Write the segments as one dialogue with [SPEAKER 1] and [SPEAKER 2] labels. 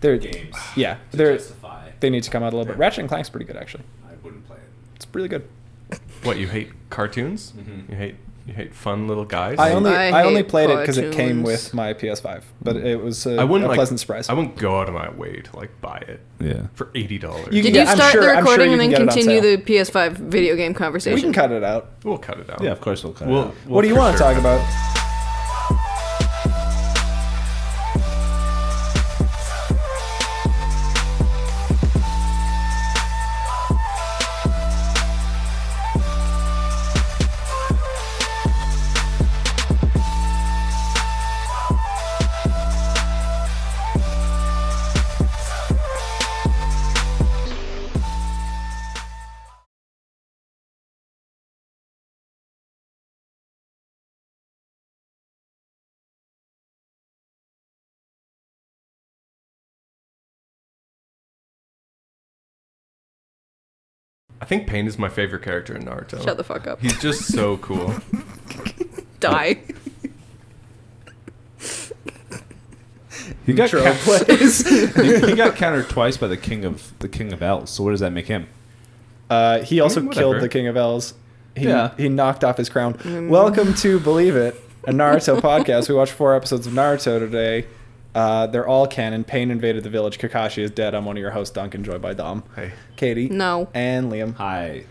[SPEAKER 1] they're
[SPEAKER 2] games.
[SPEAKER 1] yeah,
[SPEAKER 2] to
[SPEAKER 1] they're-
[SPEAKER 2] justify.
[SPEAKER 1] they need to come out a little bit. Ratchet and Clank's pretty good actually.
[SPEAKER 2] I wouldn't play it.
[SPEAKER 1] It's really good.
[SPEAKER 3] What you hate cartoons?
[SPEAKER 2] Mhm.
[SPEAKER 3] You hate you hate fun little guys.
[SPEAKER 1] I only
[SPEAKER 4] I
[SPEAKER 1] I, only
[SPEAKER 4] hate
[SPEAKER 1] played it because it came
[SPEAKER 4] cartoons.
[SPEAKER 1] with my PS5, but it was a,
[SPEAKER 3] I wouldn't
[SPEAKER 1] a
[SPEAKER 3] like,
[SPEAKER 1] pleasant surprise.
[SPEAKER 3] I wouldn't go out of my way to like buy it
[SPEAKER 5] Yeah.
[SPEAKER 3] for eighty dollars.
[SPEAKER 1] You-
[SPEAKER 4] Did
[SPEAKER 1] Yeah,
[SPEAKER 4] you
[SPEAKER 1] I'm
[SPEAKER 4] start
[SPEAKER 1] sure-
[SPEAKER 4] the
[SPEAKER 1] I'm sure
[SPEAKER 4] recording
[SPEAKER 1] you
[SPEAKER 4] and
[SPEAKER 1] can
[SPEAKER 4] then
[SPEAKER 1] get it on
[SPEAKER 4] continue
[SPEAKER 1] sale.
[SPEAKER 4] the PS5 video game conversation?
[SPEAKER 1] we can cut it out.
[SPEAKER 3] We'll cut it out.
[SPEAKER 5] Yeah, of course we'll cut it
[SPEAKER 3] We'll,
[SPEAKER 5] out.
[SPEAKER 3] we'll
[SPEAKER 1] what do you
[SPEAKER 3] for
[SPEAKER 1] want to
[SPEAKER 3] sure
[SPEAKER 1] talk
[SPEAKER 3] cut it out.
[SPEAKER 1] about?
[SPEAKER 3] I think Pain is my favorite character in Naruto.
[SPEAKER 4] Shut the fuck up.
[SPEAKER 3] He's just so cool.
[SPEAKER 4] Die.
[SPEAKER 1] Uh,
[SPEAKER 5] He got
[SPEAKER 1] Intro
[SPEAKER 5] coun- he, he got countered twice by the king of the king of elves. So what does that make him?
[SPEAKER 1] Uh, he also
[SPEAKER 3] whatever.
[SPEAKER 1] killed the King of Elves. He,
[SPEAKER 5] Yeah.
[SPEAKER 1] he knocked off his crown.
[SPEAKER 4] Mm-hmm.
[SPEAKER 1] Welcome to Believe It, a Naruto podcast. We watched four episodes of Naruto today. Uh, they're all canon. Pain invaded the village. Kakashi is dead. I'm one of your hosts, Duncan, joined by Dom,
[SPEAKER 3] Hey,
[SPEAKER 1] Katie,
[SPEAKER 4] No.
[SPEAKER 1] and Liam.
[SPEAKER 5] Hi.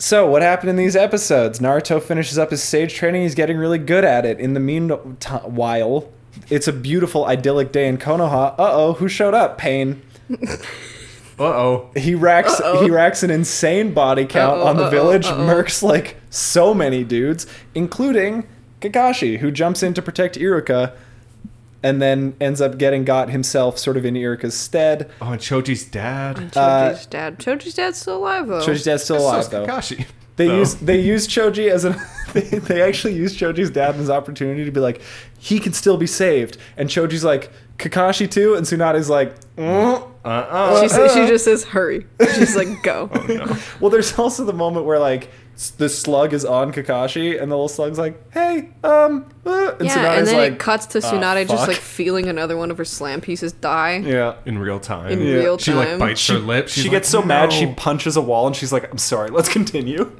[SPEAKER 1] So, what happened in these episodes? Naruto finishes up his sage training. He's getting really good at it. In the meanwhile, it's a beautiful, idyllic day in Konoha. Uh oh, who showed up? Pain.
[SPEAKER 3] uh oh.
[SPEAKER 1] He racks
[SPEAKER 4] Uh-oh.
[SPEAKER 1] he racks an insane body count
[SPEAKER 4] Uh-oh,
[SPEAKER 1] on the
[SPEAKER 4] uh-oh,
[SPEAKER 1] village,
[SPEAKER 4] uh-oh.
[SPEAKER 1] murks like so many dudes, including Kakashi, who jumps in to protect Iruka and then ends up getting got himself sort of in Iruka's stead.
[SPEAKER 3] Oh, and Choji's
[SPEAKER 4] Mm.
[SPEAKER 3] dad.
[SPEAKER 4] Choji's dad. Choji's dad's still alive though.
[SPEAKER 1] Choji's dad's still alive
[SPEAKER 3] So's
[SPEAKER 1] though.
[SPEAKER 3] Kakashi.
[SPEAKER 1] They
[SPEAKER 3] So-
[SPEAKER 1] use they use Choji as an they, they actually use Choji's dad as an opportunity to be like, he can still be saved. And Choji's like, Kakashi too, and Tsunade's like, mm.
[SPEAKER 3] Uh-uh.
[SPEAKER 4] She, sa- she just says hurry. She's like go.
[SPEAKER 1] Well, there's also the moment where like s- the slug is on Kakashi, and the little slug's like, "Hey, um," uh," and
[SPEAKER 4] yeah, and
[SPEAKER 1] Tsunade's
[SPEAKER 4] then
[SPEAKER 1] like,
[SPEAKER 4] it cuts to
[SPEAKER 1] "Ah,
[SPEAKER 4] Tsunade just
[SPEAKER 1] fuck."
[SPEAKER 4] like feeling another one of her slam pieces die.
[SPEAKER 1] yeah.
[SPEAKER 3] in real time.
[SPEAKER 4] In real
[SPEAKER 3] She
[SPEAKER 4] time.
[SPEAKER 3] like bites
[SPEAKER 1] She,
[SPEAKER 3] her lip.
[SPEAKER 1] she
[SPEAKER 3] She's
[SPEAKER 1] gets so
[SPEAKER 3] like,
[SPEAKER 1] mad she
[SPEAKER 3] "No."
[SPEAKER 1] punches a wall, and she's like, "I'm sorry, let's continue."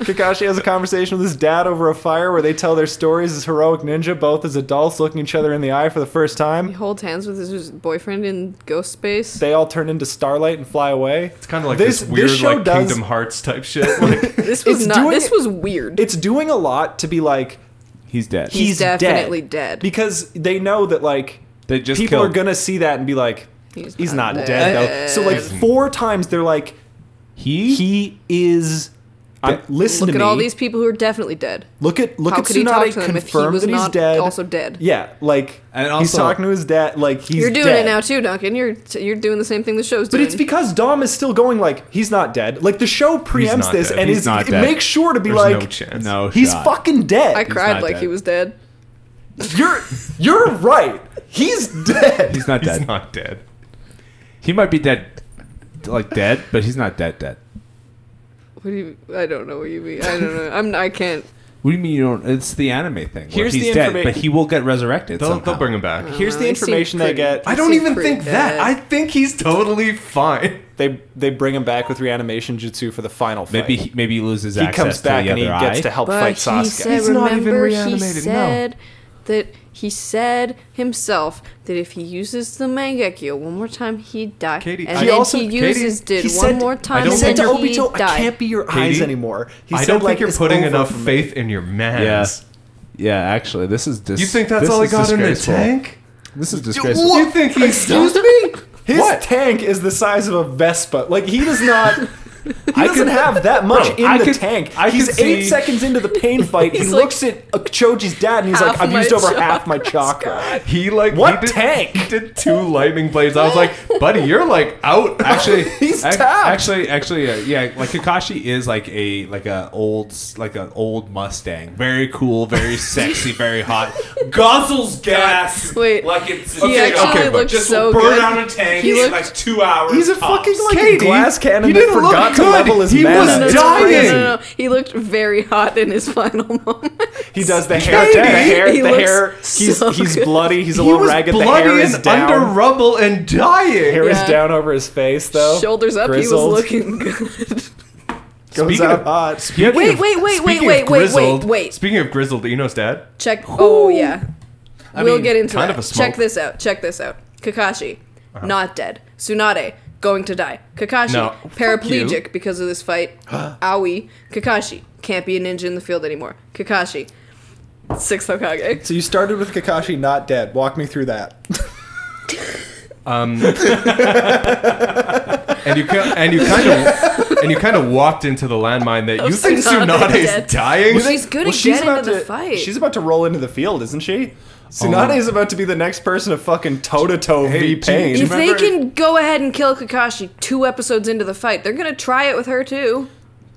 [SPEAKER 1] Kakashi has a conversation with his dad over a fire where they tell their stories as heroic ninja, both as adults looking each other in the eye for the first
[SPEAKER 4] He
[SPEAKER 1] time.
[SPEAKER 4] holds hands with his boyfriend in ghost space.
[SPEAKER 1] They all turn into starlight and fly away.
[SPEAKER 3] It's kind of like this, weird like Kingdom Hearts type shit. Like,
[SPEAKER 4] this was
[SPEAKER 1] it's
[SPEAKER 4] not.
[SPEAKER 1] doing
[SPEAKER 4] This
[SPEAKER 1] it-
[SPEAKER 4] was weird.
[SPEAKER 1] It's doing a lot to be like
[SPEAKER 5] He's dead.
[SPEAKER 4] He's
[SPEAKER 1] dead.
[SPEAKER 4] definitely dead.
[SPEAKER 1] because they know that like
[SPEAKER 5] They just
[SPEAKER 1] people
[SPEAKER 5] killed-
[SPEAKER 1] are gonna see that and be like he's,
[SPEAKER 4] He's
[SPEAKER 1] not,
[SPEAKER 4] not
[SPEAKER 1] dead.
[SPEAKER 4] dead.
[SPEAKER 1] though so like four times they're like
[SPEAKER 5] he
[SPEAKER 1] he is I'm,
[SPEAKER 5] Dead.
[SPEAKER 1] listen
[SPEAKER 4] Look
[SPEAKER 1] to me
[SPEAKER 4] at all these people who are definitely dead.
[SPEAKER 1] look at look
[SPEAKER 4] How
[SPEAKER 1] at
[SPEAKER 4] could he talk
[SPEAKER 1] Tsunade
[SPEAKER 4] to them if he
[SPEAKER 1] confirmed
[SPEAKER 4] was
[SPEAKER 1] that he's
[SPEAKER 4] not
[SPEAKER 1] dead
[SPEAKER 4] also dead?
[SPEAKER 1] yeah like
[SPEAKER 5] And
[SPEAKER 1] he's
[SPEAKER 5] also-
[SPEAKER 1] talking to his dad like he's
[SPEAKER 4] You're doing
[SPEAKER 1] dead.
[SPEAKER 4] it now too, Duncan. You're you're doing the same thing the show's
[SPEAKER 1] but
[SPEAKER 4] doing.
[SPEAKER 1] it's because Dom is still going like he's not dead. Like the show preempts
[SPEAKER 3] not
[SPEAKER 1] this
[SPEAKER 3] dead.
[SPEAKER 1] and
[SPEAKER 5] He's
[SPEAKER 1] is
[SPEAKER 5] not
[SPEAKER 1] it
[SPEAKER 5] dead.
[SPEAKER 1] makes sure to be
[SPEAKER 3] there's
[SPEAKER 1] like
[SPEAKER 3] no chance.
[SPEAKER 5] no
[SPEAKER 1] he's
[SPEAKER 5] shot.
[SPEAKER 1] fucking dead.
[SPEAKER 4] I cried
[SPEAKER 5] not
[SPEAKER 4] like
[SPEAKER 5] dead.
[SPEAKER 4] he was dead.
[SPEAKER 1] You're you're right. He's dead.
[SPEAKER 5] He's not
[SPEAKER 3] He's
[SPEAKER 5] dead.
[SPEAKER 3] not dead.
[SPEAKER 5] He might be dead, like dead, but he's not dead. Dead.
[SPEAKER 4] What do you? I don't know what you mean. I don't know. I'm. I can't.
[SPEAKER 5] What do you mean you don't? It's the anime thing. Where
[SPEAKER 1] Here's
[SPEAKER 5] he's
[SPEAKER 1] the
[SPEAKER 5] dead,
[SPEAKER 1] informa-
[SPEAKER 5] but he will get resurrected.
[SPEAKER 3] They'll,
[SPEAKER 5] somehow.
[SPEAKER 3] they'll bring him back.
[SPEAKER 1] Here's the
[SPEAKER 4] Well, Mm. he seemed
[SPEAKER 1] information they
[SPEAKER 4] pretty-
[SPEAKER 1] get.
[SPEAKER 3] I
[SPEAKER 4] he
[SPEAKER 3] don't
[SPEAKER 4] seemed
[SPEAKER 3] even
[SPEAKER 4] pretty
[SPEAKER 3] think that.
[SPEAKER 4] dead.
[SPEAKER 3] I think he's totally fine.
[SPEAKER 1] They they bring him back with reanimation jutsu for the final fight.
[SPEAKER 5] Maybe he, maybe he loses
[SPEAKER 1] he
[SPEAKER 5] access
[SPEAKER 1] comes back
[SPEAKER 5] to the
[SPEAKER 1] and he
[SPEAKER 5] other
[SPEAKER 1] gets
[SPEAKER 5] eye.
[SPEAKER 1] to help fight Sasuke.
[SPEAKER 4] he said,
[SPEAKER 3] He's not even
[SPEAKER 4] remember, he
[SPEAKER 3] reanimated, no.
[SPEAKER 4] said that he said himself that if he uses the Mangekyo one more time, he'd die.
[SPEAKER 3] Katie,
[SPEAKER 4] and
[SPEAKER 3] I- He
[SPEAKER 4] then
[SPEAKER 1] also-
[SPEAKER 4] he
[SPEAKER 1] Katie,
[SPEAKER 4] uses
[SPEAKER 1] he
[SPEAKER 4] did
[SPEAKER 1] said-
[SPEAKER 4] one more time,
[SPEAKER 3] don't
[SPEAKER 1] he
[SPEAKER 4] and
[SPEAKER 1] said
[SPEAKER 4] then
[SPEAKER 1] to
[SPEAKER 4] he
[SPEAKER 1] Obito,
[SPEAKER 4] died.
[SPEAKER 1] "I can't be your eyes
[SPEAKER 3] Katie,
[SPEAKER 1] anymore." He
[SPEAKER 3] I
[SPEAKER 1] said,
[SPEAKER 3] don't think
[SPEAKER 1] like,
[SPEAKER 3] you're
[SPEAKER 1] "It's
[SPEAKER 3] putting
[SPEAKER 1] over
[SPEAKER 3] enough
[SPEAKER 1] for me."
[SPEAKER 3] faith in your
[SPEAKER 5] Yeah.
[SPEAKER 3] mans.
[SPEAKER 5] Yeah, actually, this is dis-
[SPEAKER 3] You think that's
[SPEAKER 5] this
[SPEAKER 3] all he
[SPEAKER 5] is
[SPEAKER 3] got in the
[SPEAKER 5] disgraceful.
[SPEAKER 3] tank?
[SPEAKER 5] This is disgraceful.
[SPEAKER 3] You think he's
[SPEAKER 1] Excuse me. His
[SPEAKER 5] What?
[SPEAKER 1] tank is the size of a Vespa. Like he does not. He doesn't
[SPEAKER 5] could-
[SPEAKER 1] have that much
[SPEAKER 5] Bro,
[SPEAKER 1] in
[SPEAKER 5] I
[SPEAKER 1] the
[SPEAKER 5] could-
[SPEAKER 1] tank.
[SPEAKER 5] I
[SPEAKER 1] he's
[SPEAKER 5] could
[SPEAKER 1] eight
[SPEAKER 5] see-
[SPEAKER 1] seconds into the pain fight. he
[SPEAKER 4] He's like,
[SPEAKER 1] looks at uh, Choji's dad and he's like,
[SPEAKER 4] "Half
[SPEAKER 1] "I've
[SPEAKER 4] my
[SPEAKER 1] used over half my chakra."
[SPEAKER 3] He like
[SPEAKER 1] What
[SPEAKER 3] he did,
[SPEAKER 1] tank?
[SPEAKER 3] He did two lightning blades. I was like, buddy, you're like out.
[SPEAKER 5] Actually,
[SPEAKER 1] He's
[SPEAKER 5] ac-
[SPEAKER 1] tapped.
[SPEAKER 5] Actually, actually, uh, yeah. Like Kakashi is like a like a old s- like an old Mustang, very cool, very sexy, very hot. Guzzles gas.
[SPEAKER 4] Wait,
[SPEAKER 5] like it's
[SPEAKER 4] he actually
[SPEAKER 5] but
[SPEAKER 4] looks
[SPEAKER 5] just
[SPEAKER 4] so
[SPEAKER 5] will burn
[SPEAKER 4] good.
[SPEAKER 5] down a tank
[SPEAKER 4] He
[SPEAKER 5] in
[SPEAKER 4] looked-
[SPEAKER 5] like two hours.
[SPEAKER 1] He's a
[SPEAKER 5] tops.
[SPEAKER 1] fucking like
[SPEAKER 3] Katie,
[SPEAKER 1] glass
[SPEAKER 3] you
[SPEAKER 1] cannon that
[SPEAKER 3] didn't look
[SPEAKER 1] forgot not
[SPEAKER 5] could.
[SPEAKER 1] level his
[SPEAKER 5] He
[SPEAKER 1] mana.
[SPEAKER 5] was
[SPEAKER 1] It's
[SPEAKER 5] dying.
[SPEAKER 1] crazy.
[SPEAKER 4] no, no. He looked very hot in his final moment.
[SPEAKER 1] He does the hair.
[SPEAKER 5] Katie!
[SPEAKER 1] The hair.
[SPEAKER 4] He
[SPEAKER 1] the
[SPEAKER 4] looks
[SPEAKER 1] hair. He's
[SPEAKER 4] so
[SPEAKER 1] he's
[SPEAKER 4] good.
[SPEAKER 1] bloody. He's a
[SPEAKER 5] he
[SPEAKER 1] little
[SPEAKER 5] was
[SPEAKER 1] ragged. The hair
[SPEAKER 5] bloody
[SPEAKER 1] is
[SPEAKER 5] and
[SPEAKER 1] down.
[SPEAKER 5] under rubble and dying.
[SPEAKER 1] hair
[SPEAKER 4] Yeah.
[SPEAKER 1] is down over his face though.
[SPEAKER 4] Shoulders up,
[SPEAKER 1] Grizzled.
[SPEAKER 4] he was looking good.
[SPEAKER 1] Goes
[SPEAKER 3] Speaking
[SPEAKER 1] out
[SPEAKER 3] of-
[SPEAKER 1] hot.
[SPEAKER 3] Speaking
[SPEAKER 4] Wait,
[SPEAKER 3] of-
[SPEAKER 4] wait, wait,
[SPEAKER 3] speaking
[SPEAKER 4] wait,
[SPEAKER 3] of
[SPEAKER 4] wait, wait, wait,
[SPEAKER 3] grizzled-
[SPEAKER 4] wait.
[SPEAKER 3] Speaking of grizzled, Eno's dad.
[SPEAKER 4] Check. Oh yeah, we'll
[SPEAKER 3] mean,
[SPEAKER 4] get into
[SPEAKER 3] kind
[SPEAKER 4] that.
[SPEAKER 3] of a smoke. Uh-huh.
[SPEAKER 4] Check this out. Check this out. Kakashi, not dead. Tsunade, going to die. Kakashi,
[SPEAKER 3] No. Fuck
[SPEAKER 4] paraplegic
[SPEAKER 3] you.
[SPEAKER 4] because of this fight. Aoi, Kakashi can't be a ninja in the field anymore. Kakashi, sixth Hokage.
[SPEAKER 1] So you started with Kakashi not dead. Walk me through that.
[SPEAKER 3] Um, and you ki- and you kind of and you kind of walked into the landmine that
[SPEAKER 4] Of
[SPEAKER 3] you think
[SPEAKER 4] Tsunade's death.
[SPEAKER 3] Tsunade's dying.
[SPEAKER 4] She's good at getting
[SPEAKER 1] about
[SPEAKER 4] to the
[SPEAKER 1] to-
[SPEAKER 4] fight.
[SPEAKER 1] She's about to roll into the field, isn't she? Oh. Tsunade is about to be the next person to fucking toe to toe
[SPEAKER 5] Hey,
[SPEAKER 1] v
[SPEAKER 5] do-
[SPEAKER 1] Pain.
[SPEAKER 5] do you
[SPEAKER 4] If they can go ahead and kill Kakashi two episodes into the fight, they're gonna try it with her too.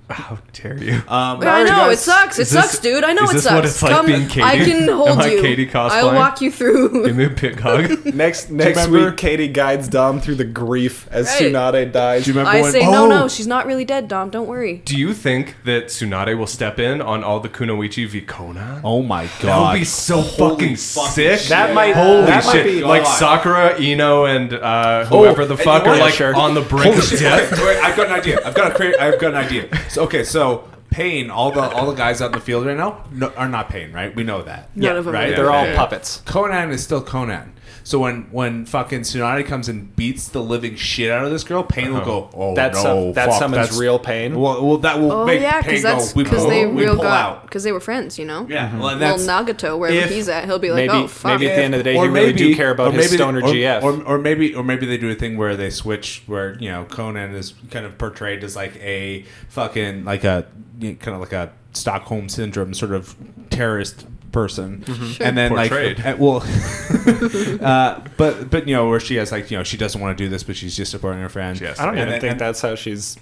[SPEAKER 3] How dare
[SPEAKER 4] Oh.
[SPEAKER 3] you?
[SPEAKER 5] Um,
[SPEAKER 4] I
[SPEAKER 5] Naruto
[SPEAKER 4] know it
[SPEAKER 5] guys-
[SPEAKER 4] sucks. It
[SPEAKER 3] is this-
[SPEAKER 4] sucks, dude. I know
[SPEAKER 3] is
[SPEAKER 4] it
[SPEAKER 3] this
[SPEAKER 4] sucks.
[SPEAKER 3] what it's like
[SPEAKER 4] Come,
[SPEAKER 3] being Katie?
[SPEAKER 4] I can hold
[SPEAKER 3] Am I
[SPEAKER 4] you.
[SPEAKER 3] Katie cosplaying?
[SPEAKER 4] I'll walk you
[SPEAKER 3] Give
[SPEAKER 4] through.
[SPEAKER 3] me a big hug.
[SPEAKER 1] next next
[SPEAKER 5] remember-
[SPEAKER 1] week, Katie guides Dom through the grief as
[SPEAKER 4] Right.
[SPEAKER 1] Tsunade dies.
[SPEAKER 5] Do you remember
[SPEAKER 4] I
[SPEAKER 5] when-
[SPEAKER 4] say
[SPEAKER 5] Oh!
[SPEAKER 4] no, no. She's not really dead, Dom. Don't worry.
[SPEAKER 3] Do you think that Tsunade will step in on all the Kunoichi v Kona?
[SPEAKER 5] Oh my god.
[SPEAKER 3] that would be so fucking, sick.
[SPEAKER 5] shit.
[SPEAKER 1] That might-
[SPEAKER 3] holy
[SPEAKER 1] that might
[SPEAKER 3] shit.
[SPEAKER 1] be-
[SPEAKER 3] like
[SPEAKER 5] God.
[SPEAKER 3] Sakura, Ino, and uh, whoever the
[SPEAKER 5] Oh, and you
[SPEAKER 3] fuck
[SPEAKER 5] know
[SPEAKER 3] are
[SPEAKER 5] what?
[SPEAKER 3] like
[SPEAKER 5] Sure.
[SPEAKER 3] on the brink
[SPEAKER 5] Holy
[SPEAKER 3] of
[SPEAKER 5] shit.
[SPEAKER 3] death.
[SPEAKER 5] Okay, wait, I've got an idea. I've got a crea- I've got an idea. So, okay, so Pain, all the all the guys out in the field right now no, are not Pain, right? We know that.
[SPEAKER 4] None of them
[SPEAKER 5] right?
[SPEAKER 4] are.
[SPEAKER 1] They're all
[SPEAKER 3] Yeah.
[SPEAKER 1] puppets.
[SPEAKER 5] Conan is still Conan. So when when fucking Tsunade comes and beats the living shit out of this girl, Pain will go, "Oh
[SPEAKER 1] That's
[SPEAKER 5] no,
[SPEAKER 1] some- that
[SPEAKER 5] fuck,
[SPEAKER 1] summons
[SPEAKER 5] that's-
[SPEAKER 1] real pain."
[SPEAKER 5] Well, well, that will
[SPEAKER 4] Oh
[SPEAKER 5] make
[SPEAKER 4] yeah,
[SPEAKER 5] Pain
[SPEAKER 4] because
[SPEAKER 5] go.
[SPEAKER 4] that's
[SPEAKER 5] We
[SPEAKER 4] because
[SPEAKER 5] pull,
[SPEAKER 4] they
[SPEAKER 5] we
[SPEAKER 4] real
[SPEAKER 5] pull
[SPEAKER 4] got
[SPEAKER 5] out.
[SPEAKER 4] because they were friends, you know.
[SPEAKER 5] Yeah, well, and
[SPEAKER 4] Well,
[SPEAKER 5] that's
[SPEAKER 4] Nagato, wherever
[SPEAKER 5] if-
[SPEAKER 4] he's at, he'll be like,
[SPEAKER 1] maybe-
[SPEAKER 4] oh fuck.
[SPEAKER 1] maybe at the end of the day, he really do care about
[SPEAKER 5] or
[SPEAKER 1] his
[SPEAKER 5] maybe
[SPEAKER 1] stoner
[SPEAKER 5] they, or,
[SPEAKER 1] GF.
[SPEAKER 5] Or, or maybe, or maybe they do a thing where they switch, where you know Conan is kind of portrayed as like a fucking like a you know, kind of like a Stockholm syndrome sort of terrorist person,
[SPEAKER 4] Mm-hmm.
[SPEAKER 5] and then
[SPEAKER 3] Portrayed.
[SPEAKER 5] like uh, well, uh, but but you know where she has like you know she doesn't want to do this, but she's just supporting her friend.
[SPEAKER 3] Yes.
[SPEAKER 1] I don't
[SPEAKER 3] And
[SPEAKER 1] even
[SPEAKER 5] then-
[SPEAKER 1] think
[SPEAKER 5] and-
[SPEAKER 1] that's how she's.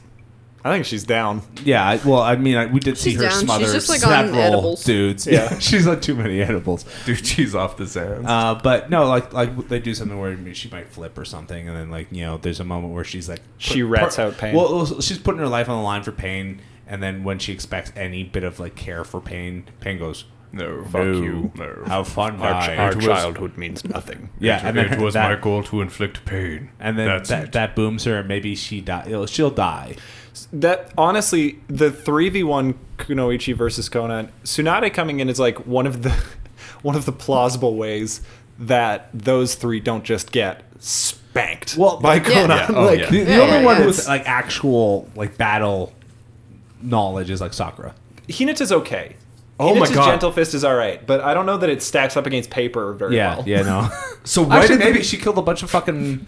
[SPEAKER 1] I think she's down.
[SPEAKER 5] Yeah, I- well, I mean, I, we did see
[SPEAKER 4] She's
[SPEAKER 5] her
[SPEAKER 4] down. She's
[SPEAKER 5] smother
[SPEAKER 4] just, like, on
[SPEAKER 5] several
[SPEAKER 4] edibles.
[SPEAKER 5] dudes.
[SPEAKER 1] Yeah.
[SPEAKER 5] she's on too many edibles.
[SPEAKER 3] Dude, she's off the sands.
[SPEAKER 5] Uh, but no, like like they do something where I mean, she might flip or something, and then like you know, there's a moment where she's like
[SPEAKER 1] She rats out Pain.
[SPEAKER 5] Well, well, she's putting her life on the line for pain, and then when she expects any bit of like care for pain, pain goes,
[SPEAKER 3] no, fuck
[SPEAKER 5] "No,
[SPEAKER 3] you. No.
[SPEAKER 5] have fun,
[SPEAKER 3] Our ch-
[SPEAKER 5] guy."
[SPEAKER 3] our
[SPEAKER 5] It was-
[SPEAKER 2] childhood means nothing.
[SPEAKER 5] yeah,
[SPEAKER 3] It-
[SPEAKER 5] and then
[SPEAKER 3] it was
[SPEAKER 5] that,
[SPEAKER 3] my goal to inflict pain.
[SPEAKER 5] and then
[SPEAKER 3] That's
[SPEAKER 5] that,
[SPEAKER 3] it.
[SPEAKER 5] that booms her, and maybe she die. She'll die.
[SPEAKER 1] That honestly, the three v one Kunoichi versus Conan Tsunade coming in is like one of the one of the plausible ways that those three don't just get spanked
[SPEAKER 5] Well,
[SPEAKER 1] by
[SPEAKER 5] yeah.
[SPEAKER 1] Conan.
[SPEAKER 3] Yeah. Oh,
[SPEAKER 1] like
[SPEAKER 3] yeah.
[SPEAKER 5] The, the
[SPEAKER 4] Yeah,
[SPEAKER 5] only
[SPEAKER 4] yeah,
[SPEAKER 5] one
[SPEAKER 4] yeah.
[SPEAKER 5] with like actual like battle knowledge is like Sakura.
[SPEAKER 1] Hinata's okay.
[SPEAKER 3] Oh my
[SPEAKER 1] Hinata's
[SPEAKER 3] God.
[SPEAKER 1] Gentle Fist is all right, but I don't know that it stacks up against paper very
[SPEAKER 5] Yeah,
[SPEAKER 1] well.
[SPEAKER 5] yeah, no.
[SPEAKER 3] so why
[SPEAKER 5] Actually,
[SPEAKER 3] did
[SPEAKER 5] maybe
[SPEAKER 3] they-
[SPEAKER 5] she killed a bunch of fucking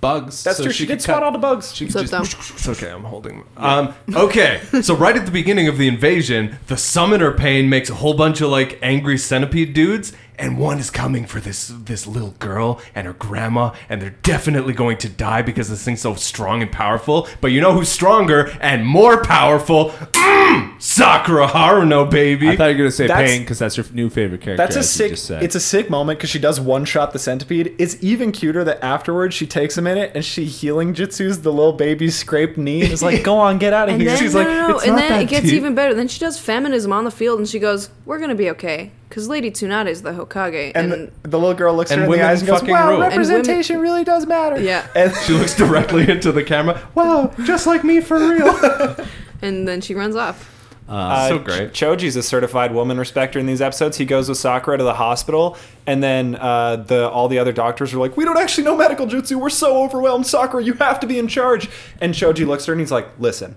[SPEAKER 5] bugs.
[SPEAKER 1] That's
[SPEAKER 5] so
[SPEAKER 1] true. She,
[SPEAKER 5] could
[SPEAKER 1] did spot
[SPEAKER 5] cut-
[SPEAKER 1] all the bugs.
[SPEAKER 5] She
[SPEAKER 4] So
[SPEAKER 5] just
[SPEAKER 4] dumb.
[SPEAKER 3] It's okay, I'm holding. Um, okay, so right at the beginning of the invasion, the summoner pain makes a whole bunch of like angry centipede dudes, and one is coming for this this little girl and her grandma, and they're definitely going to die because this thing's so strong and powerful. But you know who's stronger and more powerful? Mm, Sakura Haruno, baby.
[SPEAKER 5] I thought you were gonna say
[SPEAKER 1] That's-
[SPEAKER 5] pain because that's your new favorite character.
[SPEAKER 1] That's a
[SPEAKER 5] as you
[SPEAKER 1] sick.
[SPEAKER 5] just said.
[SPEAKER 1] It's a sick moment because she does one shot the centipede. It's even cuter that afterwards she takes a minute and she healing jutsus the little baby's scraped knee and is like, "Go on, get out of
[SPEAKER 4] And
[SPEAKER 1] here."
[SPEAKER 4] then,
[SPEAKER 3] she's
[SPEAKER 4] no,
[SPEAKER 3] like,
[SPEAKER 4] no, no,
[SPEAKER 3] "It's
[SPEAKER 4] and
[SPEAKER 3] not
[SPEAKER 4] then
[SPEAKER 3] that
[SPEAKER 4] it gets
[SPEAKER 3] deep."
[SPEAKER 4] even better. Then she does feminism on the field, and she goes, "We're gonna be okay, because Lady Tsunade is the Hokage."
[SPEAKER 1] and
[SPEAKER 4] And,
[SPEAKER 1] the, the little girl looks
[SPEAKER 3] and
[SPEAKER 1] her in the
[SPEAKER 3] women
[SPEAKER 1] eyes and goes,
[SPEAKER 3] fucking
[SPEAKER 1] "Wow,
[SPEAKER 3] rule." And
[SPEAKER 4] women-
[SPEAKER 1] representation really does matter."
[SPEAKER 4] Yeah.
[SPEAKER 1] And
[SPEAKER 3] she looks directly into the camera. Wow, just like me for real.
[SPEAKER 4] and then she runs off.
[SPEAKER 5] Ah,
[SPEAKER 1] uh,
[SPEAKER 3] so great.
[SPEAKER 1] Ch- Choji's a certified woman respecter in these episodes. He goes with Sakura to the hospital, and then uh, the all the other doctors are like, "We don't actually know medical jutsu. We're so overwhelmed. Sakura, you have to be in charge." And Choji looks at her and he's like, "Listen,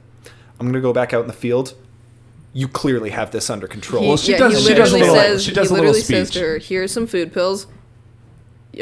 [SPEAKER 1] I'm gonna go back out in the field. You clearly have this under control."
[SPEAKER 4] He,
[SPEAKER 5] Well, she
[SPEAKER 4] yeah,
[SPEAKER 5] does-
[SPEAKER 4] He
[SPEAKER 5] she does a
[SPEAKER 4] literally
[SPEAKER 1] little-
[SPEAKER 4] says,
[SPEAKER 5] she does
[SPEAKER 4] he
[SPEAKER 5] a little
[SPEAKER 4] literally says to
[SPEAKER 5] speech.
[SPEAKER 4] her, "Here's some food pills.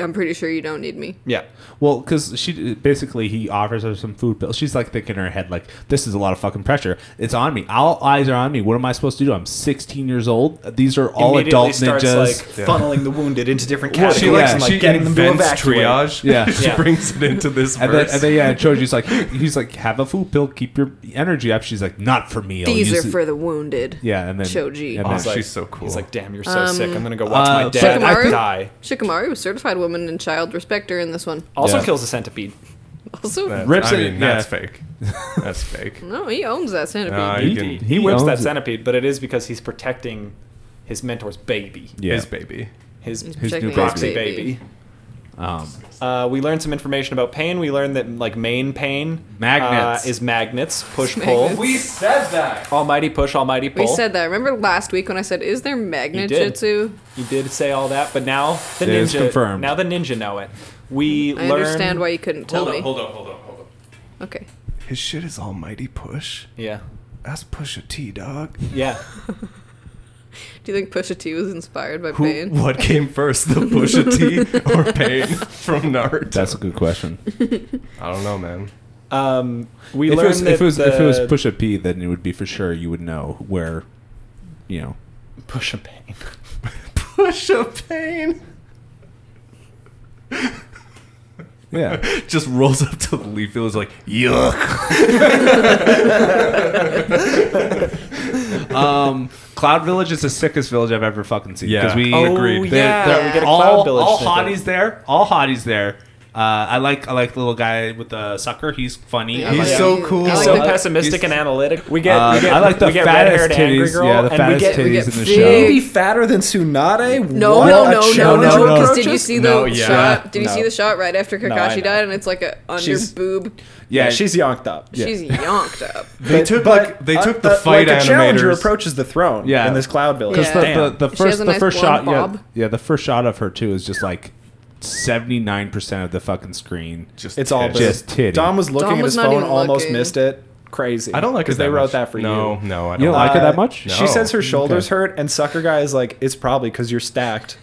[SPEAKER 4] I'm pretty sure you don't need me."
[SPEAKER 1] yeah.
[SPEAKER 5] well because she basically he offers her some food pills. She's like thinking in her head like this is a lot of fucking pressure. It's on me. All eyes are on me. What am I supposed to do? I'm 16 years old. These are all
[SPEAKER 1] Immediately
[SPEAKER 5] adult
[SPEAKER 1] starts
[SPEAKER 5] ninjas.
[SPEAKER 1] like funneling the wounded into different
[SPEAKER 5] Well,
[SPEAKER 1] categories
[SPEAKER 3] She like
[SPEAKER 5] she, Yeah.
[SPEAKER 1] and like
[SPEAKER 3] she
[SPEAKER 1] getting them to
[SPEAKER 3] invents
[SPEAKER 1] evacuate.
[SPEAKER 3] triage.
[SPEAKER 5] Yeah.
[SPEAKER 3] she
[SPEAKER 1] Yeah.
[SPEAKER 3] brings it into this
[SPEAKER 5] and then,
[SPEAKER 3] verse.
[SPEAKER 5] and then yeah, Choji's like he's like have a food pill, keep your energy up. She's like not for me. I'll
[SPEAKER 4] These
[SPEAKER 5] use
[SPEAKER 4] are
[SPEAKER 5] it."
[SPEAKER 4] for the wounded.
[SPEAKER 5] yeah, and then
[SPEAKER 4] Choji.
[SPEAKER 5] and
[SPEAKER 3] Oh,
[SPEAKER 5] then-
[SPEAKER 1] He's like-
[SPEAKER 3] she's so cool.
[SPEAKER 1] He's like, "Damn, you're so sick.
[SPEAKER 4] Um,
[SPEAKER 1] I'm gonna go watch
[SPEAKER 5] uh,
[SPEAKER 1] my dad
[SPEAKER 4] Shikamaru?
[SPEAKER 1] die."
[SPEAKER 4] Shikamaru, certified woman and child respecter in this one.
[SPEAKER 1] Also
[SPEAKER 5] Yeah.
[SPEAKER 1] kills a centipede.
[SPEAKER 4] Also,
[SPEAKER 3] That's,
[SPEAKER 5] Rips
[SPEAKER 3] I
[SPEAKER 5] it-
[SPEAKER 3] mean, that's
[SPEAKER 5] yeah.
[SPEAKER 3] fake. That's fake.
[SPEAKER 4] no, he owns that centipede.
[SPEAKER 3] No,
[SPEAKER 2] He,
[SPEAKER 3] you can-
[SPEAKER 2] he
[SPEAKER 1] he
[SPEAKER 2] whips
[SPEAKER 1] owns
[SPEAKER 2] that
[SPEAKER 1] it.
[SPEAKER 2] centipede, but it is because he's protecting his mentor's baby.
[SPEAKER 5] Yeah.
[SPEAKER 3] His baby.
[SPEAKER 2] His
[SPEAKER 4] He's
[SPEAKER 5] His new
[SPEAKER 4] protecting his
[SPEAKER 2] proxy
[SPEAKER 5] baby.
[SPEAKER 2] baby.
[SPEAKER 5] Um,
[SPEAKER 2] Uh, we learned some information about pain. We learned that like main pain
[SPEAKER 5] Magnets.
[SPEAKER 2] uh, is magnets, push
[SPEAKER 4] Magnets.
[SPEAKER 2] pull,
[SPEAKER 3] We said that.
[SPEAKER 2] almighty push, almighty pull.
[SPEAKER 4] We said that. Remember last week when I said, "Is there magnet
[SPEAKER 2] did.
[SPEAKER 4] jitsu?"
[SPEAKER 2] you did say all that, but now the
[SPEAKER 5] It
[SPEAKER 2] ninja
[SPEAKER 5] is confirmed.
[SPEAKER 2] now the ninja know it. We
[SPEAKER 4] I
[SPEAKER 2] learn
[SPEAKER 4] understand why you couldn't tell
[SPEAKER 3] Hold
[SPEAKER 4] me.
[SPEAKER 3] up, hold up, hold up, hold up.
[SPEAKER 4] Okay.
[SPEAKER 3] His shit is almighty push.
[SPEAKER 2] Yeah,
[SPEAKER 3] That's push a T, dog.
[SPEAKER 2] yeah.
[SPEAKER 4] Do you think Pusha T was inspired by
[SPEAKER 3] Who,
[SPEAKER 4] pain?
[SPEAKER 3] what came first, the push a T or pain from Naruto?
[SPEAKER 5] that's a good question.
[SPEAKER 3] I don't know, man.
[SPEAKER 2] Um, we
[SPEAKER 5] if, it
[SPEAKER 2] learned
[SPEAKER 5] was,
[SPEAKER 2] that
[SPEAKER 5] if it was if it
[SPEAKER 2] the-
[SPEAKER 5] was push a P, then it would be for sure. You would know where, you know.
[SPEAKER 2] push a pain.
[SPEAKER 3] Push a pain.
[SPEAKER 5] Yeah.
[SPEAKER 3] Just rolls up to the leaf field is like, yuck.
[SPEAKER 5] um, Cloud Village is the sickest village I've ever fucking seen.
[SPEAKER 3] Yeah.
[SPEAKER 5] Because we
[SPEAKER 3] Oh,
[SPEAKER 5] agreed.
[SPEAKER 2] yeah.
[SPEAKER 5] They're- they're-
[SPEAKER 4] We get a
[SPEAKER 5] all,
[SPEAKER 2] Cloud Village
[SPEAKER 5] all
[SPEAKER 2] snippet.
[SPEAKER 5] hotties there. All hotties there. Uh, I like I like the little guy with the sucker. He's funny.
[SPEAKER 4] I
[SPEAKER 5] I like
[SPEAKER 3] He's
[SPEAKER 4] like
[SPEAKER 3] so
[SPEAKER 4] it.
[SPEAKER 3] cool.
[SPEAKER 4] I
[SPEAKER 2] He's
[SPEAKER 4] like
[SPEAKER 2] so
[SPEAKER 4] that.
[SPEAKER 2] pessimistic and analytic. We get,
[SPEAKER 5] Uh,
[SPEAKER 2] we get
[SPEAKER 5] I like the
[SPEAKER 2] we get
[SPEAKER 5] fattest
[SPEAKER 2] red-haired angry
[SPEAKER 5] titties.
[SPEAKER 2] girl,
[SPEAKER 5] Yeah, the
[SPEAKER 2] and we
[SPEAKER 5] fattest
[SPEAKER 2] get
[SPEAKER 5] titties
[SPEAKER 4] we get
[SPEAKER 5] in the
[SPEAKER 4] thick-
[SPEAKER 5] show.
[SPEAKER 1] Maybe fatter than Tsunade?
[SPEAKER 4] No,
[SPEAKER 1] What
[SPEAKER 4] no,
[SPEAKER 1] a
[SPEAKER 4] no, no,
[SPEAKER 1] challenge
[SPEAKER 4] no,
[SPEAKER 1] approaches?
[SPEAKER 4] Did you see the
[SPEAKER 3] No, yeah.
[SPEAKER 4] shot? Did you
[SPEAKER 2] No.
[SPEAKER 4] see the shot right after
[SPEAKER 2] I
[SPEAKER 4] Kakashi
[SPEAKER 2] know.
[SPEAKER 4] died, and it's like a under
[SPEAKER 2] She's-
[SPEAKER 4] boob?
[SPEAKER 1] Yeah, she's yonked up.
[SPEAKER 4] She's yonked up.
[SPEAKER 3] They took, like, they
[SPEAKER 1] uh,
[SPEAKER 3] took the fight
[SPEAKER 1] like a challenger
[SPEAKER 3] animators.
[SPEAKER 1] approaches the throne
[SPEAKER 5] Yeah.
[SPEAKER 1] in this cloud village.
[SPEAKER 4] Yeah.
[SPEAKER 5] Because the,
[SPEAKER 1] Damn.
[SPEAKER 5] the, the
[SPEAKER 4] She has
[SPEAKER 5] first
[SPEAKER 4] a
[SPEAKER 5] the
[SPEAKER 4] nice
[SPEAKER 5] first shot
[SPEAKER 4] blonde
[SPEAKER 5] yeah,
[SPEAKER 4] bob.
[SPEAKER 5] yeah the first shot of her too is just like seventy nine percent of the fucking screen.
[SPEAKER 3] Just
[SPEAKER 1] it's all
[SPEAKER 3] tits.
[SPEAKER 5] just titty.
[SPEAKER 1] Dom was looking
[SPEAKER 4] Dom
[SPEAKER 1] at
[SPEAKER 4] was
[SPEAKER 1] his
[SPEAKER 4] not
[SPEAKER 1] phone,
[SPEAKER 4] even
[SPEAKER 1] almost
[SPEAKER 4] looking.
[SPEAKER 1] missed it. Crazy.
[SPEAKER 3] I don't like it
[SPEAKER 1] because they
[SPEAKER 3] that
[SPEAKER 1] wrote
[SPEAKER 3] much.
[SPEAKER 1] that for
[SPEAKER 3] no,
[SPEAKER 1] you.
[SPEAKER 3] No, no, I don't.
[SPEAKER 5] You don't
[SPEAKER 3] like
[SPEAKER 5] like it that much?
[SPEAKER 3] No.
[SPEAKER 1] Uh, She says her shoulders
[SPEAKER 5] Okay.
[SPEAKER 1] hurt, and Sucker Guy is like, it's probably because you're stacked.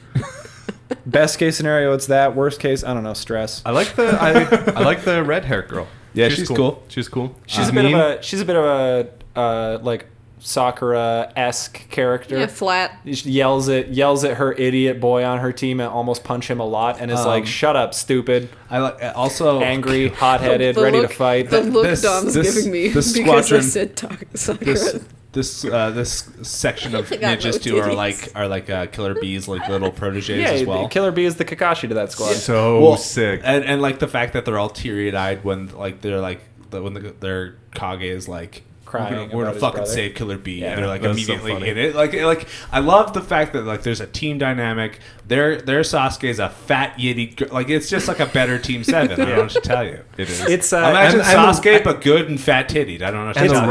[SPEAKER 1] Best case scenario, it's that. Worst case, I don't know, stress.
[SPEAKER 2] Uh,
[SPEAKER 3] I like the I, I like the red hair girl.
[SPEAKER 5] Yeah, she's cool.
[SPEAKER 3] She's cool.
[SPEAKER 2] She's a bit of a she's a bit of a uh, like Sakura esque character.
[SPEAKER 4] Yeah, flat.
[SPEAKER 2] She yells at yells at her idiot boy on her team and almost punch him a lot and is like, "Shut up, stupid!"
[SPEAKER 5] I like also
[SPEAKER 2] Angry, hot headed,
[SPEAKER 4] The
[SPEAKER 2] ready
[SPEAKER 4] look-
[SPEAKER 2] to fight.
[SPEAKER 4] The look
[SPEAKER 5] this-
[SPEAKER 4] Dom's
[SPEAKER 5] this-
[SPEAKER 4] giving me
[SPEAKER 5] this
[SPEAKER 4] because
[SPEAKER 5] squadron-
[SPEAKER 4] I said talk, Sakura.
[SPEAKER 5] this this uh, this section of
[SPEAKER 4] I got no
[SPEAKER 5] ninjas too are
[SPEAKER 4] titties.
[SPEAKER 5] like are like uh, killer bees like little proteges
[SPEAKER 2] yeah,
[SPEAKER 5] as well.
[SPEAKER 2] Killer Bee is the Kakashi to that squad.
[SPEAKER 3] so
[SPEAKER 5] Well,
[SPEAKER 3] Oh, sick.
[SPEAKER 5] and and like the fact that they're all teary eyed when like they're like the, when the, their Kage is like.
[SPEAKER 2] Crying
[SPEAKER 5] we're gonna, we're
[SPEAKER 2] about
[SPEAKER 5] gonna
[SPEAKER 2] his
[SPEAKER 5] fucking
[SPEAKER 2] brother.
[SPEAKER 5] save Killer Bee.
[SPEAKER 3] Yeah,
[SPEAKER 5] and they're like
[SPEAKER 3] that's so
[SPEAKER 5] immediately
[SPEAKER 3] funny.
[SPEAKER 5] in it. Like, like I love the fact that like there's a team dynamic. Their their Sasuke is a fat yitty. gir- Like it's just like a better Team Seven. I don't know what to tell you. It is.
[SPEAKER 2] It's, uh,
[SPEAKER 5] imagine
[SPEAKER 3] and- and the-
[SPEAKER 5] Sasuke but good and fat tittied. I don't know. What to
[SPEAKER 3] and the
[SPEAKER 5] tell you.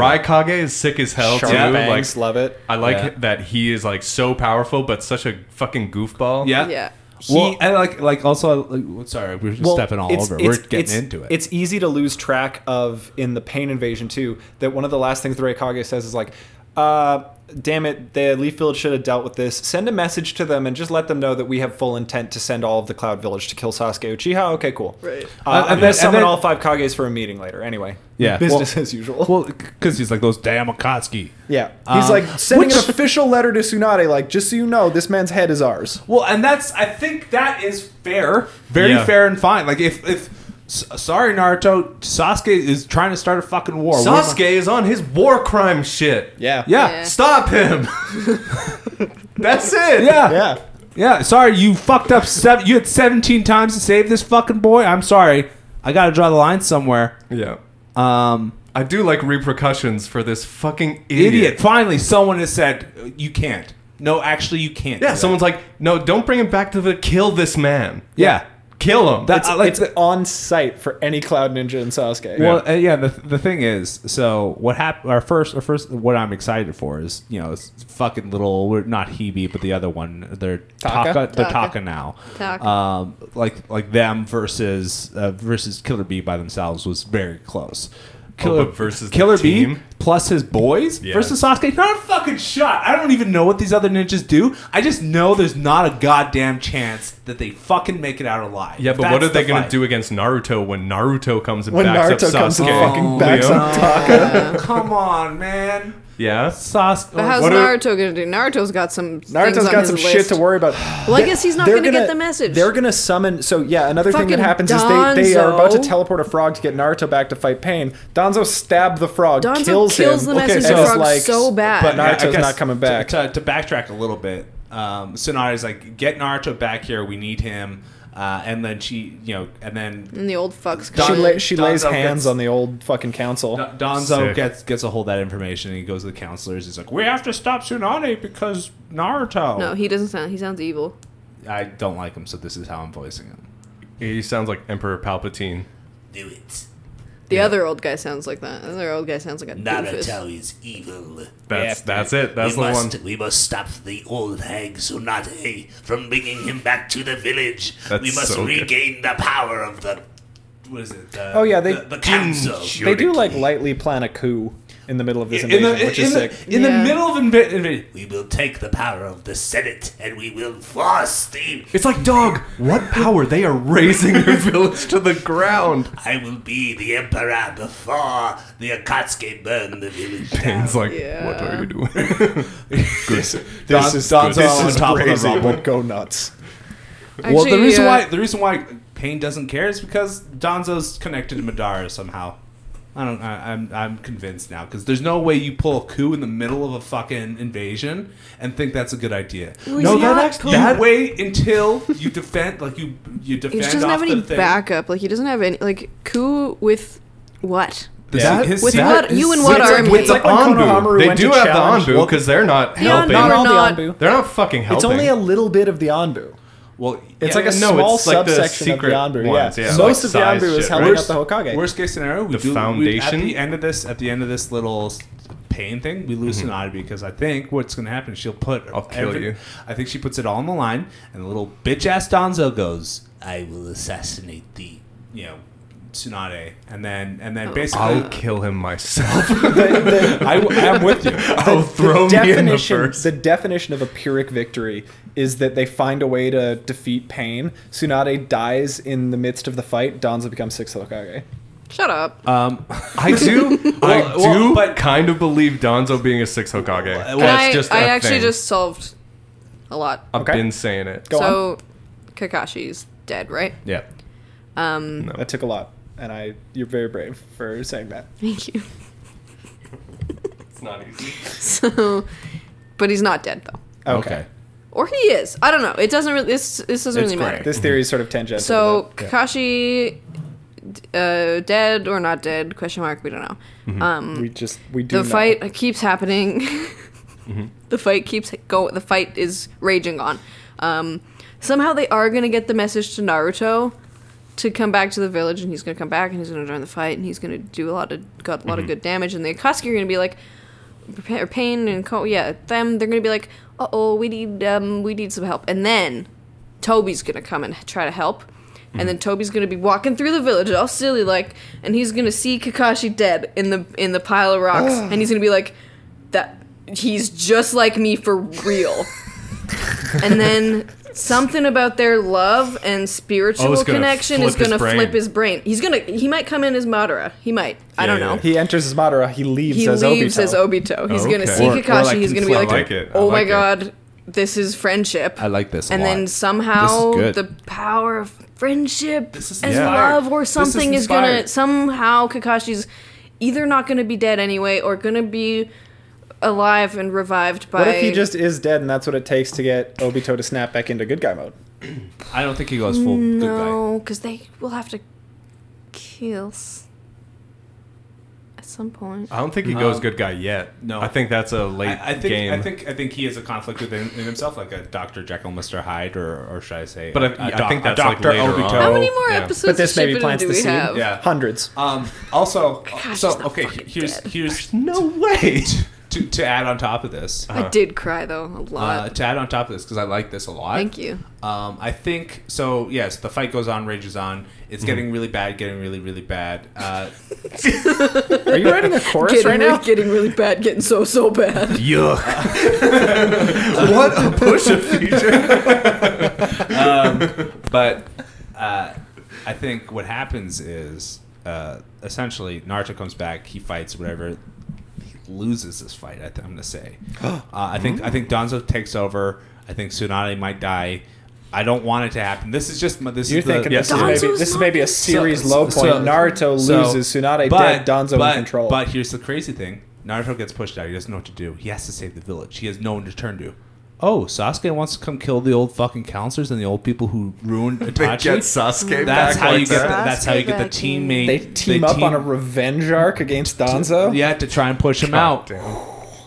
[SPEAKER 3] Raikage is sick as hell
[SPEAKER 2] Sharp
[SPEAKER 3] too.
[SPEAKER 2] bangs,
[SPEAKER 3] like,
[SPEAKER 2] love it.
[SPEAKER 3] I like
[SPEAKER 5] Yeah.
[SPEAKER 3] that he is like so powerful, but such a fucking goofball.
[SPEAKER 5] Yeah.
[SPEAKER 4] Yeah.
[SPEAKER 5] well,
[SPEAKER 2] He-
[SPEAKER 5] and like, like also, like, sorry, we're just stepping all
[SPEAKER 2] it's-
[SPEAKER 5] over.
[SPEAKER 2] it's-
[SPEAKER 5] We're getting
[SPEAKER 2] it's-
[SPEAKER 5] into it.
[SPEAKER 2] It's easy to lose track of in the Pain Invasion too. That one of the last things the Raikage says is like, uh, "Damn it, the Leaf Village should have dealt with this. Send a message to them and just let them know that we have full intent to send all of the Cloud Village to kill Sasuke Uchiha." Okay, cool.
[SPEAKER 4] Right.
[SPEAKER 2] Uh,
[SPEAKER 5] Uh, and
[SPEAKER 2] I'm gonna
[SPEAKER 5] then-
[SPEAKER 2] summon
[SPEAKER 5] and then-
[SPEAKER 2] all five Kages for a meeting later. Anyway.
[SPEAKER 5] Yeah,
[SPEAKER 2] Business
[SPEAKER 5] well-
[SPEAKER 2] as usual.
[SPEAKER 5] well, because he's like those damn Akatsuki.
[SPEAKER 1] Yeah, he's
[SPEAKER 5] Um,
[SPEAKER 1] like sending
[SPEAKER 5] which-
[SPEAKER 1] an official letter to Tsunade, like just so you know, this man's head is ours.
[SPEAKER 5] Well, and that's I think that is fair, very
[SPEAKER 3] Yeah.
[SPEAKER 5] fair and fine. Like if if s- sorry Naruto, Sasuke is trying to start a fucking war. What am I-
[SPEAKER 3] Sasuke is on his war crime shit.
[SPEAKER 1] Yeah,
[SPEAKER 5] yeah,
[SPEAKER 3] Stop him. That's it.
[SPEAKER 5] yeah, yeah,
[SPEAKER 1] yeah.
[SPEAKER 5] Sorry, you fucked up. Seven, you had seventeen times to save this fucking boy. I'm sorry. I got to draw the line somewhere.
[SPEAKER 3] Yeah.
[SPEAKER 5] Um,
[SPEAKER 3] I do like repercussions for this fucking
[SPEAKER 5] idiot.
[SPEAKER 3] idiot.
[SPEAKER 5] Finally, someone has said you can't. No, actually, you can't. do
[SPEAKER 3] Yeah,
[SPEAKER 5] that."
[SPEAKER 3] someone's like, no, don't bring him back to the kill this man.
[SPEAKER 5] Yeah.
[SPEAKER 3] Kill him.
[SPEAKER 5] That-
[SPEAKER 1] It's,
[SPEAKER 5] I like
[SPEAKER 1] it's
[SPEAKER 5] the-
[SPEAKER 1] on site for any Cloud Ninja and Sasuke.
[SPEAKER 5] Well, uh, yeah. The, the thing is, so what happened? Our first, our first, what I'm excited for is, you know, it's fucking little. We're not Hebe, but the other one. They're Taka.
[SPEAKER 1] Taka?
[SPEAKER 5] they're
[SPEAKER 4] Taka.
[SPEAKER 5] Taka now.
[SPEAKER 4] Taka.
[SPEAKER 5] Um, like like them versus uh, versus Killer Bee by themselves was very close. Killer
[SPEAKER 3] Oh, but versus the
[SPEAKER 5] Killer Bee
[SPEAKER 3] team?
[SPEAKER 5] plus his boys
[SPEAKER 3] Yeah.
[SPEAKER 5] versus Sasuke. Not a fucking shot. I don't even know what these other ninjas do. I just know there's not a goddamn chance that they fucking make it out alive.
[SPEAKER 3] yeah, but
[SPEAKER 5] That's
[SPEAKER 3] what are
[SPEAKER 5] the
[SPEAKER 3] they going to
[SPEAKER 5] fight.
[SPEAKER 3] do against Naruto when Naruto comes and
[SPEAKER 1] when
[SPEAKER 3] backs
[SPEAKER 1] Naruto
[SPEAKER 3] up
[SPEAKER 1] comes
[SPEAKER 3] Sasuke?
[SPEAKER 1] and
[SPEAKER 4] Oh,
[SPEAKER 1] fucking backs
[SPEAKER 3] Leo?
[SPEAKER 1] up Taka,
[SPEAKER 5] Come on, man.
[SPEAKER 3] Yeah.
[SPEAKER 5] Sasuke.
[SPEAKER 4] But how's
[SPEAKER 3] What are-
[SPEAKER 4] Naruto gonna do? Naruto's got some. things
[SPEAKER 1] Naruto's
[SPEAKER 4] on
[SPEAKER 1] got
[SPEAKER 4] his
[SPEAKER 1] some shit
[SPEAKER 4] list.
[SPEAKER 1] to worry about.
[SPEAKER 4] Well, I
[SPEAKER 1] They-
[SPEAKER 4] guess he's not
[SPEAKER 1] they're
[SPEAKER 4] gonna get the message.
[SPEAKER 1] They're gonna summon. So yeah, another thing
[SPEAKER 4] Fucking
[SPEAKER 1] that happens is they, they are about to
[SPEAKER 4] Danzo.
[SPEAKER 1] teleport a frog to get Naruto back to fight Pain. Donzo stabbed the frog,
[SPEAKER 4] Danzo
[SPEAKER 1] kills,
[SPEAKER 4] kills
[SPEAKER 1] him.
[SPEAKER 4] the messenger
[SPEAKER 1] and is
[SPEAKER 4] frog so bad.
[SPEAKER 1] But
[SPEAKER 5] I- I
[SPEAKER 1] Naruto's
[SPEAKER 5] guess
[SPEAKER 1] not coming back.
[SPEAKER 5] To, to, to backtrack a little bit, um, Tsunade's like, get Naruto back here. We need him. Uh, and then she, you know, and then
[SPEAKER 4] And the old fucks
[SPEAKER 5] Don-
[SPEAKER 1] she
[SPEAKER 4] come.
[SPEAKER 1] la- she lays
[SPEAKER 5] Donzo
[SPEAKER 1] hands
[SPEAKER 5] gets-
[SPEAKER 1] on the old fucking council.
[SPEAKER 5] Don- Donzo
[SPEAKER 3] Sick.
[SPEAKER 5] gets gets a hold of that information and he goes to the counselors. He's like, "We have to stop Tsunade because Naruto."
[SPEAKER 4] No, he doesn't sound. He sounds evil.
[SPEAKER 5] I don't like him, so this is how I'm voicing him.
[SPEAKER 3] He sounds like Emperor Palpatine.
[SPEAKER 6] Do it.
[SPEAKER 4] The other old guy sounds like that. The other old guy sounds like a doofus.
[SPEAKER 6] Naruto is evil.
[SPEAKER 3] That's that's it. That's
[SPEAKER 6] we
[SPEAKER 3] the
[SPEAKER 6] must,
[SPEAKER 3] one.
[SPEAKER 6] We must stop the old hag Tsunade from bringing him back to the village.
[SPEAKER 3] That's
[SPEAKER 6] we must
[SPEAKER 3] so good.
[SPEAKER 6] regain the power of the. What is it? uh, The,
[SPEAKER 1] Oh, yeah, they-
[SPEAKER 6] the, the council.
[SPEAKER 1] They do like lightly plan a coup in the middle of this
[SPEAKER 5] In
[SPEAKER 1] Oh, invasion,
[SPEAKER 5] the
[SPEAKER 1] which is
[SPEAKER 5] in, the,
[SPEAKER 1] sick.
[SPEAKER 5] in
[SPEAKER 4] Yeah.
[SPEAKER 5] the middle of inva- inva-
[SPEAKER 6] We will take the power of the Senate and we will force the.
[SPEAKER 3] It's like dog. What power? They are raising their village to the ground.
[SPEAKER 6] I will be the emperor before the Akatsuki burn the village down.
[SPEAKER 3] It's like,
[SPEAKER 4] Yeah.
[SPEAKER 3] what are you doing?
[SPEAKER 1] This
[SPEAKER 5] Don-
[SPEAKER 1] is
[SPEAKER 5] Donzo
[SPEAKER 1] this
[SPEAKER 5] on
[SPEAKER 1] is
[SPEAKER 5] top of the
[SPEAKER 1] crazy.
[SPEAKER 5] rubble.
[SPEAKER 1] But go nuts.
[SPEAKER 5] Well, the
[SPEAKER 4] Actually,
[SPEAKER 5] reason
[SPEAKER 4] uh,
[SPEAKER 5] why the reason why Payne doesn't care is because Donzo's connected to Madara somehow. I don't. I, I'm I'm convinced now because there's no way you pull a coup in the middle of a fucking invasion and think that's a good idea.
[SPEAKER 4] he's No, that not actually- cool.
[SPEAKER 5] You wait until you defend, like you you defend.
[SPEAKER 4] he just doesn't
[SPEAKER 5] off
[SPEAKER 4] have any
[SPEAKER 5] the thing.
[SPEAKER 4] backup. Like he doesn't have any. Like coup with what?
[SPEAKER 5] The-
[SPEAKER 3] That-
[SPEAKER 5] his
[SPEAKER 4] With
[SPEAKER 5] secret-
[SPEAKER 4] what? You and what
[SPEAKER 3] It's like-
[SPEAKER 4] army?
[SPEAKER 3] it's like
[SPEAKER 1] when
[SPEAKER 3] Anbu.
[SPEAKER 1] Konohamaru
[SPEAKER 3] They
[SPEAKER 1] went
[SPEAKER 3] do
[SPEAKER 1] to
[SPEAKER 3] have
[SPEAKER 1] challenge-
[SPEAKER 3] the Anbu because they're not
[SPEAKER 4] The Anbu
[SPEAKER 3] helping.
[SPEAKER 4] are
[SPEAKER 1] all the
[SPEAKER 4] not-
[SPEAKER 1] Anbu.
[SPEAKER 3] They're not fucking helping.
[SPEAKER 1] It's only a little bit of the Anbu.
[SPEAKER 5] Well,
[SPEAKER 1] It's
[SPEAKER 5] yeah,
[SPEAKER 1] like a
[SPEAKER 3] no,
[SPEAKER 1] small
[SPEAKER 3] it's like the
[SPEAKER 1] subsection of the
[SPEAKER 3] secret
[SPEAKER 1] Anbu.
[SPEAKER 3] ones,
[SPEAKER 1] yeah.
[SPEAKER 3] yeah,
[SPEAKER 1] most
[SPEAKER 3] like
[SPEAKER 1] of the
[SPEAKER 3] size
[SPEAKER 1] Anbu is
[SPEAKER 3] shit,
[SPEAKER 1] helping
[SPEAKER 3] right?
[SPEAKER 1] up the Hokage.
[SPEAKER 5] Worst case scenario, we
[SPEAKER 3] The
[SPEAKER 5] do, we-
[SPEAKER 3] foundation?
[SPEAKER 5] at the end of this, at the end of this little pain thing, we lose Tsunade because I think what's going to happen, is she'll put.
[SPEAKER 3] Mm-hmm. I'll kill you.
[SPEAKER 5] I think she puts it all on the line, and the little bitch ass Donzo goes,
[SPEAKER 6] I will assassinate the.
[SPEAKER 5] you know, Tsunade, and then and
[SPEAKER 4] Oh.
[SPEAKER 5] then basically,
[SPEAKER 3] I'll kill him myself.
[SPEAKER 5] I, am with you.
[SPEAKER 3] I'll throw me in the
[SPEAKER 1] definition,
[SPEAKER 3] first.
[SPEAKER 1] the definition of a Pyrrhic victory is that they find a way to defeat pain. Tsunade dies in the midst of the fight. Donzo becomes sixth Hokage.
[SPEAKER 4] Shut up.
[SPEAKER 5] Um,
[SPEAKER 3] I do, I
[SPEAKER 5] Well,
[SPEAKER 3] do,
[SPEAKER 5] well, but-
[SPEAKER 3] kind of believe Donzo being a six Hokage.
[SPEAKER 5] Well,
[SPEAKER 4] And
[SPEAKER 3] That's
[SPEAKER 4] I,
[SPEAKER 3] just
[SPEAKER 4] I
[SPEAKER 3] a
[SPEAKER 4] actually
[SPEAKER 3] thing.
[SPEAKER 4] just solved a lot.
[SPEAKER 3] I've
[SPEAKER 1] Okay.
[SPEAKER 3] been saying it.
[SPEAKER 1] Go
[SPEAKER 4] so Kakashi's dead, right?
[SPEAKER 3] Yeah.
[SPEAKER 4] Um,
[SPEAKER 1] That took a lot, and I you're very brave for saying that.
[SPEAKER 4] thank you.
[SPEAKER 3] It's not easy.
[SPEAKER 4] So, but he's not dead though,
[SPEAKER 1] Okay,
[SPEAKER 4] or he is. I don't know. It doesn't really. This this doesn't
[SPEAKER 5] It's
[SPEAKER 4] really
[SPEAKER 5] gray.
[SPEAKER 4] matter.
[SPEAKER 1] this theory is sort of tangential.
[SPEAKER 4] So
[SPEAKER 1] to that.
[SPEAKER 4] Kakashi, d- uh, dead or not dead? Question mark. We don't know. Um,
[SPEAKER 1] we just we do know.
[SPEAKER 4] the
[SPEAKER 1] Mm-hmm.
[SPEAKER 4] fight keeps happening. The fight keeps go. The fight is raging on. Um, somehow they are gonna get the message to Naruto to come back to the village, and he's gonna come back, and he's gonna join the fight, and he's gonna do a lot of got a
[SPEAKER 1] Mm-hmm.
[SPEAKER 4] lot of good damage, and the Akatsuki are gonna be like, or Pain and Co. Yeah, them. They're gonna be like, uh oh, we need um, we need some help, and then Toby's gonna come and try to help. And
[SPEAKER 3] Mm.
[SPEAKER 4] then Toby's gonna be walking through the village, all silly like, and he's gonna see Kakashi dead in the in the pile of rocks, and he's gonna be like, "That he's just like me for real." and then something about their love and spiritual
[SPEAKER 3] Oh, it's gonna
[SPEAKER 4] connection
[SPEAKER 3] flip
[SPEAKER 4] is gonna
[SPEAKER 3] his brain.
[SPEAKER 4] flip his brain. He's gonna he might come in as Madara. He might. I don't
[SPEAKER 3] yeah,
[SPEAKER 4] know.
[SPEAKER 3] yeah.
[SPEAKER 1] he enters as Madara. He leaves
[SPEAKER 4] He
[SPEAKER 1] as
[SPEAKER 4] leaves
[SPEAKER 1] Obito.
[SPEAKER 4] as Obito. He's gonna
[SPEAKER 3] Okay.
[SPEAKER 4] see
[SPEAKER 3] Or- or
[SPEAKER 4] Kakashi.
[SPEAKER 5] like
[SPEAKER 4] he's gonna be
[SPEAKER 5] Kinfla.
[SPEAKER 4] like,
[SPEAKER 5] I like
[SPEAKER 3] it. I
[SPEAKER 4] "Oh my
[SPEAKER 3] like it."
[SPEAKER 4] god, this is friendship."
[SPEAKER 5] I like this a
[SPEAKER 4] and then
[SPEAKER 5] lot.
[SPEAKER 4] somehow
[SPEAKER 5] This is good.
[SPEAKER 4] the power of friendship
[SPEAKER 5] This is
[SPEAKER 4] and
[SPEAKER 5] inspired.
[SPEAKER 4] love or
[SPEAKER 5] This is
[SPEAKER 4] something is, gonna
[SPEAKER 5] inspired.
[SPEAKER 4] somehow Kakashi's either not gonna be dead anyway or gonna be alive and revived by.
[SPEAKER 1] What if he just is dead, and that's what it takes to get Obito to snap back into good guy mode?
[SPEAKER 5] I don't think he goes full good guy.
[SPEAKER 4] no? Because they will have to kill s- at some point.
[SPEAKER 3] I don't think he goes good guy yet.
[SPEAKER 5] no.
[SPEAKER 3] I think that's a late
[SPEAKER 5] I, I think
[SPEAKER 3] game.
[SPEAKER 5] I think I think he has a conflict within in himself, like a Dr. Jekyll, Mr. Hyde, or or should I say?
[SPEAKER 3] But I-
[SPEAKER 5] a- a
[SPEAKER 3] I
[SPEAKER 5] doc-
[SPEAKER 3] think
[SPEAKER 5] a
[SPEAKER 3] that's, like,
[SPEAKER 5] Dr.
[SPEAKER 3] later on.
[SPEAKER 5] Obito.
[SPEAKER 4] How many more
[SPEAKER 3] yeah.
[SPEAKER 4] episodes
[SPEAKER 1] But this maybe
[SPEAKER 4] of Shippuden
[SPEAKER 1] plants
[SPEAKER 4] do
[SPEAKER 1] the
[SPEAKER 4] we
[SPEAKER 1] seed.
[SPEAKER 4] have?
[SPEAKER 5] Yeah.
[SPEAKER 1] Hundreds.
[SPEAKER 5] Um, also,
[SPEAKER 4] Gosh,
[SPEAKER 5] so
[SPEAKER 4] he's not
[SPEAKER 5] okay.
[SPEAKER 4] fucking
[SPEAKER 5] Here's
[SPEAKER 4] dead.
[SPEAKER 5] here's
[SPEAKER 3] no way.
[SPEAKER 5] to to add on top of this.
[SPEAKER 4] I did cry though a lot.
[SPEAKER 5] Uh, to add on top of this, because I like this a lot.
[SPEAKER 4] Thank you.
[SPEAKER 5] Um, I think so. Yes, the fight goes on, rages on.
[SPEAKER 1] Mm-hmm.
[SPEAKER 5] It's getting really bad, getting really, really bad. Uh,
[SPEAKER 1] Are you writing a chorus
[SPEAKER 4] Getting,
[SPEAKER 1] right
[SPEAKER 4] really,
[SPEAKER 1] now?
[SPEAKER 4] getting really bad, getting so so bad.
[SPEAKER 3] Yuck. what a push of feature.
[SPEAKER 5] but uh, I think what happens is uh, essentially Naruto comes back, he fights whatever, he loses this fight. I th- I'm gonna say. uh, I think I think Donzo takes over. I think Tsunade might die. I don't want it to happen. This is just my- this
[SPEAKER 1] You're
[SPEAKER 5] is the-
[SPEAKER 1] thinking this, is
[SPEAKER 4] Donzo's
[SPEAKER 1] maybe, this is
[SPEAKER 4] not
[SPEAKER 1] maybe a
[SPEAKER 4] so-
[SPEAKER 1] series low point. Naruto
[SPEAKER 5] so-
[SPEAKER 1] loses, Tsunade
[SPEAKER 5] but-
[SPEAKER 1] dead, Donzo
[SPEAKER 5] but-
[SPEAKER 1] in control.
[SPEAKER 5] But here's the crazy thing: Naruto gets pushed out. He doesn't know what to do. He has to save the village. He has no one to turn to. oh, Sasuke wants to come kill the old fucking counselors and the old people who ruined
[SPEAKER 7] They
[SPEAKER 5] Itachi.
[SPEAKER 7] get Sasuke
[SPEAKER 5] that's
[SPEAKER 7] back
[SPEAKER 5] how
[SPEAKER 7] like
[SPEAKER 5] you get. The,
[SPEAKER 7] that.
[SPEAKER 5] that's how you get the
[SPEAKER 8] Sasuke back in.
[SPEAKER 5] teammate.
[SPEAKER 1] They team up on a revenge arc against Danzo.
[SPEAKER 5] yeah to try and push him out.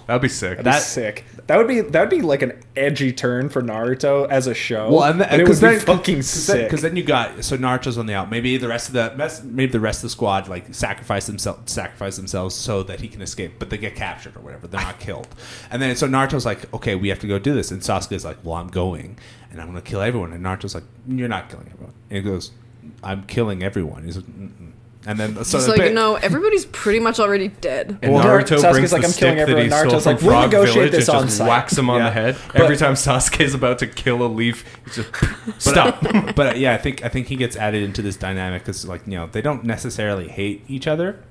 [SPEAKER 7] That'd be sick.
[SPEAKER 5] That-
[SPEAKER 1] That's sick. That would be that would be like an edgy turn for Naruto as a show.
[SPEAKER 5] Well, and,
[SPEAKER 1] but it would
[SPEAKER 5] then, uh,
[SPEAKER 1] be fucking
[SPEAKER 5] cause
[SPEAKER 1] sick.
[SPEAKER 5] Because then you got so Naruto's on the out. Maybe the rest of the mes- maybe the rest of the squad like sacrifice themselves sacrifice themselves so that he can escape, but they get captured or whatever. They're not killed. And then so Naruto's like, okay, we have to go do this. And Sasuke's like, well, I'm going and I'm gonna kill everyone. And Naruto's like, you're not killing everyone. And he goes, I'm killing everyone. He's like, Mm-mm. and then so
[SPEAKER 4] Just
[SPEAKER 5] the
[SPEAKER 4] like,
[SPEAKER 5] bit-
[SPEAKER 4] you know, everybody's pretty much already dead.
[SPEAKER 3] And
[SPEAKER 1] Well,
[SPEAKER 3] Naruto
[SPEAKER 1] Sasuke's
[SPEAKER 3] brings
[SPEAKER 1] like,
[SPEAKER 3] the
[SPEAKER 1] "I'm
[SPEAKER 3] stick
[SPEAKER 1] killing
[SPEAKER 3] that
[SPEAKER 1] everyone."
[SPEAKER 3] he stole
[SPEAKER 1] Naruto's
[SPEAKER 3] from
[SPEAKER 1] like, "We'll
[SPEAKER 3] Frog
[SPEAKER 1] negotiate
[SPEAKER 3] Village
[SPEAKER 1] this
[SPEAKER 3] and
[SPEAKER 1] on
[SPEAKER 3] just
[SPEAKER 1] site."
[SPEAKER 3] whacks him on
[SPEAKER 5] Yeah.
[SPEAKER 3] the head.
[SPEAKER 5] But-
[SPEAKER 3] Every time Sasuke's about to kill a leaf, he's just stop.
[SPEAKER 5] but yeah, I think I think he gets added into this dynamic because like you know they don't necessarily hate each other.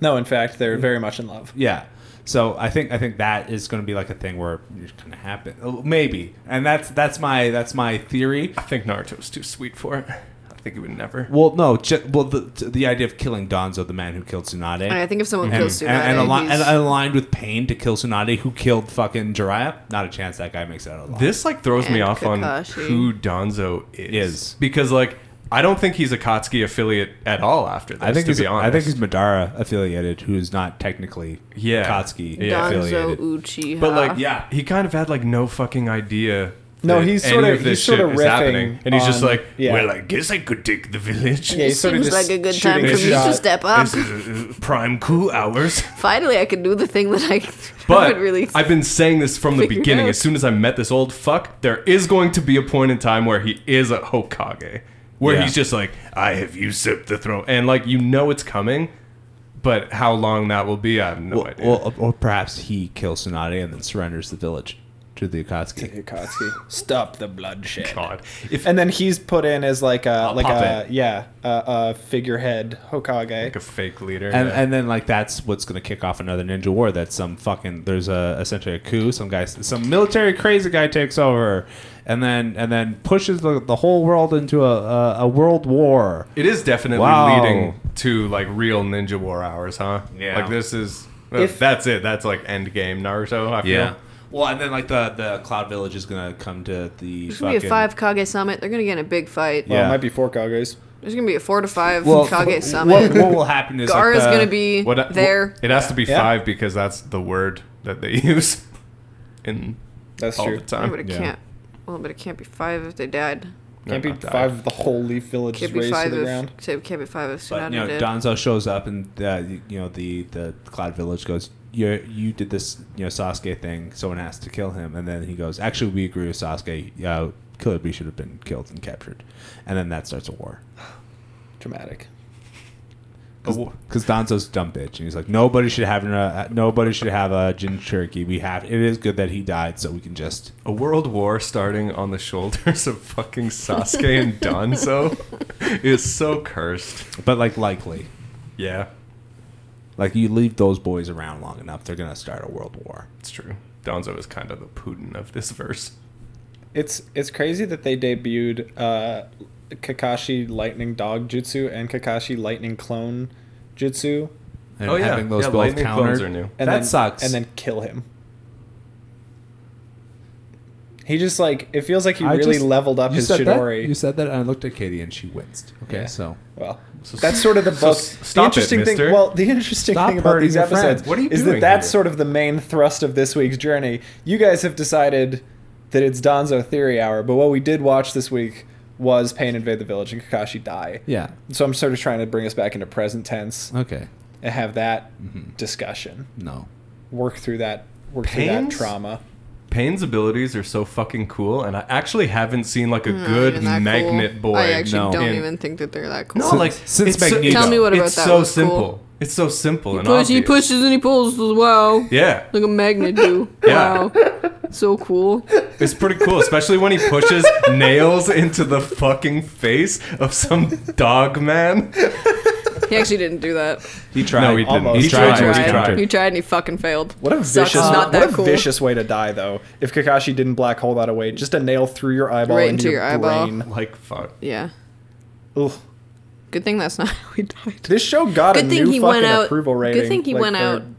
[SPEAKER 1] no, in fact, they're very much in love.
[SPEAKER 5] Yeah. So I think I think that is going to be like a thing where it's going to happen, Oh, maybe. And that's that's my that's my theory.
[SPEAKER 3] I think Naruto's too sweet for it. I think he would never.
[SPEAKER 5] Well, no, ju- well the the idea of killing Donzo, the man who killed Tsunade,
[SPEAKER 4] And I think if someone
[SPEAKER 5] and,
[SPEAKER 4] kills Tsunade,
[SPEAKER 5] and, and, ali-
[SPEAKER 4] he's-
[SPEAKER 5] and aligned with Pain to kill Tsunade, who killed fucking Jiraiya. Not a chance that guy makes it out alive.
[SPEAKER 3] This like throws me
[SPEAKER 4] And
[SPEAKER 3] off
[SPEAKER 4] Kakashi.
[SPEAKER 3] on who Donzo is.
[SPEAKER 5] Is.
[SPEAKER 3] because like I don't think he's a Kotsky affiliate at all. After this,
[SPEAKER 5] I think
[SPEAKER 3] to
[SPEAKER 5] he's
[SPEAKER 3] be honest,
[SPEAKER 5] I think he's Madara affiliated, who is not technically
[SPEAKER 3] Yeah.
[SPEAKER 5] Kotsky
[SPEAKER 3] Yeah.
[SPEAKER 4] Donzo
[SPEAKER 5] affiliated.
[SPEAKER 4] Uchiha.
[SPEAKER 3] But like, yeah, he kind of had like no fucking idea.
[SPEAKER 1] No,
[SPEAKER 3] that
[SPEAKER 1] he's
[SPEAKER 3] any
[SPEAKER 1] sorta-
[SPEAKER 3] of this
[SPEAKER 1] he's sorta
[SPEAKER 3] shit is
[SPEAKER 1] riffing
[SPEAKER 3] happening, and he's just
[SPEAKER 1] on-
[SPEAKER 3] like,
[SPEAKER 1] yeah.
[SPEAKER 3] "Well, I guess I could take the village.
[SPEAKER 1] Yeah, he's sort of
[SPEAKER 4] seems
[SPEAKER 1] just
[SPEAKER 4] like a good time
[SPEAKER 1] shooting
[SPEAKER 4] for
[SPEAKER 1] a
[SPEAKER 4] me to
[SPEAKER 1] shot.
[SPEAKER 4] step up.
[SPEAKER 3] This is uh, prime cool hours."
[SPEAKER 4] Finally, I could do the thing that I
[SPEAKER 3] But
[SPEAKER 4] haven't really.
[SPEAKER 3] I've been saying this from the
[SPEAKER 4] figured
[SPEAKER 3] beginning.
[SPEAKER 4] out.
[SPEAKER 3] As soon as I met this old fuck, there is going to be a point in time where he is a Hokage, where
[SPEAKER 5] Yeah.
[SPEAKER 3] he's just like, "I have usurped the throne," and like you know it's coming, but how long that will be, I have no
[SPEAKER 5] Well,
[SPEAKER 3] idea.
[SPEAKER 5] well, or perhaps he kills Tsunade and then surrenders the village to the Akatsuki.
[SPEAKER 1] Yukatsuki. Stop the bloodshed.
[SPEAKER 3] God, if
[SPEAKER 1] And then he's put in as like a, like a
[SPEAKER 5] puppet.
[SPEAKER 1] yeah a, a figurehead Hokage.
[SPEAKER 3] like a fake leader,
[SPEAKER 5] And,
[SPEAKER 3] yeah.
[SPEAKER 5] and then like that's what's gonna kick off another ninja war. That's some fucking there's a essentially a coup. Some guy, some military crazy guy takes over, and then and then pushes the, the whole world into a, a, a world war.
[SPEAKER 3] it is definitely
[SPEAKER 5] Wow.
[SPEAKER 3] leading to like real Ninja War hours, huh?
[SPEAKER 5] Yeah.
[SPEAKER 3] like this is uh,
[SPEAKER 1] If-
[SPEAKER 3] that's it. That's like end game Naruto. I feel.
[SPEAKER 5] Well, and then like the the cloud village is gonna come to the
[SPEAKER 4] There's gonna be a five Kage summit. They're gonna get in a big fight.
[SPEAKER 1] Well,
[SPEAKER 5] Yeah.
[SPEAKER 1] it might be four Kages.
[SPEAKER 4] There's gonna be a four to five Kage
[SPEAKER 5] What,
[SPEAKER 4] summit.
[SPEAKER 5] what will happen is
[SPEAKER 4] Gaara's
[SPEAKER 5] like the-
[SPEAKER 4] gonna be
[SPEAKER 5] uh,
[SPEAKER 3] What-
[SPEAKER 4] there.
[SPEAKER 3] It has to be
[SPEAKER 1] Yeah.
[SPEAKER 3] five because that's the word that they use in
[SPEAKER 5] Oh,
[SPEAKER 1] That's
[SPEAKER 3] all
[SPEAKER 1] true.
[SPEAKER 3] the
[SPEAKER 4] Yeah,
[SPEAKER 3] time.
[SPEAKER 4] but it
[SPEAKER 5] uh, Yeah.
[SPEAKER 4] can't. Well, but it can't be five if they died.
[SPEAKER 1] Can't be
[SPEAKER 3] No, not that.
[SPEAKER 1] five of the whole Leaf Village is
[SPEAKER 4] Can't be
[SPEAKER 1] raised to
[SPEAKER 4] five
[SPEAKER 1] the ground.
[SPEAKER 4] if. say- Can't be five if Tsunade
[SPEAKER 5] But you know,
[SPEAKER 4] did.
[SPEAKER 5] Donzo shows up, and uh, you- you know the the Cloud Village goes, "You you did this, you know Sasuke thing. Someone asked to kill him, and then he goes, actually, we agree with Sasuke. Uh, Killer should have been killed and captured, and then that starts a war."
[SPEAKER 1] Dramatic.
[SPEAKER 5] Because Donzo's a dumb bitch, and he's like, "Nobody should have a nobody should have a Jinchuriki. We have it is good that he died, so we can just
[SPEAKER 3] A world war starting on the shoulders of fucking Sasuke and Danzo is so cursed.
[SPEAKER 5] but like likely,
[SPEAKER 3] Yeah,
[SPEAKER 5] like you leave those boys around long enough, they're gonna start a world war."
[SPEAKER 3] it's true. Danzo is kind of the Putin of this verse.
[SPEAKER 1] It's it's crazy that they debuted uh, Kakashi Lightning Dog Jutsu and Kakashi Lightning Clone Jutsu,
[SPEAKER 5] And
[SPEAKER 3] Oh, yeah.
[SPEAKER 5] having those
[SPEAKER 3] Yeah,
[SPEAKER 5] both
[SPEAKER 3] lightning clones
[SPEAKER 5] countered,
[SPEAKER 3] are new.
[SPEAKER 1] and
[SPEAKER 5] that
[SPEAKER 1] then,
[SPEAKER 5] sucks.
[SPEAKER 1] And then kill him. He just like it feels like he
[SPEAKER 5] I
[SPEAKER 1] really
[SPEAKER 5] just-
[SPEAKER 1] leveled up
[SPEAKER 5] you
[SPEAKER 1] his
[SPEAKER 5] said
[SPEAKER 1] Chidori.
[SPEAKER 5] That? You said that, and I looked at Katie, and she winced. Okay, so
[SPEAKER 1] Well, that's sort of the
[SPEAKER 3] so
[SPEAKER 1] both.
[SPEAKER 3] s- stop it,
[SPEAKER 1] the interesting
[SPEAKER 3] mister.
[SPEAKER 1] thing. Well, the interesting
[SPEAKER 5] Stop
[SPEAKER 1] thing about
[SPEAKER 5] hurting
[SPEAKER 1] these
[SPEAKER 5] your friend.
[SPEAKER 1] episodes
[SPEAKER 3] What are you
[SPEAKER 1] is that
[SPEAKER 3] doing
[SPEAKER 1] that's
[SPEAKER 3] here?
[SPEAKER 1] sort of the main thrust of this week's journey. You guys have decided that it's Donzo Theory Hour, but what we did watch this week was Pain Invade the Village and Kakashi die.
[SPEAKER 5] yeah,
[SPEAKER 1] So I'm sort of trying to bring us back into present tense
[SPEAKER 5] okay,
[SPEAKER 1] and have that
[SPEAKER 3] Mm-hmm.
[SPEAKER 1] discussion,
[SPEAKER 5] no,
[SPEAKER 1] work through that, work through that
[SPEAKER 3] Pains?
[SPEAKER 1] trauma.
[SPEAKER 3] Pain's abilities are so fucking cool, and I actually haven't seen like a
[SPEAKER 4] Not
[SPEAKER 3] good
[SPEAKER 4] even Hmm, that
[SPEAKER 3] magnet
[SPEAKER 4] cool.
[SPEAKER 3] boy.
[SPEAKER 4] I actually
[SPEAKER 5] no.
[SPEAKER 4] don't
[SPEAKER 3] in-
[SPEAKER 4] even think that they're that cool.
[SPEAKER 3] No,
[SPEAKER 5] Since-
[SPEAKER 3] like
[SPEAKER 5] since
[SPEAKER 3] it's so,
[SPEAKER 5] Magneto.
[SPEAKER 4] Tell me what about
[SPEAKER 3] it's
[SPEAKER 4] that
[SPEAKER 3] so
[SPEAKER 4] was cool.
[SPEAKER 3] simple. It's so simple and
[SPEAKER 4] Push, he
[SPEAKER 3] obvious.
[SPEAKER 4] pushes and he pulls. Wow.
[SPEAKER 3] Yeah,
[SPEAKER 4] Like a magnet do.
[SPEAKER 3] Yeah.
[SPEAKER 4] Wow. So cool.
[SPEAKER 3] It's pretty cool, especially when he pushes nails into the fucking face of some dog man.
[SPEAKER 4] He actually didn't do that.
[SPEAKER 5] he tried.
[SPEAKER 3] no, he didn't.
[SPEAKER 1] almost.
[SPEAKER 3] He
[SPEAKER 1] He
[SPEAKER 3] tried.
[SPEAKER 4] He
[SPEAKER 1] tried.
[SPEAKER 3] He
[SPEAKER 4] tried.
[SPEAKER 3] tried.
[SPEAKER 4] He tried and he fucking failed.
[SPEAKER 1] What a
[SPEAKER 4] Sucks,
[SPEAKER 1] vicious,
[SPEAKER 4] it's not
[SPEAKER 1] what
[SPEAKER 4] that
[SPEAKER 1] a
[SPEAKER 4] cool.
[SPEAKER 1] vicious way to die, though. If Kakashi didn't black hole that away, just a nail through your eyeball
[SPEAKER 4] Right
[SPEAKER 1] into,
[SPEAKER 4] into
[SPEAKER 1] your,
[SPEAKER 4] your eyeball.
[SPEAKER 1] brain.
[SPEAKER 3] Like fuck.
[SPEAKER 4] Yeah.
[SPEAKER 1] Ugh.
[SPEAKER 4] Good thing that's not how he died.
[SPEAKER 1] This show got a
[SPEAKER 4] Good
[SPEAKER 1] new
[SPEAKER 4] thing he
[SPEAKER 1] fucking
[SPEAKER 4] went out.
[SPEAKER 1] approval rating.
[SPEAKER 4] Good thing he
[SPEAKER 1] Like,
[SPEAKER 4] went
[SPEAKER 1] they're-
[SPEAKER 4] out back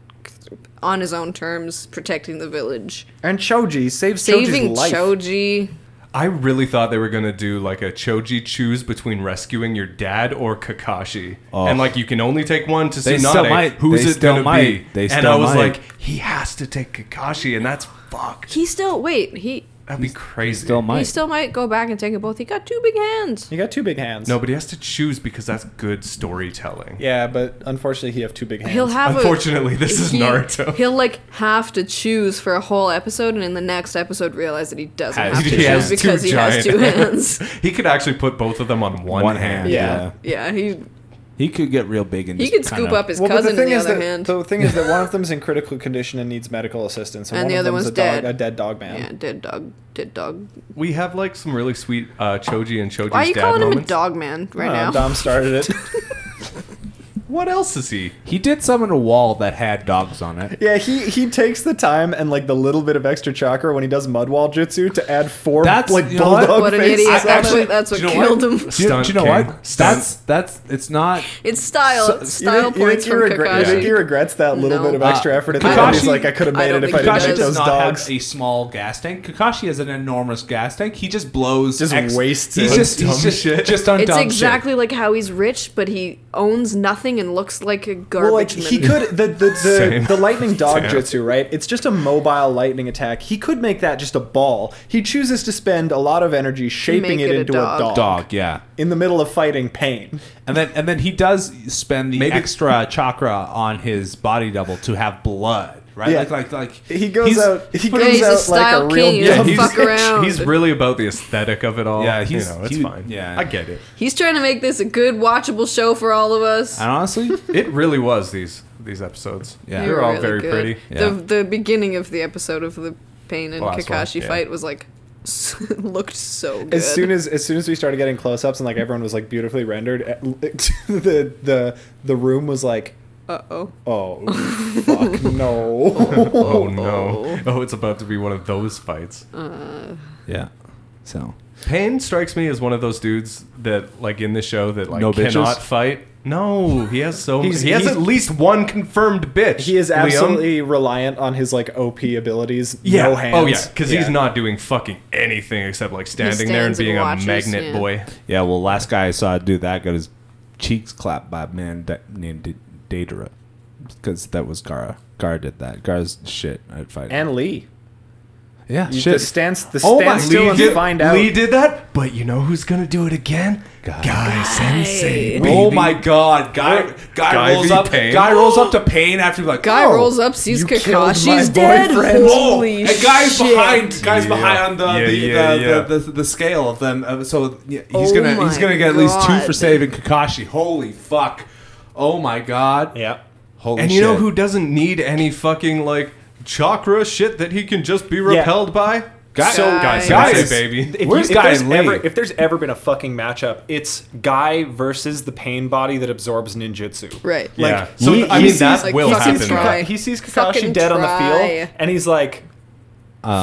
[SPEAKER 4] on his own terms, protecting the village,
[SPEAKER 1] And Choji saves
[SPEAKER 4] saving
[SPEAKER 1] Choji's life.
[SPEAKER 4] Choji.
[SPEAKER 3] I really thought they were gonna do like a Choji choose between rescuing your dad or Kakashi, and like you can only take one to
[SPEAKER 5] Oh. They
[SPEAKER 3] Tsunade.
[SPEAKER 5] still might.
[SPEAKER 3] Who's
[SPEAKER 5] They
[SPEAKER 3] it
[SPEAKER 5] still
[SPEAKER 3] gonna be?
[SPEAKER 5] might. They
[SPEAKER 3] and
[SPEAKER 5] still
[SPEAKER 3] I was
[SPEAKER 5] might.
[SPEAKER 3] like, he has to take Kakashi, and that's fucked.
[SPEAKER 4] He still wait. He
[SPEAKER 3] That'd be crazy.
[SPEAKER 5] Still might.
[SPEAKER 4] he still might go back and take them both. He got two big hands.
[SPEAKER 1] You got two big hands.
[SPEAKER 3] no, but he has to choose because that's good storytelling.
[SPEAKER 1] Yeah, but unfortunately, he have two big hands.
[SPEAKER 4] He'll have a-
[SPEAKER 3] Unfortunately, this is
[SPEAKER 4] he-
[SPEAKER 3] Naruto.
[SPEAKER 4] He'll like have to choose for a whole episode, and in the next episode realize that he doesn't
[SPEAKER 5] Has-
[SPEAKER 4] have to
[SPEAKER 5] he
[SPEAKER 4] choose
[SPEAKER 5] has
[SPEAKER 3] two
[SPEAKER 4] because he has
[SPEAKER 3] giant
[SPEAKER 4] two
[SPEAKER 3] hands.
[SPEAKER 4] hands.
[SPEAKER 3] He could actually put both of them on one,
[SPEAKER 5] One
[SPEAKER 3] hand.
[SPEAKER 5] hand.
[SPEAKER 4] yeah.
[SPEAKER 5] Yeah.
[SPEAKER 4] yeah, he
[SPEAKER 5] He could get real big and
[SPEAKER 4] he
[SPEAKER 5] just
[SPEAKER 4] could scoop
[SPEAKER 5] kinda-
[SPEAKER 4] up his
[SPEAKER 1] Well, but
[SPEAKER 4] cousin.
[SPEAKER 1] the
[SPEAKER 4] on
[SPEAKER 1] thing
[SPEAKER 4] the
[SPEAKER 1] is
[SPEAKER 4] other
[SPEAKER 1] that
[SPEAKER 4] hand,
[SPEAKER 1] the thing is that one of them's in critical condition and needs medical assistance, and,
[SPEAKER 4] And
[SPEAKER 1] one
[SPEAKER 4] the
[SPEAKER 1] of
[SPEAKER 4] other
[SPEAKER 1] them's
[SPEAKER 4] one's
[SPEAKER 1] a dog,
[SPEAKER 4] dead.
[SPEAKER 1] a dead dog man.
[SPEAKER 4] yeah, dead dog, dead dog.
[SPEAKER 3] We have like some really sweet uh, Choji and Choji's
[SPEAKER 4] Why are you
[SPEAKER 3] dad
[SPEAKER 4] calling him a
[SPEAKER 3] moments.
[SPEAKER 4] dog man right
[SPEAKER 1] Oh,
[SPEAKER 4] now?
[SPEAKER 1] Dom started it.
[SPEAKER 3] What else is he?
[SPEAKER 5] He did summon a wall that had dogs on it.
[SPEAKER 1] yeah, he he takes the time and like the little bit of extra chakra when he does mud wall jutsu to add four
[SPEAKER 5] That's-
[SPEAKER 1] like
[SPEAKER 5] you know what?
[SPEAKER 1] bulldog
[SPEAKER 4] What an
[SPEAKER 1] faces.
[SPEAKER 4] idiot! That's,
[SPEAKER 3] actually-
[SPEAKER 4] what, that's what
[SPEAKER 3] do you know
[SPEAKER 4] killed
[SPEAKER 3] what?
[SPEAKER 4] him.
[SPEAKER 5] Do you, do you know
[SPEAKER 3] Stunt king.
[SPEAKER 5] what? That's that's it's not.
[SPEAKER 4] It's style,
[SPEAKER 5] So-
[SPEAKER 4] it's
[SPEAKER 1] You think-
[SPEAKER 4] style
[SPEAKER 1] you think
[SPEAKER 4] points
[SPEAKER 1] he
[SPEAKER 4] from
[SPEAKER 1] regret- You think he
[SPEAKER 4] Kakashi.
[SPEAKER 1] regrets that little
[SPEAKER 4] No.
[SPEAKER 1] bit of
[SPEAKER 5] Uh,
[SPEAKER 1] extra effort at the end? He's
[SPEAKER 5] Kakashi-
[SPEAKER 1] like, I could have
[SPEAKER 4] I
[SPEAKER 1] made
[SPEAKER 4] don't
[SPEAKER 1] it if
[SPEAKER 4] think
[SPEAKER 1] I didn't
[SPEAKER 4] Kakashi
[SPEAKER 1] make
[SPEAKER 4] does
[SPEAKER 1] those
[SPEAKER 5] not
[SPEAKER 1] dogs.
[SPEAKER 5] have a small gas tank. Kakashi has an enormous gas tank. He just blows.
[SPEAKER 1] Just wastes
[SPEAKER 5] he's
[SPEAKER 1] it.
[SPEAKER 5] Just,
[SPEAKER 3] Dumb
[SPEAKER 5] he's just
[SPEAKER 3] shit.
[SPEAKER 5] just on
[SPEAKER 4] It's
[SPEAKER 5] dumb
[SPEAKER 4] exactly like how he's rich, but he owns nothing and looks like a garbage
[SPEAKER 1] Well, like he
[SPEAKER 4] man.
[SPEAKER 1] could the the the,
[SPEAKER 3] Same.
[SPEAKER 1] the lightning dog
[SPEAKER 3] Same.
[SPEAKER 1] jutsu, right? It's just a mobile lightning attack. He could make that just a ball. He chooses to spend a lot of energy shaping
[SPEAKER 4] Make
[SPEAKER 1] it,
[SPEAKER 4] it a
[SPEAKER 1] into
[SPEAKER 4] dog.
[SPEAKER 1] a dog.
[SPEAKER 5] shit. Dog, yeah.
[SPEAKER 1] in the middle of fighting pain.
[SPEAKER 5] And then and then he does spend the
[SPEAKER 3] Maybe-
[SPEAKER 5] extra chakra on his body double to have blood, right?
[SPEAKER 1] Yeah.
[SPEAKER 5] Like like like
[SPEAKER 1] He goes
[SPEAKER 5] he's-
[SPEAKER 1] out. He
[SPEAKER 4] Yeah,
[SPEAKER 1] goes
[SPEAKER 4] he's a
[SPEAKER 1] out like a
[SPEAKER 4] style
[SPEAKER 1] real.
[SPEAKER 4] king,
[SPEAKER 1] dumb
[SPEAKER 4] don't
[SPEAKER 3] he's,
[SPEAKER 4] fuck around.
[SPEAKER 3] he's really about the aesthetic of it all.
[SPEAKER 5] Yeah,
[SPEAKER 3] he's,
[SPEAKER 5] he's-
[SPEAKER 3] you know, it's
[SPEAKER 5] he-
[SPEAKER 3] fine.
[SPEAKER 5] yeah.
[SPEAKER 3] I get it.
[SPEAKER 4] He's trying to make this a good, watchable show for all of us.
[SPEAKER 5] And honestly,
[SPEAKER 3] It really was these these episodes.
[SPEAKER 5] Yeah.
[SPEAKER 4] They
[SPEAKER 3] they were
[SPEAKER 4] were
[SPEAKER 3] all
[SPEAKER 4] really
[SPEAKER 3] very
[SPEAKER 4] good.
[SPEAKER 3] pretty.
[SPEAKER 5] Yeah.
[SPEAKER 4] The the beginning of the episode of the Pain and
[SPEAKER 5] Last one,
[SPEAKER 4] Kakashi
[SPEAKER 5] yeah.
[SPEAKER 4] fight was like looked so good.
[SPEAKER 1] As soon as as soon as we started getting close ups and like everyone was like beautifully rendered, eh, the the the room was like,
[SPEAKER 4] uh oh,
[SPEAKER 1] oh fuck no.
[SPEAKER 3] Oh no! Oh, it's about to be one of those fights.
[SPEAKER 5] yeah. So
[SPEAKER 3] Pain strikes me as one of those dudes that, like in the show, that like
[SPEAKER 5] No bitches?
[SPEAKER 3] cannot fight. No, he has so
[SPEAKER 1] He's-
[SPEAKER 3] he has
[SPEAKER 1] he's-
[SPEAKER 3] at least one confirmed bitch.
[SPEAKER 1] He is
[SPEAKER 3] Liam.
[SPEAKER 1] absolutely reliant on his like OP abilities.
[SPEAKER 3] yeah.
[SPEAKER 1] No hands.
[SPEAKER 3] Oh yeah, because he's
[SPEAKER 1] Yeah.
[SPEAKER 3] not doing fucking anything except like standing there and
[SPEAKER 4] stands and
[SPEAKER 3] being
[SPEAKER 4] watches,
[SPEAKER 3] a magnet
[SPEAKER 4] yeah.
[SPEAKER 3] boy.
[SPEAKER 5] yeah, well, last guy I saw do that got his cheeks clapped by a man that named D- Daedra because that was Gara. Gara did that. Gara's shit at fighting.
[SPEAKER 1] And Lee.
[SPEAKER 5] yeah,
[SPEAKER 1] You
[SPEAKER 5] shit.
[SPEAKER 1] just stands the
[SPEAKER 5] Oh my-
[SPEAKER 1] stand still
[SPEAKER 3] Lee
[SPEAKER 1] and
[SPEAKER 3] did,
[SPEAKER 1] find out.
[SPEAKER 3] Lee did that, but you know who's gonna do it again?
[SPEAKER 5] Guy.
[SPEAKER 3] Guy, Sensei.
[SPEAKER 5] Oh
[SPEAKER 3] baby.
[SPEAKER 5] my god, guy guy,
[SPEAKER 3] Guy
[SPEAKER 5] rolls
[SPEAKER 3] v.
[SPEAKER 5] up
[SPEAKER 3] Pain.
[SPEAKER 5] guy rolls up to pain after like
[SPEAKER 4] guy
[SPEAKER 5] oh,
[SPEAKER 4] rolls up, sees
[SPEAKER 1] you killed
[SPEAKER 4] Kakashi's
[SPEAKER 1] my
[SPEAKER 4] dead.
[SPEAKER 1] boyfriend.
[SPEAKER 5] Whoa!
[SPEAKER 4] Holy
[SPEAKER 5] and guys
[SPEAKER 4] shit.
[SPEAKER 5] behind, guys
[SPEAKER 3] Yeah.
[SPEAKER 5] behind on the
[SPEAKER 3] Yeah,
[SPEAKER 5] the,
[SPEAKER 3] yeah,
[SPEAKER 5] the,
[SPEAKER 3] yeah.
[SPEAKER 5] The, the the scale of them. Uh, So yeah, he's
[SPEAKER 4] Oh
[SPEAKER 5] gonna
[SPEAKER 4] my
[SPEAKER 5] he's gonna get at least two
[SPEAKER 4] God.
[SPEAKER 5] for saving Kakashi. Holy fuck! Oh my god!
[SPEAKER 1] Yeah.
[SPEAKER 5] Holy
[SPEAKER 3] And you know
[SPEAKER 5] shit.
[SPEAKER 3] who doesn't need any fucking like chakra shit that he can just be repelled by? Guy,
[SPEAKER 4] So-
[SPEAKER 3] guy
[SPEAKER 4] Guys,
[SPEAKER 3] Sensei, baby.
[SPEAKER 1] If,
[SPEAKER 5] Where's
[SPEAKER 1] you,
[SPEAKER 5] Guy
[SPEAKER 1] if,
[SPEAKER 5] and
[SPEAKER 1] there's ever,
[SPEAKER 5] Lee?
[SPEAKER 1] if there's ever been a fucking matchup, it's Guy versus the pain body that absorbs ninjutsu.
[SPEAKER 4] Right.
[SPEAKER 1] Like,
[SPEAKER 3] Yeah.
[SPEAKER 1] he-
[SPEAKER 3] So, I
[SPEAKER 1] he
[SPEAKER 3] mean,
[SPEAKER 1] sees-
[SPEAKER 3] that
[SPEAKER 4] like,
[SPEAKER 3] will
[SPEAKER 4] fucking
[SPEAKER 3] happen.
[SPEAKER 1] Sees
[SPEAKER 4] try.
[SPEAKER 1] Kaka- he sees Kakashi
[SPEAKER 4] Fucking
[SPEAKER 1] dead on the
[SPEAKER 4] try.
[SPEAKER 1] field, and he's like,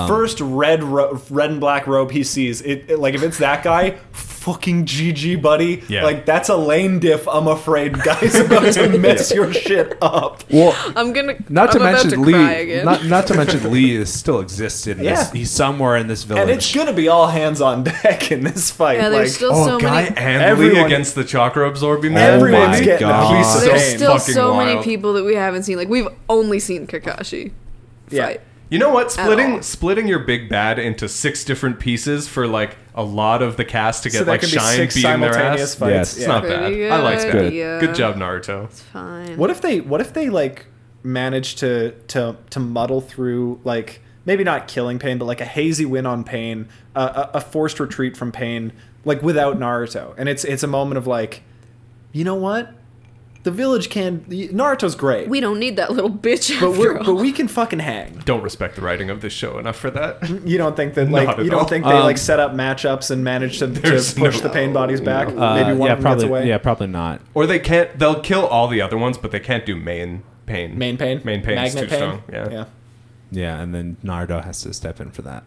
[SPEAKER 1] first red ro- red and black robe he sees. It, it- like if it's that guy, fucking GG buddy.
[SPEAKER 3] Yeah.
[SPEAKER 1] Like that's a lane diff. I'm afraid guys about to mess your shit up.
[SPEAKER 5] Well,
[SPEAKER 4] I'm gonna.
[SPEAKER 5] not to
[SPEAKER 4] I'm about
[SPEAKER 5] mention
[SPEAKER 4] to cry
[SPEAKER 5] Lee.
[SPEAKER 4] again.
[SPEAKER 5] Not, not to mention Lee is still exists in this.
[SPEAKER 1] Yeah.
[SPEAKER 5] He's somewhere in this village.
[SPEAKER 1] And it's gonna be all hands on deck in this fight.
[SPEAKER 4] yeah,
[SPEAKER 1] like,
[SPEAKER 4] there's still
[SPEAKER 3] Oh,
[SPEAKER 4] so
[SPEAKER 3] guy
[SPEAKER 4] many.
[SPEAKER 3] and Lee
[SPEAKER 1] Everyone-
[SPEAKER 3] against the chakra absorbing man.
[SPEAKER 1] everyone's
[SPEAKER 5] my
[SPEAKER 1] getting
[SPEAKER 5] God.
[SPEAKER 1] a piece of
[SPEAKER 4] There's
[SPEAKER 1] pain.
[SPEAKER 4] still
[SPEAKER 3] fucking
[SPEAKER 4] so many
[SPEAKER 3] wild.
[SPEAKER 4] people that we haven't seen. Like we've only seen Kakashi.
[SPEAKER 1] Yeah.
[SPEAKER 4] Fight.
[SPEAKER 3] You know what? Splitting
[SPEAKER 1] Oh.
[SPEAKER 4] all.
[SPEAKER 3] splitting your big bad into six different pieces for like a lot of the cast to get
[SPEAKER 1] So that
[SPEAKER 3] like
[SPEAKER 1] could be
[SPEAKER 3] shine
[SPEAKER 1] six
[SPEAKER 3] beating their
[SPEAKER 1] simultaneous
[SPEAKER 3] ass.
[SPEAKER 1] fights.
[SPEAKER 5] Yes.
[SPEAKER 3] It's
[SPEAKER 1] Yeah.
[SPEAKER 3] not
[SPEAKER 4] Pretty
[SPEAKER 3] bad. I like that.
[SPEAKER 4] good idea.
[SPEAKER 3] Good job, Naruto.
[SPEAKER 4] Fine.
[SPEAKER 1] What if they what if they like managed to to to muddle through like maybe not killing pain but like a hazy win on pain uh, a, a forced retreat from pain like without Naruto and it's it's a moment of like you know what the village can Naruto's great
[SPEAKER 4] We don't need that little bitch.
[SPEAKER 1] but we
[SPEAKER 4] after
[SPEAKER 1] but
[SPEAKER 4] all.
[SPEAKER 1] we can fucking hang
[SPEAKER 3] Don't respect the writing of this show enough for that.
[SPEAKER 1] you don't think that
[SPEAKER 3] Not
[SPEAKER 1] like
[SPEAKER 3] at
[SPEAKER 1] you don't
[SPEAKER 3] all.
[SPEAKER 1] think they
[SPEAKER 5] Um,
[SPEAKER 1] like set up matchups and manage to, to
[SPEAKER 3] There's
[SPEAKER 1] push
[SPEAKER 3] no-
[SPEAKER 1] the pain bodies back
[SPEAKER 5] Uh,
[SPEAKER 1] maybe one
[SPEAKER 5] yeah,
[SPEAKER 1] of them
[SPEAKER 5] probably,
[SPEAKER 1] gets away
[SPEAKER 5] Yeah, probably not.
[SPEAKER 3] Or they can't. They'll kill all the other ones, but they can't do main pain.
[SPEAKER 1] main pain
[SPEAKER 3] Main pain is too
[SPEAKER 1] Magnet pain?
[SPEAKER 3] strong. Yeah.
[SPEAKER 1] yeah
[SPEAKER 5] Yeah, and then Naruto has to step in for that.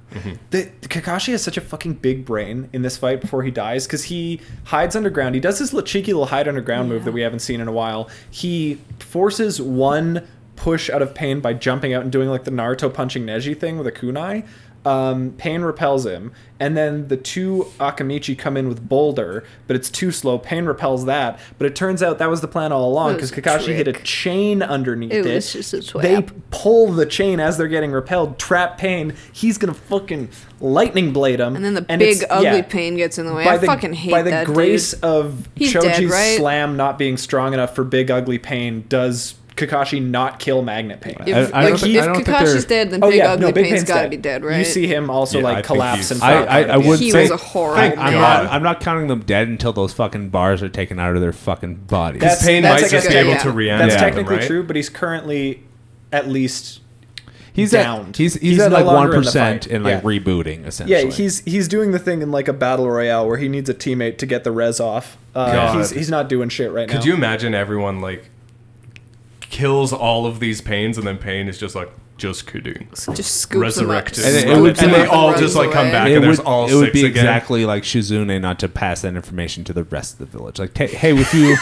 [SPEAKER 1] The, Kakashi has such a fucking big brain in this fight before he dies because he hides underground. He does this little cheeky little hide underground move that we haven't seen in a while. He forces one push out of Pain by jumping out and doing like the Naruto punching Neji thing with a kunai. Um, Pain repels him, and then the two Akamichi come in with Boulder, but it's too slow. Pain repels that, but it turns out that was the plan all along
[SPEAKER 4] That was
[SPEAKER 1] because
[SPEAKER 4] a
[SPEAKER 1] Kakashi hit a
[SPEAKER 4] trick.
[SPEAKER 1] chain underneath
[SPEAKER 4] It
[SPEAKER 1] it.
[SPEAKER 4] was just a trap.
[SPEAKER 1] They pull the chain as they're getting repelled, trap Pain. He's gonna fucking lightning blade him,
[SPEAKER 4] And then the big
[SPEAKER 1] it's-
[SPEAKER 4] ugly
[SPEAKER 1] yeah.
[SPEAKER 4] pain gets in the way.
[SPEAKER 1] By
[SPEAKER 4] I
[SPEAKER 1] the,
[SPEAKER 4] fucking hate
[SPEAKER 1] by the
[SPEAKER 4] that
[SPEAKER 1] grace
[SPEAKER 4] dude.
[SPEAKER 1] of
[SPEAKER 4] He's
[SPEAKER 1] Choji's
[SPEAKER 4] dead, right?
[SPEAKER 1] slam not being strong enough for Big Ugly Pain, does Kakashi not kill Magnet Pain? Oh,
[SPEAKER 4] If,
[SPEAKER 5] I- I
[SPEAKER 4] like,
[SPEAKER 5] don't think-
[SPEAKER 4] if
[SPEAKER 5] I don't think
[SPEAKER 4] Kakashi's
[SPEAKER 5] they're-
[SPEAKER 4] dead, then Oh, Big Ugly Pain's got to be dead, right?
[SPEAKER 1] You see him also
[SPEAKER 5] Yeah, I
[SPEAKER 1] like
[SPEAKER 5] think
[SPEAKER 1] collapse
[SPEAKER 5] he's-
[SPEAKER 1] and fall.
[SPEAKER 5] I, I,
[SPEAKER 1] apart
[SPEAKER 5] I
[SPEAKER 1] at the
[SPEAKER 5] would
[SPEAKER 4] He
[SPEAKER 5] say
[SPEAKER 4] was a horrible
[SPEAKER 5] Thank
[SPEAKER 4] guy.
[SPEAKER 5] I'm not, I'm not counting them dead until those fucking bars are taken out of their fucking bodies.
[SPEAKER 1] That's-
[SPEAKER 3] Pain
[SPEAKER 1] that's
[SPEAKER 3] might
[SPEAKER 1] like
[SPEAKER 3] just
[SPEAKER 1] a-
[SPEAKER 3] be able
[SPEAKER 4] yeah.
[SPEAKER 3] to
[SPEAKER 1] end.
[SPEAKER 3] reanimate
[SPEAKER 1] That's
[SPEAKER 3] them,
[SPEAKER 1] technically
[SPEAKER 3] right?
[SPEAKER 1] true, but he's currently at least
[SPEAKER 5] he's
[SPEAKER 1] downed.
[SPEAKER 5] At, he's he's,
[SPEAKER 1] He's
[SPEAKER 5] at
[SPEAKER 1] no
[SPEAKER 5] like one
[SPEAKER 1] longer in the
[SPEAKER 5] percent
[SPEAKER 1] fight.
[SPEAKER 5] and like
[SPEAKER 1] Yeah.
[SPEAKER 5] rebooting essentially.
[SPEAKER 1] yeah. He's he's doing the thing in like a battle royale where he needs a teammate to get the res off. Uh,
[SPEAKER 3] God.
[SPEAKER 1] he's he's not doing shit right now.
[SPEAKER 3] Could you imagine everyone like kills all of these pains and then pain is just like just kidding.
[SPEAKER 4] just scoops them up.
[SPEAKER 3] Resurrected.
[SPEAKER 5] And it- it
[SPEAKER 3] and
[SPEAKER 5] would be-
[SPEAKER 3] they all
[SPEAKER 4] runs
[SPEAKER 3] just like come
[SPEAKER 4] away.
[SPEAKER 3] back
[SPEAKER 5] it
[SPEAKER 3] and
[SPEAKER 5] would,
[SPEAKER 3] there's all
[SPEAKER 5] it would
[SPEAKER 3] six
[SPEAKER 5] be
[SPEAKER 3] again.
[SPEAKER 5] exactly like Shizune not to pass that information to the rest of the village. Like, hey, hey, if you,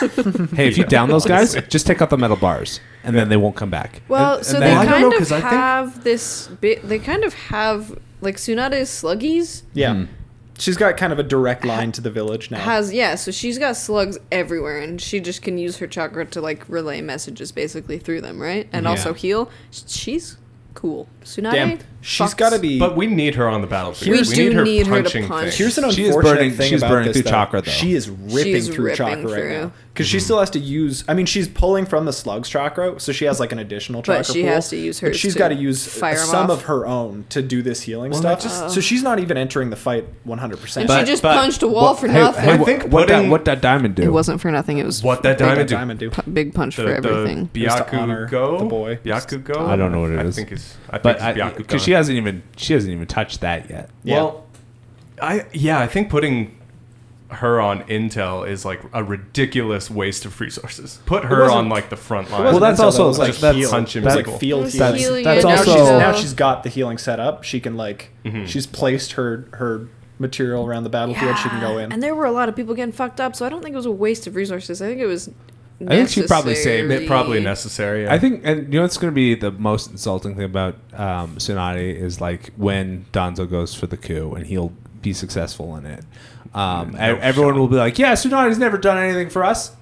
[SPEAKER 5] hey, if you down those guys, just take out the metal bars, and then they won't come back.
[SPEAKER 4] Well,
[SPEAKER 5] And-
[SPEAKER 4] so
[SPEAKER 5] and
[SPEAKER 4] they
[SPEAKER 5] then-
[SPEAKER 4] kind
[SPEAKER 3] know,
[SPEAKER 4] of
[SPEAKER 3] 'cause I think-
[SPEAKER 4] have this bit. They kind of have like Tsunade's sluggies
[SPEAKER 1] Yeah. She's got kind of a direct line to the village now.
[SPEAKER 4] has yeah. So she's got slugs everywhere, and she just can use her chakra to like relay messages basically through them, right? And also heal. She's cool. Tsunade.
[SPEAKER 1] Damn, she's
[SPEAKER 4] fucks.
[SPEAKER 1] got to be.
[SPEAKER 3] But we need her on the battlefield.
[SPEAKER 4] We do
[SPEAKER 3] need her
[SPEAKER 4] need her to
[SPEAKER 3] punching
[SPEAKER 4] punch.
[SPEAKER 3] things.
[SPEAKER 1] Here's an unfortunate
[SPEAKER 5] She is burning-
[SPEAKER 1] thing
[SPEAKER 5] she's
[SPEAKER 1] about
[SPEAKER 5] burning
[SPEAKER 1] this,
[SPEAKER 5] through
[SPEAKER 1] though.
[SPEAKER 5] chakra, though.
[SPEAKER 1] She is ripping
[SPEAKER 4] She's
[SPEAKER 1] through
[SPEAKER 4] ripping
[SPEAKER 1] chakra
[SPEAKER 4] through.
[SPEAKER 1] right now because she still has to use. I mean, she's pulling from the slugs chakra, so she has like an additional chakra.
[SPEAKER 4] But she
[SPEAKER 1] pool,
[SPEAKER 4] has to use
[SPEAKER 1] But
[SPEAKER 4] hers
[SPEAKER 1] she's
[SPEAKER 4] to
[SPEAKER 1] got to use
[SPEAKER 4] fire 'em
[SPEAKER 1] some
[SPEAKER 4] off.
[SPEAKER 1] of her own to do this healing
[SPEAKER 3] Well,
[SPEAKER 1] stuff.
[SPEAKER 3] I just-
[SPEAKER 1] so she's not even entering the fight 100. percent
[SPEAKER 4] And she just punched a wall
[SPEAKER 5] Well,
[SPEAKER 4] for
[SPEAKER 5] hey,
[SPEAKER 4] nothing.
[SPEAKER 5] Hey,
[SPEAKER 3] I
[SPEAKER 5] wha-
[SPEAKER 3] think
[SPEAKER 5] what that
[SPEAKER 3] putting-
[SPEAKER 5] what that diamond do?
[SPEAKER 4] it wasn't for nothing. It was
[SPEAKER 3] what that
[SPEAKER 1] Diamond,
[SPEAKER 3] diamond,
[SPEAKER 1] diamond do.
[SPEAKER 4] p- big punch
[SPEAKER 3] do.
[SPEAKER 4] for
[SPEAKER 3] The,
[SPEAKER 4] everything.
[SPEAKER 3] the
[SPEAKER 1] Just to honor
[SPEAKER 3] Byakugo?
[SPEAKER 1] the boy.
[SPEAKER 3] Byakugo?
[SPEAKER 5] I don't know what it
[SPEAKER 3] it is. I
[SPEAKER 5] is.
[SPEAKER 3] think it's I think
[SPEAKER 5] but
[SPEAKER 3] it's Byakugo.
[SPEAKER 5] because she hasn't even she hasn't even touched that yet.
[SPEAKER 1] Yeah.
[SPEAKER 3] Well, I yeah, I think putting her on intel is like a ridiculous waste of resources. Put her on like the front line.
[SPEAKER 5] Well, that's also,
[SPEAKER 1] like
[SPEAKER 5] like, that's-
[SPEAKER 1] heal.
[SPEAKER 3] punching
[SPEAKER 1] It was,
[SPEAKER 3] people.
[SPEAKER 1] like field
[SPEAKER 4] It was
[SPEAKER 1] healing.
[SPEAKER 4] healing
[SPEAKER 5] That's
[SPEAKER 1] now,
[SPEAKER 4] and
[SPEAKER 5] also- Mm-hmm.
[SPEAKER 1] she's,
[SPEAKER 4] now
[SPEAKER 1] now she's got the healing set up. She can like she's placed her her material around the battlefield. She can go in.
[SPEAKER 4] And there were a lot of people getting fucked up, so I don't think it was a waste of resources. I think it was.
[SPEAKER 5] I think she probably saved
[SPEAKER 3] It probably necessary. yeah.
[SPEAKER 5] I think, and you know, what's going to be the most insulting thing about um, Tsunade is like when Donzo goes for the coup and he'll be successful in it. Um, e- everyone will be like, "Yeah, Tsunade's never done anything for us.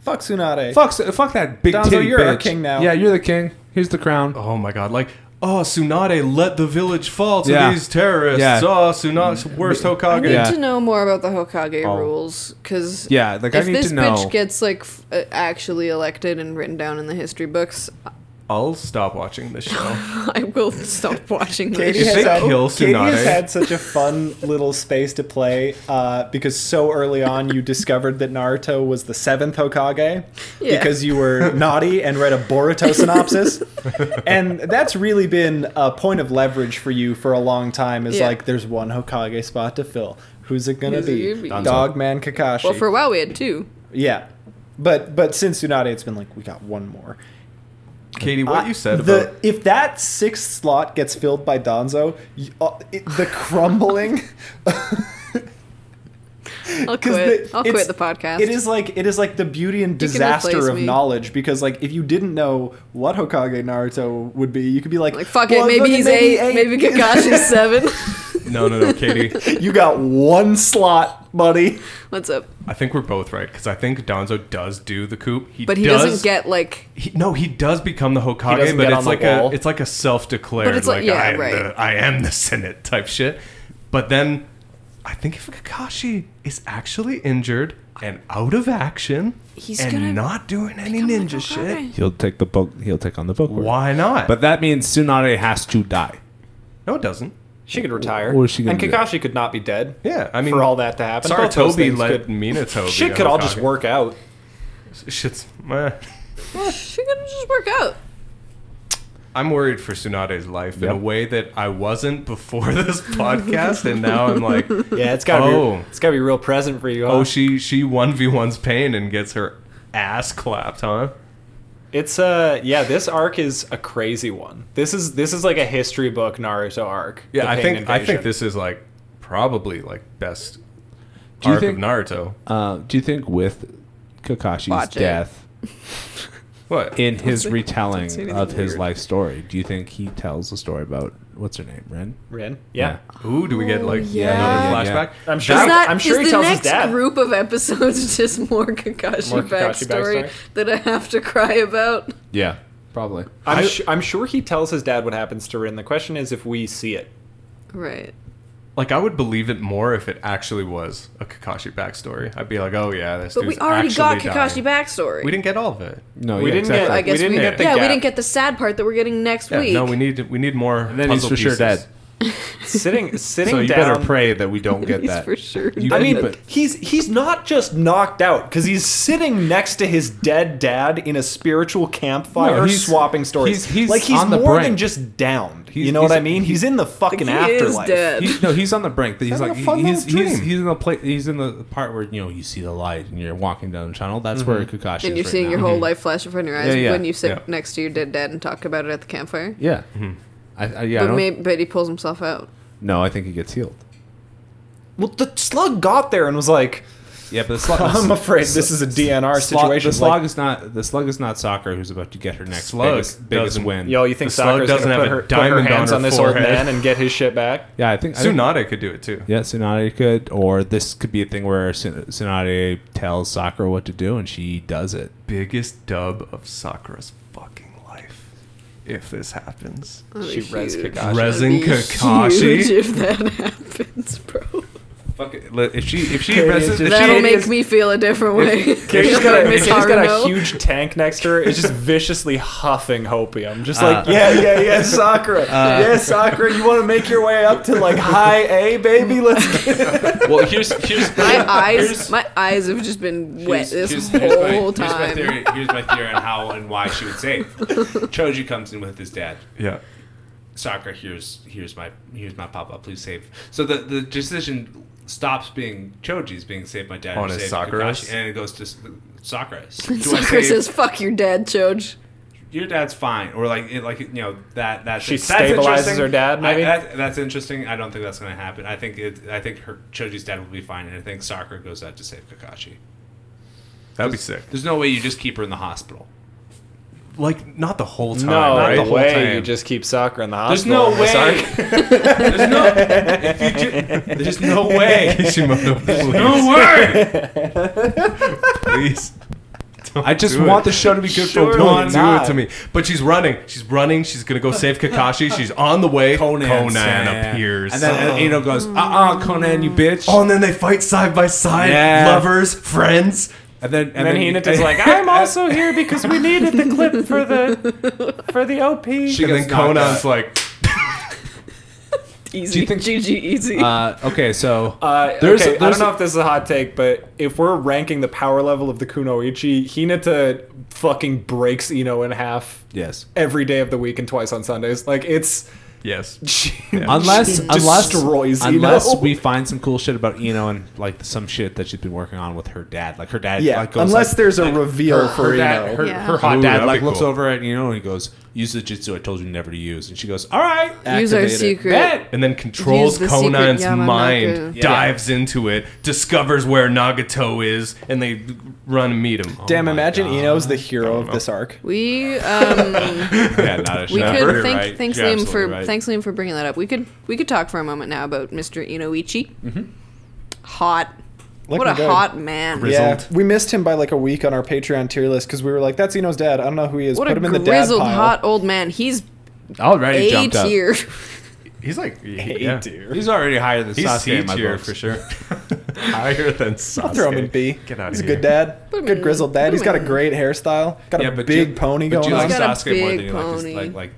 [SPEAKER 1] Fuck Tsunade.
[SPEAKER 5] Fuck, Su- fuck that big
[SPEAKER 1] Donzo,
[SPEAKER 5] titty
[SPEAKER 1] you're our
[SPEAKER 5] bitch.
[SPEAKER 1] king now.
[SPEAKER 5] Yeah, you're the king. Here's the crown.
[SPEAKER 3] Oh my god, like oh Tsunade let the village fall to
[SPEAKER 5] Yeah.
[SPEAKER 3] these terrorists.
[SPEAKER 5] Yeah.
[SPEAKER 3] Oh Tsunade's worst
[SPEAKER 4] I need
[SPEAKER 3] Hokage.
[SPEAKER 5] Yeah.
[SPEAKER 4] to know more about the Hokage
[SPEAKER 1] Oh.
[SPEAKER 4] rules, because
[SPEAKER 5] Yeah, like, I
[SPEAKER 4] if
[SPEAKER 5] need
[SPEAKER 4] this
[SPEAKER 5] to know-
[SPEAKER 4] bitch gets like f- uh, actually elected and written down in the history books,
[SPEAKER 3] I'll stop watching this show.
[SPEAKER 4] I will stop watching
[SPEAKER 1] Katie
[SPEAKER 4] this.
[SPEAKER 1] has,
[SPEAKER 3] they
[SPEAKER 1] had,
[SPEAKER 3] kill
[SPEAKER 1] Katie has
[SPEAKER 3] Tsunade-
[SPEAKER 1] had such a fun little space to play uh, because so early on you discovered that Naruto was the seventh Hokage
[SPEAKER 4] Yeah.
[SPEAKER 1] because you were naughty and read a Boruto synopsis, and that's really been a point of leverage for you for a long time. Is
[SPEAKER 4] Yeah.
[SPEAKER 1] like there's one Hokage spot to fill. Who's it gonna
[SPEAKER 4] Who's
[SPEAKER 1] be?
[SPEAKER 4] it gonna be?
[SPEAKER 1] Dogman Kakashi.
[SPEAKER 4] Well, for a while we had two.
[SPEAKER 1] yeah, but but since Tsunade, it's been like we got one more.
[SPEAKER 3] Katie, what
[SPEAKER 1] I-
[SPEAKER 3] you said
[SPEAKER 1] Uh, the,
[SPEAKER 3] about
[SPEAKER 1] if that sixth slot gets filled by Donzo, y uh, it, the crumbling
[SPEAKER 4] I'll
[SPEAKER 1] 'Cause
[SPEAKER 4] quit.
[SPEAKER 1] the-
[SPEAKER 4] I'll
[SPEAKER 1] it's-
[SPEAKER 4] quit the podcast.
[SPEAKER 1] It is like it is like the beauty and
[SPEAKER 4] can
[SPEAKER 1] disaster
[SPEAKER 4] replace
[SPEAKER 1] of
[SPEAKER 4] me.
[SPEAKER 1] knowledge because like if you didn't know what Hokage Naruto would be, you could be like,
[SPEAKER 4] like fuck
[SPEAKER 1] "Well,
[SPEAKER 4] it. Maybe
[SPEAKER 1] fucking
[SPEAKER 4] he's eight. Maybe Kakashi's seven.
[SPEAKER 3] No no no Katie.
[SPEAKER 1] you got one slot, buddy.
[SPEAKER 4] What's up?
[SPEAKER 3] I think we're both right, because I think Donzo does do the coup. He
[SPEAKER 4] But he
[SPEAKER 3] does,
[SPEAKER 4] doesn't get like
[SPEAKER 3] He, no, he does become the Hokage,
[SPEAKER 1] doesn't
[SPEAKER 3] but
[SPEAKER 1] get on
[SPEAKER 3] it's
[SPEAKER 1] the
[SPEAKER 3] like
[SPEAKER 1] wall.
[SPEAKER 3] a it's like a self-declared
[SPEAKER 4] But it's like-
[SPEAKER 3] like,
[SPEAKER 4] yeah,
[SPEAKER 3] I, am
[SPEAKER 4] right.
[SPEAKER 3] the, I am the Senate type shit. But then I think if Kakashi is actually injured and out of action
[SPEAKER 4] He's gonna
[SPEAKER 3] and not doing any
[SPEAKER 4] become the
[SPEAKER 3] ninja
[SPEAKER 4] Hokage.
[SPEAKER 3] shit,
[SPEAKER 5] He'll take the book. He'll take on the book. word.
[SPEAKER 3] why not?
[SPEAKER 5] But that means Tsunade has to die.
[SPEAKER 3] no, it doesn't.
[SPEAKER 1] She could retire.
[SPEAKER 5] What was she gonna
[SPEAKER 1] and
[SPEAKER 5] do?
[SPEAKER 1] Kakashi could not be dead.
[SPEAKER 3] Yeah, I mean,
[SPEAKER 1] for all that to happen, Both those
[SPEAKER 3] Saratobi
[SPEAKER 1] things
[SPEAKER 3] led
[SPEAKER 1] could-
[SPEAKER 3] Minatobi.
[SPEAKER 1] Shit
[SPEAKER 3] to
[SPEAKER 1] could all just
[SPEAKER 3] Hokage.
[SPEAKER 1] work out.
[SPEAKER 3] Shit's. eh.
[SPEAKER 4] she's gonna just work out.
[SPEAKER 3] I'm worried for Tsunade's life in a
[SPEAKER 5] Yep.
[SPEAKER 3] way that I wasn't before this podcast, and now I'm like,
[SPEAKER 1] Yeah, it's gotta
[SPEAKER 3] Oh.
[SPEAKER 1] be. It's gotta be real present for you. huh?
[SPEAKER 3] Oh, she she one v ones pain and gets her ass clapped, huh?
[SPEAKER 1] It's uh yeah, this arc is a crazy one. This is this is like a history book Naruto arc. the
[SPEAKER 3] Yeah, I
[SPEAKER 1] Pain
[SPEAKER 3] think I
[SPEAKER 1] Invasion.
[SPEAKER 3] think this is like probably like best
[SPEAKER 5] Do you
[SPEAKER 3] arc
[SPEAKER 5] think-
[SPEAKER 3] of Naruto.
[SPEAKER 5] Uh, do you think with Kakashi's
[SPEAKER 4] Watch it.
[SPEAKER 5] death,
[SPEAKER 3] What?
[SPEAKER 5] in his
[SPEAKER 4] say- don't say
[SPEAKER 5] retelling
[SPEAKER 4] anything
[SPEAKER 5] of his
[SPEAKER 4] weird.
[SPEAKER 5] life story, do you think he tells a story about what's her name, Ren?
[SPEAKER 1] Ren. Yeah.
[SPEAKER 3] Ooh, do we get like
[SPEAKER 4] yeah.
[SPEAKER 3] another
[SPEAKER 5] Yeah.
[SPEAKER 3] flashback?
[SPEAKER 1] I'm sure.
[SPEAKER 4] is that,
[SPEAKER 1] I'm sure
[SPEAKER 4] is
[SPEAKER 1] he
[SPEAKER 4] the
[SPEAKER 1] tells his
[SPEAKER 4] next
[SPEAKER 1] dad.
[SPEAKER 4] group of episodes just more Kakashi,
[SPEAKER 1] More Kakashi
[SPEAKER 4] backstory,
[SPEAKER 1] backstory?
[SPEAKER 4] that I have to cry about?
[SPEAKER 5] Yeah, probably.
[SPEAKER 1] I'm, su- I'm sure he tells his dad what happens to Rin. The question is if we see it.
[SPEAKER 4] Right.
[SPEAKER 3] Like I would believe it more if it actually was a Kakashi backstory. I'd be like, oh yeah, this.
[SPEAKER 4] But we
[SPEAKER 3] dude's
[SPEAKER 4] already got
[SPEAKER 3] actually
[SPEAKER 4] Kakashi
[SPEAKER 3] dying.
[SPEAKER 4] backstory.
[SPEAKER 3] We didn't get all of it.
[SPEAKER 5] No,
[SPEAKER 1] We
[SPEAKER 5] Oh, yeah,
[SPEAKER 1] didn't
[SPEAKER 5] exactly.
[SPEAKER 1] get.
[SPEAKER 4] I guess
[SPEAKER 1] we didn't
[SPEAKER 4] we-
[SPEAKER 1] get the
[SPEAKER 4] yeah, we
[SPEAKER 1] gap.
[SPEAKER 4] didn't get the sad part that we're getting next
[SPEAKER 3] Yeah,
[SPEAKER 4] week.
[SPEAKER 3] No, we need we need more.
[SPEAKER 5] then he's
[SPEAKER 3] puzzle
[SPEAKER 5] for sure
[SPEAKER 3] pieces.
[SPEAKER 5] dead.
[SPEAKER 1] sitting sitting
[SPEAKER 5] So you
[SPEAKER 1] down.
[SPEAKER 5] better pray that we don't get
[SPEAKER 4] He's
[SPEAKER 5] that.
[SPEAKER 4] for sure.
[SPEAKER 5] You-
[SPEAKER 4] dead.
[SPEAKER 1] I mean,
[SPEAKER 5] But-
[SPEAKER 1] he's he's not just knocked out because he's sitting next to his dead dad in a spiritual campfire,
[SPEAKER 5] No, he's-
[SPEAKER 1] swapping stories.
[SPEAKER 5] he's- he's
[SPEAKER 1] like he's
[SPEAKER 5] on the
[SPEAKER 1] more than
[SPEAKER 5] brink.
[SPEAKER 1] just downed. you
[SPEAKER 5] He's-
[SPEAKER 1] know what
[SPEAKER 5] he's-
[SPEAKER 1] I mean? He's in the fucking
[SPEAKER 4] he is
[SPEAKER 1] afterlife.
[SPEAKER 4] dead.
[SPEAKER 5] He- no, he's on the brink. He's
[SPEAKER 3] Having
[SPEAKER 5] like
[SPEAKER 3] a fun
[SPEAKER 5] he's
[SPEAKER 3] little
[SPEAKER 5] he's,
[SPEAKER 3] dream.
[SPEAKER 5] he's in the pla He's in the part where you know you see the light and you're walking down the tunnel. That's where
[SPEAKER 1] Mm-hmm.
[SPEAKER 5] Kakashi. is
[SPEAKER 4] and you're
[SPEAKER 5] right
[SPEAKER 4] seeing
[SPEAKER 5] now.
[SPEAKER 4] your whole life flash in front of your eyes
[SPEAKER 5] Yeah, yeah,
[SPEAKER 4] when you sit
[SPEAKER 3] yeah.
[SPEAKER 4] next to your dead dad and talk about it at the
[SPEAKER 1] Mm-hmm.
[SPEAKER 4] campfire.
[SPEAKER 5] Yeah. Mm-hmm. I, I, yeah. I
[SPEAKER 4] but
[SPEAKER 5] don't-
[SPEAKER 4] maybe but he pulls himself out.
[SPEAKER 5] no, I think he gets healed.
[SPEAKER 1] Well, the slug got there and was like,
[SPEAKER 5] Yeah, but the slug.
[SPEAKER 1] "I'm afraid this is a DNR situation."
[SPEAKER 5] The slug
[SPEAKER 1] Like,
[SPEAKER 5] is not. The slug is not soccer. Who's about to get her next
[SPEAKER 3] Slug
[SPEAKER 5] biggest, biggest
[SPEAKER 3] doesn't-
[SPEAKER 5] win?
[SPEAKER 1] Yo, you think
[SPEAKER 3] The slug
[SPEAKER 1] Sakura's
[SPEAKER 3] doesn't
[SPEAKER 1] gonna
[SPEAKER 3] have
[SPEAKER 1] put
[SPEAKER 3] a
[SPEAKER 1] her, put her
[SPEAKER 3] diamond on
[SPEAKER 1] hands
[SPEAKER 3] her
[SPEAKER 1] on, this
[SPEAKER 3] forehead.
[SPEAKER 1] old man and get his shit back?
[SPEAKER 5] yeah, I think. I think
[SPEAKER 3] Tsunade could do it too.
[SPEAKER 5] yeah, Tsunade could, or this could be a thing where Tsun- Tsunade tells Sakura what to do and she does it.
[SPEAKER 3] Biggest dub of Sakura's fucking life. If this happens,
[SPEAKER 4] That'd
[SPEAKER 1] She
[SPEAKER 4] be
[SPEAKER 1] res
[SPEAKER 4] huge.
[SPEAKER 1] Kakashi.
[SPEAKER 4] That'd
[SPEAKER 3] Resin
[SPEAKER 4] be
[SPEAKER 3] Kakashi.
[SPEAKER 4] Huge if that happens, bro.
[SPEAKER 3] Fuck it. Let- If she if she
[SPEAKER 1] Okay,
[SPEAKER 3] presses, if
[SPEAKER 1] just-
[SPEAKER 3] she
[SPEAKER 4] That'll
[SPEAKER 1] Kakashi
[SPEAKER 4] make
[SPEAKER 1] is-
[SPEAKER 4] me feel a different way.
[SPEAKER 1] She's just got, a,
[SPEAKER 4] Miss
[SPEAKER 1] she's just got a
[SPEAKER 4] Haruno.
[SPEAKER 1] huge tank next to her. It's just viciously huffing hopium.
[SPEAKER 3] Uh,
[SPEAKER 1] Just like, yeah, yeah, yeah, Sakura. yeah, Sakura, you want to make your way up to like high A, baby? Let's get
[SPEAKER 3] well, here's here's
[SPEAKER 4] My eyes, my eyes have just been wet this whole
[SPEAKER 9] Here's my,
[SPEAKER 4] time.
[SPEAKER 9] theory, here's my theory on how and why she would save. Choji comes in with his dad.
[SPEAKER 3] yeah.
[SPEAKER 9] Sakura, here's here's my here's my papa. Please save. So the the decision stops being Choji's being saved by dad.
[SPEAKER 3] On
[SPEAKER 9] or
[SPEAKER 3] his
[SPEAKER 9] saved
[SPEAKER 3] Sakura's?
[SPEAKER 9] Kakashi, and it goes to S- Sakura.
[SPEAKER 4] Sakura says, "Fuck your dad, Choj."
[SPEAKER 9] your dad's fine, or like it, like you know that that
[SPEAKER 1] She
[SPEAKER 9] that's
[SPEAKER 1] stabilizes
[SPEAKER 9] interesting.
[SPEAKER 1] her dad,
[SPEAKER 9] I-
[SPEAKER 1] maybe?
[SPEAKER 9] that- that's interesting. I don't think that's going to happen. I think it. I think her Choji's dad will be fine, and I think Sakura goes out to save Kakashi.
[SPEAKER 3] That'd be sick.
[SPEAKER 9] There's no way you just keep her in the hospital.
[SPEAKER 3] Like not the whole time.
[SPEAKER 1] No,
[SPEAKER 3] right?
[SPEAKER 1] not the way
[SPEAKER 3] Time.
[SPEAKER 1] you just keep Sakura in the
[SPEAKER 9] There's
[SPEAKER 1] hospital.
[SPEAKER 9] no way. there's no. if you ju- there's no way.
[SPEAKER 3] Kishimoto, please,
[SPEAKER 9] No way.
[SPEAKER 3] please. Don't
[SPEAKER 5] I just
[SPEAKER 3] do
[SPEAKER 5] want
[SPEAKER 3] it.
[SPEAKER 5] the show to be good for
[SPEAKER 3] Don't
[SPEAKER 5] one.
[SPEAKER 3] do
[SPEAKER 1] not.
[SPEAKER 3] it to me. But she's running. She's running. She's gonna go save Kakashi. She's on the way. Conan,
[SPEAKER 9] Sam.
[SPEAKER 3] appears.
[SPEAKER 9] And then uh, Ino goes, uh uh Conan, you bitch.
[SPEAKER 3] oh, and then they fight side by side,
[SPEAKER 5] Yeah.
[SPEAKER 3] lovers, friends.
[SPEAKER 5] And then
[SPEAKER 1] And then Hinata's like, I'm also here because we needed the clip for the for the OP.
[SPEAKER 3] and then Conan's like,
[SPEAKER 4] Easy,
[SPEAKER 5] Do you think-
[SPEAKER 4] GG, easy.
[SPEAKER 5] uh, okay, so
[SPEAKER 1] Uh,
[SPEAKER 5] There's-
[SPEAKER 1] okay, I
[SPEAKER 5] there's-
[SPEAKER 1] don't know if this is a hot take, but if we're ranking the power level of the Kunoichi, Hinata fucking breaks Ino in half
[SPEAKER 5] yes,
[SPEAKER 1] every day of the week and twice on Sundays. Like it's
[SPEAKER 3] yes.
[SPEAKER 1] she,
[SPEAKER 5] unless
[SPEAKER 1] she
[SPEAKER 5] unless
[SPEAKER 1] destroys Ino.
[SPEAKER 5] unless we find some cool shit about Eno and like some shit that she's been working on with her dad, like her dad,
[SPEAKER 1] yeah,
[SPEAKER 5] like, goes,
[SPEAKER 1] unless
[SPEAKER 5] like,
[SPEAKER 1] there's a reveal for
[SPEAKER 5] her
[SPEAKER 1] Ino.
[SPEAKER 5] dad, her,
[SPEAKER 4] Yeah.
[SPEAKER 5] her hot
[SPEAKER 3] Ooh,
[SPEAKER 5] dad,
[SPEAKER 3] that'd
[SPEAKER 5] like
[SPEAKER 3] be
[SPEAKER 5] looks
[SPEAKER 3] cool.
[SPEAKER 5] over at Eno and he goes, "Use the jutsu I told you never to use," and she goes, "All right."
[SPEAKER 4] Use our
[SPEAKER 5] activate it."
[SPEAKER 4] secret.
[SPEAKER 5] Bet.
[SPEAKER 3] And then controls
[SPEAKER 4] the secret
[SPEAKER 3] Conan's
[SPEAKER 4] Yamanaka.
[SPEAKER 3] mind,
[SPEAKER 4] Yeah.
[SPEAKER 3] dives into it, discovers where Nagato is, and they run and meet him.
[SPEAKER 1] Damn,
[SPEAKER 5] my
[SPEAKER 1] imagine
[SPEAKER 5] God.
[SPEAKER 1] Ino's the hero of this arc.
[SPEAKER 4] we um,
[SPEAKER 5] Yeah, not a
[SPEAKER 4] we
[SPEAKER 5] shot.
[SPEAKER 4] could
[SPEAKER 5] You're
[SPEAKER 4] thank
[SPEAKER 5] right.
[SPEAKER 4] thanks
[SPEAKER 5] You're
[SPEAKER 4] Liam for
[SPEAKER 5] absolutely right.
[SPEAKER 4] thanks Liam for bringing that up. We could we could talk for a moment now about Mr. Inoichi.
[SPEAKER 3] Mm-hmm.
[SPEAKER 4] Hot, what
[SPEAKER 1] Looking
[SPEAKER 4] a
[SPEAKER 1] good.
[SPEAKER 4] hot man.
[SPEAKER 1] Yeah,
[SPEAKER 3] Grizzled.
[SPEAKER 1] we missed him by like a week on our Patreon tier list because we were like, "That's Ino's dad. I don't know who he is.
[SPEAKER 4] What
[SPEAKER 1] Put
[SPEAKER 4] a
[SPEAKER 1] him in the dad
[SPEAKER 4] grizzled,
[SPEAKER 1] pile."
[SPEAKER 4] hot old man. He's
[SPEAKER 5] Already
[SPEAKER 4] A
[SPEAKER 5] jumped up.
[SPEAKER 4] tier.
[SPEAKER 3] He's like,
[SPEAKER 1] Hey,
[SPEAKER 3] yeah.
[SPEAKER 1] dear.
[SPEAKER 5] He's already higher than
[SPEAKER 3] He's
[SPEAKER 5] Sasuke
[SPEAKER 3] C
[SPEAKER 5] in my
[SPEAKER 3] tier
[SPEAKER 5] books.
[SPEAKER 3] for sure. Higher than Sasuke.
[SPEAKER 1] I'll throw him in B.
[SPEAKER 3] Get out of
[SPEAKER 1] He's
[SPEAKER 3] here.
[SPEAKER 1] a good dad.
[SPEAKER 4] him
[SPEAKER 1] Good
[SPEAKER 4] in-
[SPEAKER 1] grizzled
[SPEAKER 4] put him
[SPEAKER 1] dad. He's got a
[SPEAKER 4] in.
[SPEAKER 1] great hairstyle. Got
[SPEAKER 5] Yeah,
[SPEAKER 1] a
[SPEAKER 5] but
[SPEAKER 1] big
[SPEAKER 5] you-
[SPEAKER 1] pony
[SPEAKER 5] but
[SPEAKER 1] going
[SPEAKER 5] you
[SPEAKER 1] on.
[SPEAKER 5] like
[SPEAKER 4] He's got a
[SPEAKER 5] Sasuke more than
[SPEAKER 4] big
[SPEAKER 5] you like his-
[SPEAKER 4] pony.
[SPEAKER 5] like like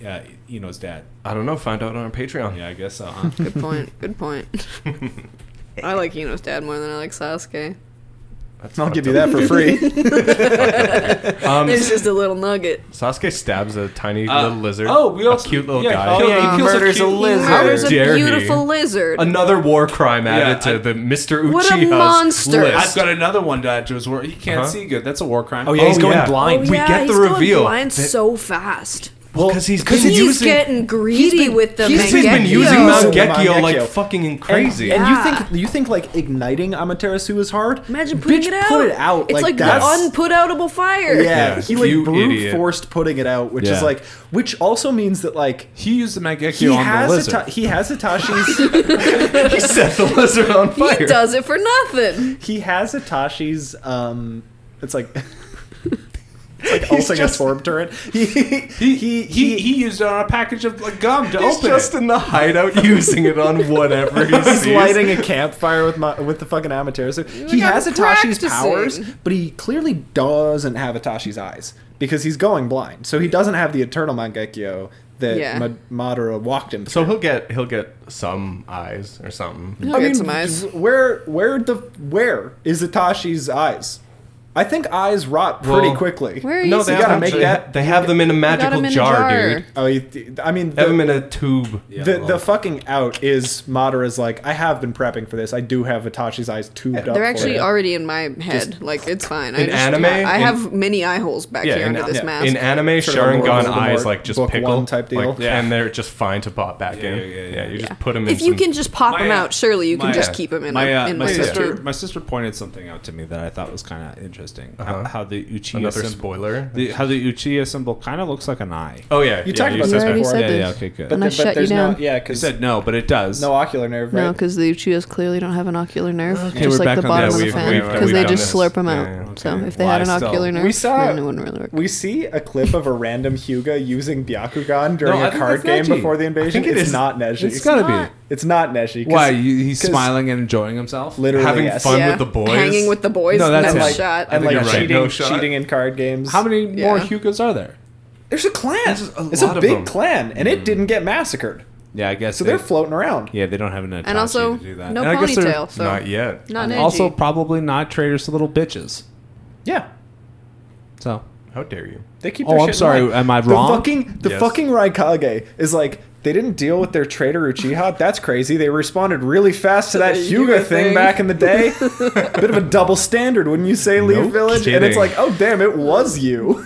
[SPEAKER 5] yeah, Ino's dad.
[SPEAKER 3] I don't know. Find out on our Patreon.
[SPEAKER 5] Yeah, I guess so. Huh?
[SPEAKER 4] Good point. Good point. I like Ino's dad more than I like Sasuke.
[SPEAKER 1] I'll give you that for free.
[SPEAKER 3] Um,
[SPEAKER 4] It's just a little nugget.
[SPEAKER 3] Sasuke stabs a tiny little lizard.
[SPEAKER 5] oh, we
[SPEAKER 3] a
[SPEAKER 5] also-
[SPEAKER 3] cute little
[SPEAKER 5] yeah,
[SPEAKER 3] guy.
[SPEAKER 5] oh, yeah, he kills a
[SPEAKER 1] murders a
[SPEAKER 5] cute-
[SPEAKER 1] lizard.
[SPEAKER 4] He murders a
[SPEAKER 3] dare he?
[SPEAKER 4] beautiful lizard.
[SPEAKER 3] Another war crime added
[SPEAKER 5] Yeah,
[SPEAKER 3] to
[SPEAKER 5] I-
[SPEAKER 3] the Mr. Uchiha's
[SPEAKER 4] What a monster.
[SPEAKER 3] list.
[SPEAKER 9] I've got another one that was where he can't
[SPEAKER 3] Uh-huh.
[SPEAKER 9] see good. That's a war crime.
[SPEAKER 1] Oh yeah, he's
[SPEAKER 3] Oh,
[SPEAKER 1] going
[SPEAKER 3] yeah.
[SPEAKER 4] Oh,
[SPEAKER 1] blind.
[SPEAKER 3] we
[SPEAKER 4] yeah,
[SPEAKER 3] get the
[SPEAKER 4] he's going
[SPEAKER 3] reveal
[SPEAKER 4] blind
[SPEAKER 3] that-
[SPEAKER 4] so fast.
[SPEAKER 3] Well, because he's
[SPEAKER 4] Because
[SPEAKER 3] been
[SPEAKER 4] he's
[SPEAKER 3] using,
[SPEAKER 4] getting greedy with the
[SPEAKER 3] he's been,
[SPEAKER 4] Mangekyo.
[SPEAKER 3] using Mount
[SPEAKER 1] Using the
[SPEAKER 3] Gekio
[SPEAKER 1] Mount
[SPEAKER 3] like
[SPEAKER 1] Gekyo.
[SPEAKER 3] fucking crazy.
[SPEAKER 1] And, and
[SPEAKER 4] Yeah.
[SPEAKER 1] you think you think like igniting Amaterasu is hard?
[SPEAKER 4] Imagine putting
[SPEAKER 1] Bitch,
[SPEAKER 4] it out.
[SPEAKER 1] Put it out.
[SPEAKER 4] It's like,
[SPEAKER 1] that's,
[SPEAKER 4] the unputoutable fire.
[SPEAKER 1] Yeah, he like
[SPEAKER 3] You
[SPEAKER 1] brute
[SPEAKER 3] idiot.
[SPEAKER 1] forced putting it out, which
[SPEAKER 5] Yeah.
[SPEAKER 1] is like, which also means that like
[SPEAKER 5] He used the Magekyo
[SPEAKER 1] he
[SPEAKER 5] on the
[SPEAKER 1] has
[SPEAKER 5] lizard.
[SPEAKER 1] Ita- he has Itashi's
[SPEAKER 3] he set the lizard on fire.
[SPEAKER 4] He does it for nothing.
[SPEAKER 1] he has Itashi's um, it's like it's like ulcing a storm turret. He he he,
[SPEAKER 5] he, he used it on a package of like, gum to
[SPEAKER 3] He's
[SPEAKER 5] open
[SPEAKER 3] just
[SPEAKER 5] it.
[SPEAKER 3] in the hideout using it on whatever he
[SPEAKER 1] He's
[SPEAKER 3] sees.
[SPEAKER 1] lighting a campfire with my, with the fucking Amaterasu. He
[SPEAKER 4] like,
[SPEAKER 1] has
[SPEAKER 4] I'm
[SPEAKER 1] Itashi's
[SPEAKER 4] practicing.
[SPEAKER 1] powers, but he clearly doesn't have Itashi's eyes because he's going blind. So he doesn't have the eternal Mangekyo that
[SPEAKER 4] Yeah.
[SPEAKER 1] Ma- Madara walked him.
[SPEAKER 3] So
[SPEAKER 1] Through.
[SPEAKER 3] he'll get he'll get some eyes or something.
[SPEAKER 4] He'll get some eyes.
[SPEAKER 1] where where the where is Itashi's eyes? I think eyes rot pretty
[SPEAKER 3] Well,
[SPEAKER 1] quickly.
[SPEAKER 4] Where are
[SPEAKER 3] No,
[SPEAKER 4] you?
[SPEAKER 3] they
[SPEAKER 1] You gotta
[SPEAKER 3] have
[SPEAKER 1] make
[SPEAKER 3] they,
[SPEAKER 1] that-
[SPEAKER 3] they have them in a
[SPEAKER 4] got
[SPEAKER 3] magical
[SPEAKER 4] 'em in a
[SPEAKER 3] jar,
[SPEAKER 4] jar.
[SPEAKER 3] dude.
[SPEAKER 1] Oh, you- I mean,
[SPEAKER 3] They have them
[SPEAKER 1] the,
[SPEAKER 3] in a tube.
[SPEAKER 1] the, the fucking out is Madara's like, I have been prepping for this. I do have Itashi's eyes tubed up.
[SPEAKER 4] They're
[SPEAKER 1] for
[SPEAKER 4] actually
[SPEAKER 1] it."
[SPEAKER 4] already in my head. like it's fine. I
[SPEAKER 3] in
[SPEAKER 4] just,
[SPEAKER 3] anime,
[SPEAKER 4] I
[SPEAKER 3] in-
[SPEAKER 4] have many eye holes back
[SPEAKER 3] Yeah,
[SPEAKER 4] here
[SPEAKER 3] in,
[SPEAKER 4] under this
[SPEAKER 3] yeah.
[SPEAKER 4] mask.
[SPEAKER 3] in anime,
[SPEAKER 1] Sort of a
[SPEAKER 3] Sharingan
[SPEAKER 1] Voldemort
[SPEAKER 3] eyes like just
[SPEAKER 1] book
[SPEAKER 3] pickle,
[SPEAKER 1] one type deal.
[SPEAKER 3] like, and they're just fine to pop back in. Yeah, yeah, you just put them in.
[SPEAKER 4] if you
[SPEAKER 3] some-
[SPEAKER 4] can just pop them
[SPEAKER 5] My, uh,
[SPEAKER 4] out, surely you can
[SPEAKER 5] my,
[SPEAKER 4] just
[SPEAKER 5] uh,
[SPEAKER 4] keep them in.
[SPEAKER 5] my
[SPEAKER 4] a,
[SPEAKER 5] uh,
[SPEAKER 4] in
[SPEAKER 5] my
[SPEAKER 4] like a
[SPEAKER 5] sister
[SPEAKER 4] tube.
[SPEAKER 5] my sister pointed something out to me that I thought was kind of interesting. How,
[SPEAKER 3] Uh-huh.
[SPEAKER 5] how the Uchiha
[SPEAKER 3] another
[SPEAKER 5] symbol,
[SPEAKER 3] spoiler.
[SPEAKER 5] the, how the Uchiha symbol kind of looks like an eye.
[SPEAKER 3] oh yeah,
[SPEAKER 1] You
[SPEAKER 3] yeah,
[SPEAKER 1] talked about
[SPEAKER 3] said
[SPEAKER 1] this
[SPEAKER 3] that.
[SPEAKER 1] before.
[SPEAKER 5] yeah, yeah, okay, good.
[SPEAKER 1] But,
[SPEAKER 4] And
[SPEAKER 1] the-
[SPEAKER 4] I
[SPEAKER 1] but
[SPEAKER 4] shut you
[SPEAKER 1] there's no,
[SPEAKER 4] down.
[SPEAKER 1] yeah,
[SPEAKER 5] you
[SPEAKER 1] because
[SPEAKER 5] said no, but it does.
[SPEAKER 1] no ocular nerve, right?
[SPEAKER 4] No, because the Uchiha's clearly don't have an ocular nerve,
[SPEAKER 5] we're
[SPEAKER 4] just like
[SPEAKER 5] back
[SPEAKER 4] the
[SPEAKER 5] on
[SPEAKER 4] bottom
[SPEAKER 5] this.
[SPEAKER 4] of the
[SPEAKER 5] We've-
[SPEAKER 4] fan,
[SPEAKER 5] we've-
[SPEAKER 4] because
[SPEAKER 5] we've
[SPEAKER 4] they
[SPEAKER 5] done
[SPEAKER 4] just
[SPEAKER 3] this.
[SPEAKER 4] slurp them out.
[SPEAKER 3] Yeah, yeah,
[SPEAKER 4] So
[SPEAKER 5] okay.
[SPEAKER 4] if they
[SPEAKER 5] Why
[SPEAKER 4] had an
[SPEAKER 5] still?
[SPEAKER 4] ocular nerve,
[SPEAKER 1] We saw-
[SPEAKER 4] then it wouldn't really work.
[SPEAKER 1] We see a clip of a random Hyuga using Byakugan during
[SPEAKER 5] I
[SPEAKER 1] a
[SPEAKER 5] think
[SPEAKER 1] card game
[SPEAKER 5] that's Neji.
[SPEAKER 1] before the invasion.
[SPEAKER 3] think it
[SPEAKER 1] it's
[SPEAKER 3] is.
[SPEAKER 1] not Neji.
[SPEAKER 5] it's gotta
[SPEAKER 4] not-
[SPEAKER 5] be.
[SPEAKER 1] It's not Neji. 'cause
[SPEAKER 5] Why you, he's
[SPEAKER 1] 'cause-
[SPEAKER 5] smiling and enjoying himself?
[SPEAKER 1] Literally
[SPEAKER 3] Having
[SPEAKER 1] yes.
[SPEAKER 3] fun. with the boys?
[SPEAKER 4] hanging with the boys,
[SPEAKER 5] No, that's
[SPEAKER 4] that's
[SPEAKER 5] it.
[SPEAKER 4] a
[SPEAKER 5] Like-
[SPEAKER 4] shot.
[SPEAKER 1] And
[SPEAKER 3] think
[SPEAKER 1] like
[SPEAKER 3] you're right.
[SPEAKER 1] cheating,
[SPEAKER 3] No shot.
[SPEAKER 1] cheating in card games.
[SPEAKER 5] How many
[SPEAKER 4] Yeah.
[SPEAKER 5] more Hugas are there?
[SPEAKER 1] There's a clan.
[SPEAKER 3] a
[SPEAKER 1] it's
[SPEAKER 3] lot
[SPEAKER 1] a
[SPEAKER 3] of
[SPEAKER 1] big
[SPEAKER 3] them.
[SPEAKER 1] clan, and
[SPEAKER 3] Mm.
[SPEAKER 1] it didn't get massacred.
[SPEAKER 5] Yeah, I guess
[SPEAKER 1] So they're floating around.
[SPEAKER 5] yeah, they don't have an
[SPEAKER 4] and also,
[SPEAKER 5] to do that.
[SPEAKER 4] no
[SPEAKER 5] And I guess they're
[SPEAKER 4] ponytail. So
[SPEAKER 3] Not yet.
[SPEAKER 4] not an
[SPEAKER 5] Also,
[SPEAKER 4] edgy.
[SPEAKER 5] probably not traitors to little bitches.
[SPEAKER 1] Yeah.
[SPEAKER 5] So
[SPEAKER 3] How dare you?
[SPEAKER 1] They keep.
[SPEAKER 5] Oh,
[SPEAKER 1] their
[SPEAKER 5] I'm
[SPEAKER 1] shit in
[SPEAKER 5] sorry,
[SPEAKER 1] line.
[SPEAKER 5] am I
[SPEAKER 1] The
[SPEAKER 5] wrong?
[SPEAKER 1] fucking the
[SPEAKER 3] Yes.
[SPEAKER 1] fucking Raikage is like they didn't deal with their traitor Uchiha. That's crazy. They responded really fast to that Hyuga thing,
[SPEAKER 4] thing.
[SPEAKER 1] back in the day. Bit of a double standard, wouldn't you say, Leaf Village? And it's
[SPEAKER 3] kidding.
[SPEAKER 1] like, oh damn, it was you.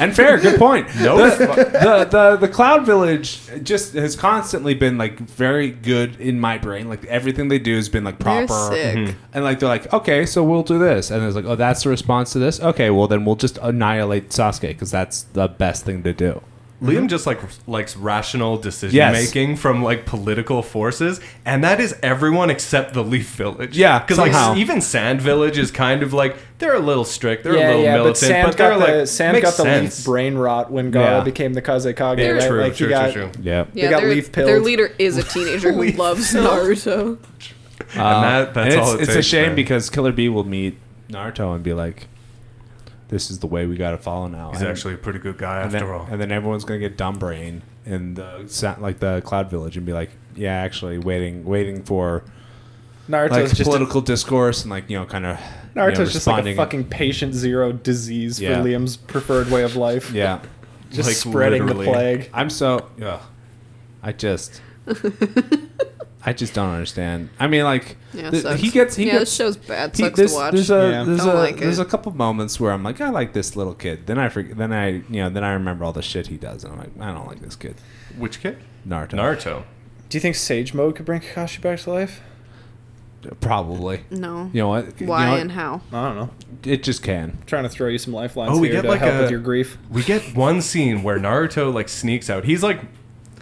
[SPEAKER 5] and fair, good point.
[SPEAKER 3] No,
[SPEAKER 5] the, the the Cloud Village just has constantly been like very good in my brain. Like everything they do has been like
[SPEAKER 4] They're
[SPEAKER 5] proper,
[SPEAKER 4] sick.
[SPEAKER 5] and like they're like, okay, so we'll do this, and it's like, oh, that's the response to this. Okay, well then we'll just annihilate Sasuke because that's the best thing to do.
[SPEAKER 3] Liam just like likes rational decision
[SPEAKER 5] Mm-hmm. Yes.
[SPEAKER 3] making from like political forces, and that is everyone except the Leaf Village.
[SPEAKER 5] Yeah,
[SPEAKER 3] because like
[SPEAKER 5] somehow.
[SPEAKER 3] even Sand Village is kind of like they're a little strict, they're a little militant, but,
[SPEAKER 1] Sam
[SPEAKER 3] they're
[SPEAKER 1] got
[SPEAKER 3] like
[SPEAKER 1] the Sam
[SPEAKER 3] makes
[SPEAKER 1] got the
[SPEAKER 3] sense.
[SPEAKER 1] leaf brain rot when Gara
[SPEAKER 5] Yeah.
[SPEAKER 1] became the Kazekage,
[SPEAKER 3] Yeah,
[SPEAKER 1] right?
[SPEAKER 3] true,
[SPEAKER 1] like
[SPEAKER 3] true,
[SPEAKER 1] he got,
[SPEAKER 3] true, true.
[SPEAKER 5] Yeah,
[SPEAKER 4] yeah,
[SPEAKER 1] got
[SPEAKER 4] their-
[SPEAKER 1] leaf
[SPEAKER 4] Their
[SPEAKER 1] pilled.
[SPEAKER 4] leader is a teenager who
[SPEAKER 3] Leaf
[SPEAKER 4] loves Naruto.
[SPEAKER 3] And that, that's
[SPEAKER 5] Uh, And it's,
[SPEAKER 3] all. It
[SPEAKER 5] it's a
[SPEAKER 3] takes,
[SPEAKER 5] shame
[SPEAKER 3] man.
[SPEAKER 5] because Killer B will meet Naruto and be like, "This is the way we got to follow now."
[SPEAKER 3] he's
[SPEAKER 5] and,
[SPEAKER 3] actually a pretty good guy
[SPEAKER 5] and
[SPEAKER 3] after
[SPEAKER 5] then,
[SPEAKER 3] all.
[SPEAKER 5] and then everyone's gonna get dumb brain in the sa- like the Cloud Village and be like, "Yeah, actually, waiting, waiting for
[SPEAKER 1] Naruto's
[SPEAKER 5] like
[SPEAKER 1] just a
[SPEAKER 5] political discourse and like you know, kind of
[SPEAKER 1] Naruto's just like a fucking patient zero disease
[SPEAKER 5] Yeah.
[SPEAKER 1] for Liam's preferred way of life.
[SPEAKER 5] yeah."
[SPEAKER 1] Just
[SPEAKER 3] Like,
[SPEAKER 1] spreading
[SPEAKER 3] literally.
[SPEAKER 1] the plague.
[SPEAKER 5] I'm so yeah. I just. I just don't understand. I mean, like
[SPEAKER 4] Yeah,
[SPEAKER 5] the-
[SPEAKER 4] it sucks.
[SPEAKER 5] he gets he
[SPEAKER 4] yeah,
[SPEAKER 5] gets
[SPEAKER 4] this show's bad.
[SPEAKER 5] He-
[SPEAKER 4] Sucks
[SPEAKER 5] there's,
[SPEAKER 4] to watch.
[SPEAKER 5] There's a
[SPEAKER 1] Yeah.
[SPEAKER 5] there's a
[SPEAKER 4] Don't like
[SPEAKER 5] there's
[SPEAKER 4] it.
[SPEAKER 5] a couple moments where I'm like, I like this little kid. Then I forget. Then I you know then I remember all the shit he does, and I'm like, I don't like this kid.
[SPEAKER 3] Which kid?
[SPEAKER 5] Naruto.
[SPEAKER 3] Naruto.
[SPEAKER 1] Do you think Sage Mode could bring Kakashi back to life?
[SPEAKER 5] Probably.
[SPEAKER 4] no.
[SPEAKER 5] You know what? You
[SPEAKER 4] Why
[SPEAKER 5] know what?
[SPEAKER 4] and how?
[SPEAKER 1] I don't know.
[SPEAKER 5] It just can.
[SPEAKER 1] trying to throw you some lifelines
[SPEAKER 3] Oh, we
[SPEAKER 1] here
[SPEAKER 3] get
[SPEAKER 1] to
[SPEAKER 3] like
[SPEAKER 1] help
[SPEAKER 3] a-
[SPEAKER 1] with your grief.
[SPEAKER 3] We get one scene where Naruto like sneaks out. He's like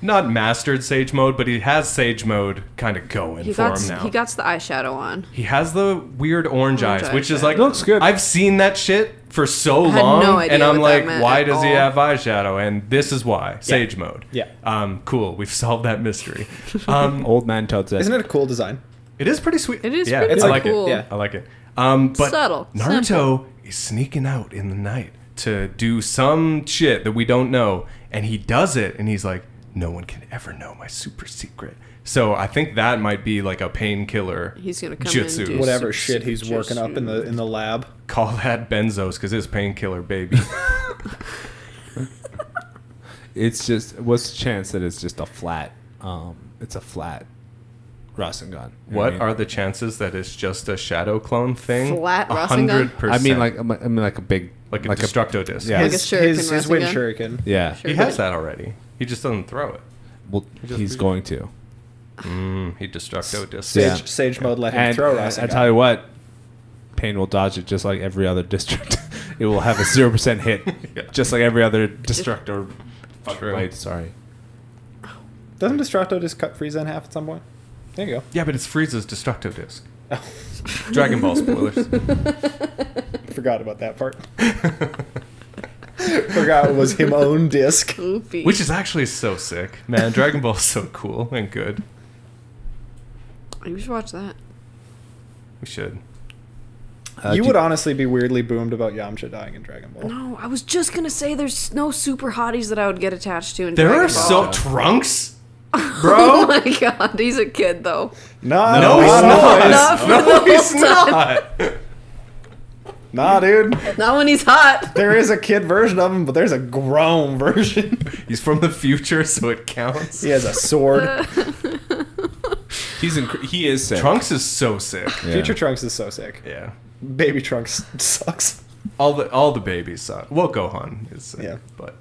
[SPEAKER 3] not mastered Sage mode, but he has Sage mode kind of going
[SPEAKER 4] He
[SPEAKER 3] for
[SPEAKER 4] got
[SPEAKER 3] him now.
[SPEAKER 4] he got the eyeshadow on.
[SPEAKER 3] He has the weird orange,
[SPEAKER 4] Orange
[SPEAKER 3] eyes,
[SPEAKER 4] eyes,
[SPEAKER 3] which is
[SPEAKER 4] yeah.
[SPEAKER 3] like
[SPEAKER 5] Looks good.
[SPEAKER 3] I've seen that shit for so
[SPEAKER 4] had
[SPEAKER 3] long,
[SPEAKER 4] no idea
[SPEAKER 3] and I'm
[SPEAKER 4] what that
[SPEAKER 3] like,
[SPEAKER 4] meant
[SPEAKER 3] why
[SPEAKER 4] at
[SPEAKER 3] does he
[SPEAKER 4] all.
[SPEAKER 3] have eyeshadow? And this is why Sage mode.
[SPEAKER 1] Yeah.
[SPEAKER 3] Um. Cool. We've solved that mystery. Um.
[SPEAKER 5] Old man Toad's
[SPEAKER 1] Isn't it a cool design?
[SPEAKER 3] it is pretty sweet.
[SPEAKER 4] It is
[SPEAKER 3] Yeah.
[SPEAKER 4] pretty
[SPEAKER 3] I like
[SPEAKER 4] cool.
[SPEAKER 3] it.
[SPEAKER 1] Yeah.
[SPEAKER 3] I like it. Um. But
[SPEAKER 4] Subtle,
[SPEAKER 3] Naruto
[SPEAKER 4] simple.
[SPEAKER 3] is sneaking out in the night to do some shit that we don't know, and he does it, and he's like, no one can ever know my super secret. So I think that might be like a painkiller.
[SPEAKER 4] He's gonna come in
[SPEAKER 3] jutsu.
[SPEAKER 4] and do
[SPEAKER 1] Whatever
[SPEAKER 4] Just-
[SPEAKER 1] shit he's
[SPEAKER 4] just-
[SPEAKER 1] working up in the in the lab.
[SPEAKER 3] Call that benzos because it's painkiller, baby.
[SPEAKER 5] It's just what's the chance that it's just a flat? Um, it's a flat. Rasengan. You know
[SPEAKER 3] what
[SPEAKER 5] I mean?
[SPEAKER 3] are the chances that it's just a shadow clone thing?
[SPEAKER 4] Flat
[SPEAKER 3] A
[SPEAKER 4] Rasengan?
[SPEAKER 3] hundred
[SPEAKER 5] I
[SPEAKER 3] percent.
[SPEAKER 5] mean, like I mean, like a big
[SPEAKER 3] like a
[SPEAKER 5] Like a-
[SPEAKER 3] destructo disc.
[SPEAKER 5] yeah.
[SPEAKER 4] Like a
[SPEAKER 1] his,
[SPEAKER 4] shuriken
[SPEAKER 1] his, his wind
[SPEAKER 4] Rasengan.
[SPEAKER 1] shuriken.
[SPEAKER 5] Yeah.
[SPEAKER 3] he has that already. He just doesn't throw it.
[SPEAKER 5] Well, he's going to.
[SPEAKER 3] Mm, he destructo disc.
[SPEAKER 1] Sage,
[SPEAKER 5] Yeah.
[SPEAKER 1] Sage mode let him
[SPEAKER 5] And
[SPEAKER 1] throw
[SPEAKER 5] I, I
[SPEAKER 1] Rasengan.
[SPEAKER 5] tell you what, Payne will dodge it just like every other district. it will have a zero percent hit,
[SPEAKER 3] Yeah.
[SPEAKER 5] just like every other destructor.
[SPEAKER 3] True.
[SPEAKER 5] Blade, sorry.
[SPEAKER 1] Doesn't Destructo just cut Frieza in half at some point? There you go. Oh,
[SPEAKER 3] Yeah, but it's Frieza's destructo disc. Dragon Ball spoilers.
[SPEAKER 1] Forgot about that part. Forgot it was him own disc.
[SPEAKER 4] Goofy.
[SPEAKER 3] Which is actually so sick. Man, Dragon Ball's so cool and good.
[SPEAKER 4] you should watch that.
[SPEAKER 3] We should.
[SPEAKER 5] Uh,
[SPEAKER 1] you
[SPEAKER 5] do-
[SPEAKER 1] would honestly be weirdly boomed about Yamcha dying in Dragon Ball.
[SPEAKER 4] No, I was just gonna say there's no super hotties that I would get attached to. In
[SPEAKER 3] There
[SPEAKER 4] Dragon
[SPEAKER 3] are so
[SPEAKER 4] Ball.
[SPEAKER 3] trunks?
[SPEAKER 4] Oh my god, he's a kid though.
[SPEAKER 1] No,
[SPEAKER 3] No,
[SPEAKER 1] no,
[SPEAKER 3] he's
[SPEAKER 1] no,
[SPEAKER 3] not.
[SPEAKER 4] Not for the
[SPEAKER 3] No, he's
[SPEAKER 4] most time.
[SPEAKER 3] not.
[SPEAKER 1] Nah, dude.
[SPEAKER 4] Not when he's hot.
[SPEAKER 1] There is a kid version of him, but there's a grown version.
[SPEAKER 3] He's from the future, so it counts.
[SPEAKER 1] he has a sword.
[SPEAKER 5] He's inc- he is sick.
[SPEAKER 3] Trunks is so sick.
[SPEAKER 5] Yeah.
[SPEAKER 1] Future Trunks is so sick.
[SPEAKER 3] Yeah.
[SPEAKER 1] Baby Trunks sucks.
[SPEAKER 3] All the all the babies suck. Well, Gohan is sick,
[SPEAKER 1] Yeah.
[SPEAKER 3] but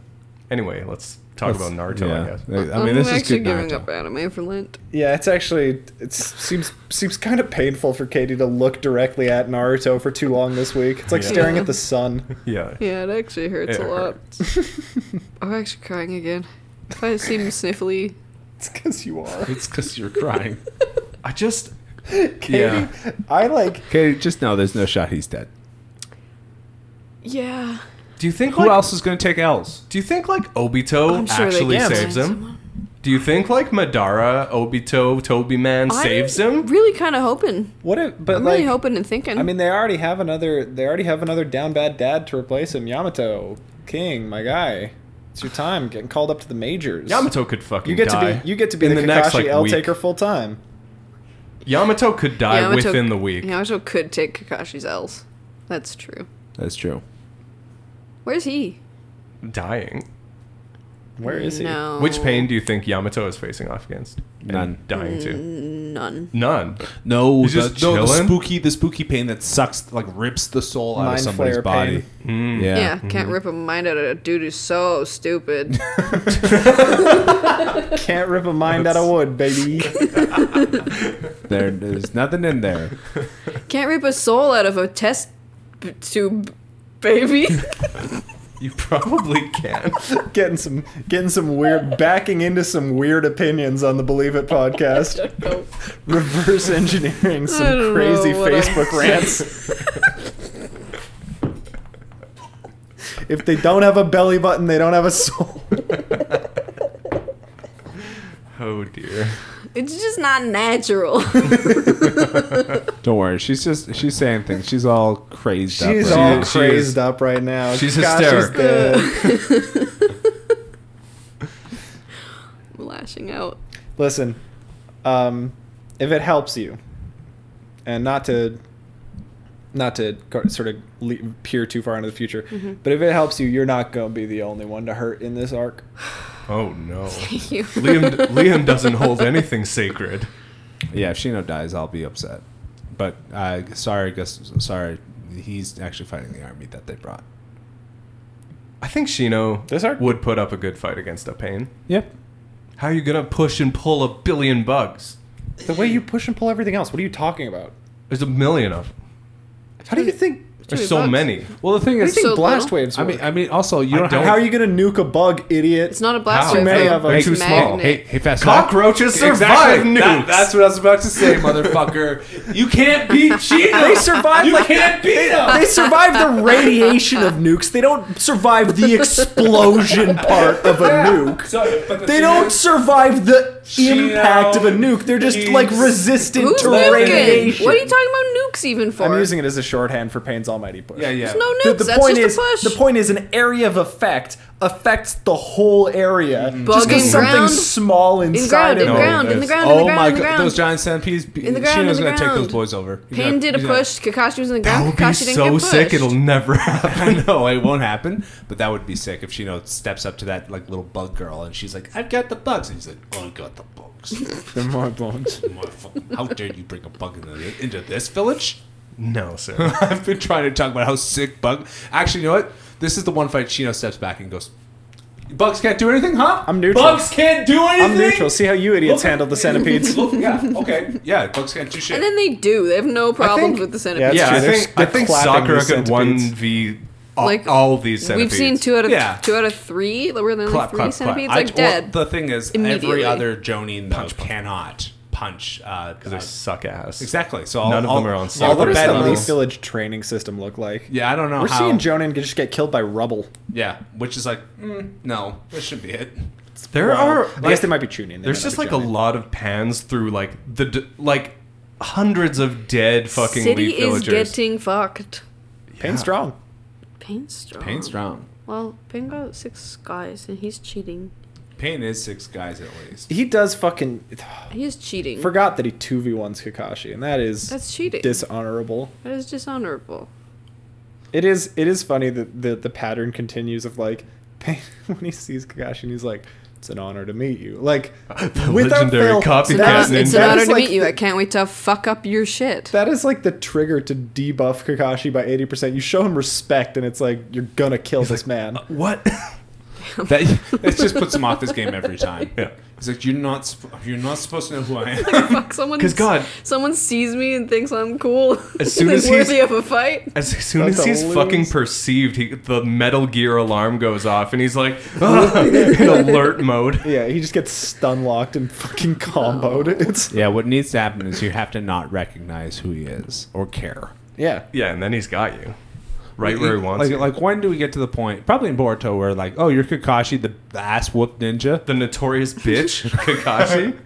[SPEAKER 3] anyway, let's talk about Naruto. I guess. Uh,
[SPEAKER 5] Yeah. I mean, this
[SPEAKER 4] I'm
[SPEAKER 5] is
[SPEAKER 4] actually
[SPEAKER 5] good.
[SPEAKER 4] giving
[SPEAKER 5] Naruto.
[SPEAKER 4] up anime for Lent.
[SPEAKER 1] Yeah, it's actually it seems seems kind of painful for Katie to look directly at Naruto for too long this week. It's like
[SPEAKER 3] Yeah.
[SPEAKER 1] staring at the sun.
[SPEAKER 3] Yeah.
[SPEAKER 4] Yeah, it actually hurts
[SPEAKER 3] It
[SPEAKER 4] a lot. I'm actually crying again. If I seem sniffly,
[SPEAKER 1] It's because you are.
[SPEAKER 5] It's because you're crying.
[SPEAKER 3] I just
[SPEAKER 1] Katie,
[SPEAKER 3] Yeah.
[SPEAKER 1] I like
[SPEAKER 5] okay, just know there's no shot he's dead.
[SPEAKER 4] yeah.
[SPEAKER 3] do you think
[SPEAKER 5] Who
[SPEAKER 3] like
[SPEAKER 5] else is going to take L's?
[SPEAKER 3] do you think like Obito
[SPEAKER 4] I'm sure
[SPEAKER 3] actually
[SPEAKER 4] they can
[SPEAKER 3] saves him? Do you think like Madara, Obito, Toby Man saves
[SPEAKER 4] I'm
[SPEAKER 3] him?
[SPEAKER 4] Really, kind of hoping.
[SPEAKER 1] what if but
[SPEAKER 4] I'm
[SPEAKER 1] like
[SPEAKER 4] really hoping and thinking.
[SPEAKER 1] I mean they already have another they already have another down bad dad to replace him, Yamato. King, my guy. It's your time getting called up to the majors.
[SPEAKER 3] Yamato could fucking
[SPEAKER 1] you get
[SPEAKER 3] die.
[SPEAKER 1] to be you get to be
[SPEAKER 3] in
[SPEAKER 1] the,
[SPEAKER 3] the
[SPEAKER 1] Kakashi
[SPEAKER 3] next, like,
[SPEAKER 1] L
[SPEAKER 3] week.
[SPEAKER 1] taker full time.
[SPEAKER 3] Yamato could die
[SPEAKER 4] Yamato-
[SPEAKER 3] within the week.
[SPEAKER 4] Yamato could take Kakashi's L's. That's true.
[SPEAKER 5] That's true.
[SPEAKER 4] Where's he?
[SPEAKER 3] Dying.
[SPEAKER 1] Where is he?
[SPEAKER 4] No.
[SPEAKER 3] Which pain do you think Yamato is facing off against? And
[SPEAKER 5] None.
[SPEAKER 3] dying to.
[SPEAKER 4] Mm. None.
[SPEAKER 3] None.
[SPEAKER 5] No,
[SPEAKER 3] He's
[SPEAKER 5] the,
[SPEAKER 3] just
[SPEAKER 5] no, the
[SPEAKER 3] chilling?
[SPEAKER 5] spooky, the spooky pain that sucks, like rips the soul out
[SPEAKER 1] Mind
[SPEAKER 5] of somebody's
[SPEAKER 1] flare
[SPEAKER 5] body.
[SPEAKER 1] pain.
[SPEAKER 3] Mm.
[SPEAKER 5] Yeah.
[SPEAKER 4] Yeah, can't rip a mind out of a dude who's so stupid.
[SPEAKER 1] Can't rip a mind out of wood, baby.
[SPEAKER 5] There, there's nothing in there.
[SPEAKER 4] can't rip a soul out of a test b- tube, baby.
[SPEAKER 3] You probably can.
[SPEAKER 1] getting some getting some weird backing into some weird opinions on the Believe It podcast. Reverse engineering
[SPEAKER 4] I
[SPEAKER 1] some
[SPEAKER 4] don't
[SPEAKER 1] crazy
[SPEAKER 4] know what
[SPEAKER 1] Facebook rants. if they don't have a belly button, they don't have a soul.
[SPEAKER 3] oh dear.
[SPEAKER 4] it's just not natural.
[SPEAKER 5] Don't worry. She's just she's saying things. She's all crazed up.
[SPEAKER 1] She's
[SPEAKER 5] right
[SPEAKER 1] all
[SPEAKER 5] now.
[SPEAKER 3] she
[SPEAKER 1] crazed
[SPEAKER 3] is-
[SPEAKER 1] up right now.
[SPEAKER 3] she's
[SPEAKER 1] Gosh,
[SPEAKER 3] hysterical.
[SPEAKER 1] dead.
[SPEAKER 4] I'm lashing out.
[SPEAKER 1] Listen, um, if it helps you, and not to, not to co- sort of le- peer too far into the future,
[SPEAKER 4] Mm-hmm.
[SPEAKER 1] but if it helps you, you're not gonna be the only one to hurt in this arc.
[SPEAKER 3] Oh no.
[SPEAKER 4] You.
[SPEAKER 3] Liam Liam doesn't hold anything sacred.
[SPEAKER 5] Yeah, if Shino dies, I'll be upset. But uh, sorry, Gus. Sorry, he's actually fighting the army that they brought.
[SPEAKER 3] I think Shino
[SPEAKER 1] This arc-
[SPEAKER 3] would put up a good fight against a pain.
[SPEAKER 5] Yep.
[SPEAKER 3] How are you gonna push and pull a billion bugs?
[SPEAKER 1] The way you push and pull everything else. What are you talking about?
[SPEAKER 3] There's a million of them.
[SPEAKER 1] How do you think?
[SPEAKER 3] There's so
[SPEAKER 4] bugs.
[SPEAKER 3] many.
[SPEAKER 5] Well, the thing
[SPEAKER 1] How do you
[SPEAKER 5] is,
[SPEAKER 1] think
[SPEAKER 4] So
[SPEAKER 1] blast
[SPEAKER 4] little.
[SPEAKER 1] waves?
[SPEAKER 5] I
[SPEAKER 1] Work?
[SPEAKER 5] mean, I mean, also you
[SPEAKER 3] I
[SPEAKER 5] don't,
[SPEAKER 3] don't-
[SPEAKER 1] how are
[SPEAKER 5] have
[SPEAKER 1] you gonna nuke a bug, idiot?
[SPEAKER 4] It's not a blast
[SPEAKER 3] How?
[SPEAKER 4] wave.
[SPEAKER 1] many
[SPEAKER 4] though.
[SPEAKER 1] of 'em.
[SPEAKER 4] It's
[SPEAKER 3] Too small.
[SPEAKER 4] magnet.
[SPEAKER 5] Hey, hey, fast
[SPEAKER 3] Cockroaches survive
[SPEAKER 5] Exactly.
[SPEAKER 3] nukes.
[SPEAKER 5] That- that's what I was about to say, motherfucker. You can't beat Cheeto.
[SPEAKER 1] They survive
[SPEAKER 5] You
[SPEAKER 1] like-
[SPEAKER 5] can't beat him.
[SPEAKER 1] they survive the radiation of nukes. They don't survive the explosion part of a nuke.
[SPEAKER 5] So, but the
[SPEAKER 1] They
[SPEAKER 5] thing
[SPEAKER 1] don't
[SPEAKER 5] is-
[SPEAKER 1] survive the
[SPEAKER 5] She
[SPEAKER 1] impact of a nuke. They're just like
[SPEAKER 5] is-
[SPEAKER 1] resistant
[SPEAKER 4] Who's
[SPEAKER 1] to
[SPEAKER 4] nuking?
[SPEAKER 1] radiation.
[SPEAKER 4] What are you talking about nukes even for?
[SPEAKER 1] I'm using it as a shorthand for Payne's almighty push.
[SPEAKER 5] Yeah, yeah.
[SPEAKER 4] There's no nukes.
[SPEAKER 1] The, the
[SPEAKER 4] That's
[SPEAKER 1] point
[SPEAKER 4] just
[SPEAKER 1] is,
[SPEAKER 4] a push.
[SPEAKER 1] the point is, an area of effect affects the whole area.
[SPEAKER 5] Mm-hmm.
[SPEAKER 1] Just
[SPEAKER 4] Bug in
[SPEAKER 1] because something
[SPEAKER 4] ground.
[SPEAKER 1] small
[SPEAKER 4] in
[SPEAKER 1] inside
[SPEAKER 4] ground, in
[SPEAKER 1] of it.
[SPEAKER 4] ground, in the
[SPEAKER 3] it's-
[SPEAKER 4] ground, in the
[SPEAKER 5] Oh my
[SPEAKER 4] ground, in the
[SPEAKER 5] god,
[SPEAKER 4] ground.
[SPEAKER 5] those giant centipedes.
[SPEAKER 4] In the ground, in
[SPEAKER 5] Shino's
[SPEAKER 4] the
[SPEAKER 5] gonna take
[SPEAKER 4] ground.
[SPEAKER 5] those boys over. He's
[SPEAKER 4] Payne
[SPEAKER 5] gonna-
[SPEAKER 4] did a
[SPEAKER 5] he's gonna-
[SPEAKER 4] push. Kakashi was in the
[SPEAKER 3] That
[SPEAKER 4] ground.
[SPEAKER 3] would be
[SPEAKER 4] Kakashi didn't
[SPEAKER 3] so
[SPEAKER 4] get pushed.
[SPEAKER 3] sick it'll never happen.
[SPEAKER 5] I know it won't happen, but that would be sick if Shino steps up to that like little bug girl and she's like, "I've got the bugs," and he's like, "Oh, "I got the bugs."
[SPEAKER 1] They're my bones.
[SPEAKER 5] Motherfucker, How dare you bring a bug into, into this village?
[SPEAKER 3] No, sir.
[SPEAKER 5] I've been trying to talk about how sick Bug. Actually, you know what? This is the one fight Chino steps back and goes, "Bugs can't do anything, huh?
[SPEAKER 1] I'm neutral.
[SPEAKER 5] Bugs can't do anything.
[SPEAKER 1] I'm neutral. See how you idiots
[SPEAKER 5] Okay.
[SPEAKER 1] handle the centipedes.
[SPEAKER 5] Look, yeah. Okay. Yeah. Bugs can't do shit.
[SPEAKER 4] And then they do. They have no problems
[SPEAKER 3] think-
[SPEAKER 4] with the
[SPEAKER 1] Yeah,
[SPEAKER 4] centipede.
[SPEAKER 1] it's
[SPEAKER 3] yeah, I
[SPEAKER 1] true. They're s-
[SPEAKER 3] think I
[SPEAKER 1] they're
[SPEAKER 3] think
[SPEAKER 1] clapping
[SPEAKER 3] Sakura
[SPEAKER 1] these
[SPEAKER 3] could one
[SPEAKER 1] centipedes.
[SPEAKER 3] v all,
[SPEAKER 4] Like,
[SPEAKER 3] all these centipedes.
[SPEAKER 4] We've seen two out of
[SPEAKER 5] Yeah.
[SPEAKER 4] two out of three. Like, Were there only
[SPEAKER 5] Clap,
[SPEAKER 4] three
[SPEAKER 5] clap, clap.
[SPEAKER 4] centipedes?
[SPEAKER 5] I-
[SPEAKER 4] Like
[SPEAKER 5] well,
[SPEAKER 4] dead.
[SPEAKER 5] the thing is, every
[SPEAKER 4] Immediately.
[SPEAKER 5] other Jonin though cannot punch uh,
[SPEAKER 3] because they suck ass.
[SPEAKER 5] exactly. So I'll,
[SPEAKER 3] None of
[SPEAKER 5] I'll-
[SPEAKER 3] them are on
[SPEAKER 5] I'll-
[SPEAKER 1] Yeah,
[SPEAKER 3] Sakura.
[SPEAKER 1] what does the
[SPEAKER 5] level.
[SPEAKER 1] Leaf Village training system look like?
[SPEAKER 5] Yeah, I don't know
[SPEAKER 1] We're
[SPEAKER 5] how.
[SPEAKER 1] seeing Jonin just get killed by rubble.
[SPEAKER 5] yeah, which is like, mm, no, this should be it.
[SPEAKER 3] there are.
[SPEAKER 1] I
[SPEAKER 3] like,
[SPEAKER 1] guess they might be tuning.
[SPEAKER 3] There's just like a lot of pans through like the d- like hundreds of dead fucking
[SPEAKER 4] City
[SPEAKER 3] leaf
[SPEAKER 4] is
[SPEAKER 3] villagers.
[SPEAKER 4] getting fucked.
[SPEAKER 1] pain strong.
[SPEAKER 4] Pain's strong.
[SPEAKER 5] Pain's strong.
[SPEAKER 4] Well, Pain got six guys, and he's cheating.
[SPEAKER 5] Pain is six guys at least.
[SPEAKER 1] He does fucking
[SPEAKER 4] He is cheating.
[SPEAKER 1] forgot that he two v ones Kakashi, and that is
[SPEAKER 4] That's cheating.
[SPEAKER 1] dishonorable.
[SPEAKER 4] that is dishonorable.
[SPEAKER 1] It is it is funny that the, the pattern continues of like pain when he sees Kakashi and he's like, "It's an honor to meet you." Like
[SPEAKER 3] The
[SPEAKER 1] without
[SPEAKER 3] legendary
[SPEAKER 1] fail,
[SPEAKER 3] copycat
[SPEAKER 4] It's an
[SPEAKER 1] that is-
[SPEAKER 4] honor-
[SPEAKER 3] ninja.
[SPEAKER 4] it's an
[SPEAKER 1] that
[SPEAKER 4] honor
[SPEAKER 1] is
[SPEAKER 4] to
[SPEAKER 1] like
[SPEAKER 4] meet you.
[SPEAKER 1] the-
[SPEAKER 4] I can't wait to fuck up your shit.
[SPEAKER 1] That is like the trigger to debuff Kakashi by eighty percent. You show him respect, and it's like "Uh." you're gonna kill this man.
[SPEAKER 3] What?
[SPEAKER 5] That it just puts him off his game every time. Yeah, he's like, you're not, sp- you're not supposed to know who I am.
[SPEAKER 4] Fuck someone.
[SPEAKER 3] 'Cause God-
[SPEAKER 4] someone sees me and thinks I'm cool.
[SPEAKER 3] As soon
[SPEAKER 4] and
[SPEAKER 3] as he's-
[SPEAKER 4] worthy of a fight.
[SPEAKER 3] As soon
[SPEAKER 1] That's
[SPEAKER 3] as he's
[SPEAKER 1] a lose.
[SPEAKER 3] fucking perceived, he, the Metal Gear alarm goes off, and he's like "Ah," in alert mode.
[SPEAKER 1] Yeah, he just gets stun locked and fucking comboed. It's
[SPEAKER 5] Yeah, what needs to happen is you have to not recognize who he is or care.
[SPEAKER 1] yeah.
[SPEAKER 3] Yeah, and then he's got you right where he wants.
[SPEAKER 5] Like,
[SPEAKER 3] you.
[SPEAKER 5] like when do we get to the point? Probably in Boruto, where like, oh, you're Kakashi, the, the ass whoop ninja.
[SPEAKER 3] the notorious bitch Kakashi.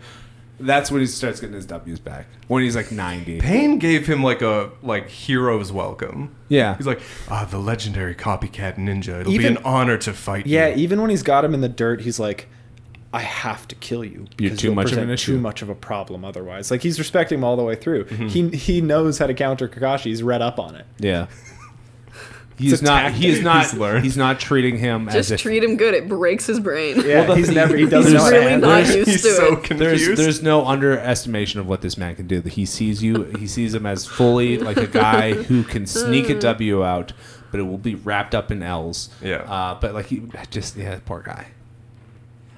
[SPEAKER 5] That's when he starts getting his W's back. When he's like 90.
[SPEAKER 3] Pain gave him like a like hero's welcome.
[SPEAKER 5] Yeah.
[SPEAKER 3] He's like, ah, the legendary copycat ninja. It'll
[SPEAKER 1] Even-
[SPEAKER 3] be an honor to fight you.
[SPEAKER 1] Yeah, even when he's got him in the dirt, he's like, "I have to kill you because
[SPEAKER 5] too
[SPEAKER 1] you'll
[SPEAKER 5] much of an
[SPEAKER 1] present
[SPEAKER 5] issue." Mm-hmm.
[SPEAKER 1] too much of a problem otherwise." Like he's respecting him all the way through. He he knows how to counter Kakashi. He's read up on it.
[SPEAKER 5] Yeah. He's
[SPEAKER 1] a
[SPEAKER 5] not. He is not.
[SPEAKER 3] He's
[SPEAKER 5] He's,
[SPEAKER 3] learned.
[SPEAKER 5] not treating him as
[SPEAKER 4] Just
[SPEAKER 5] if
[SPEAKER 4] treat him good. It breaks his brain.
[SPEAKER 1] Yeah, he's never he doesn't
[SPEAKER 4] He's
[SPEAKER 1] know. how to
[SPEAKER 4] really
[SPEAKER 1] handle
[SPEAKER 4] not
[SPEAKER 1] it.
[SPEAKER 4] used
[SPEAKER 3] He's
[SPEAKER 4] to
[SPEAKER 3] so
[SPEAKER 4] it.
[SPEAKER 3] confused.
[SPEAKER 5] there's there's no underestimation of what this man can do. That he sees you. He sees him as fully like a guy who can sneak
[SPEAKER 3] Hmm.
[SPEAKER 5] a W out, but it will be wrapped up in L's.
[SPEAKER 3] Yeah.
[SPEAKER 5] Uh, but like he just yeah, poor guy.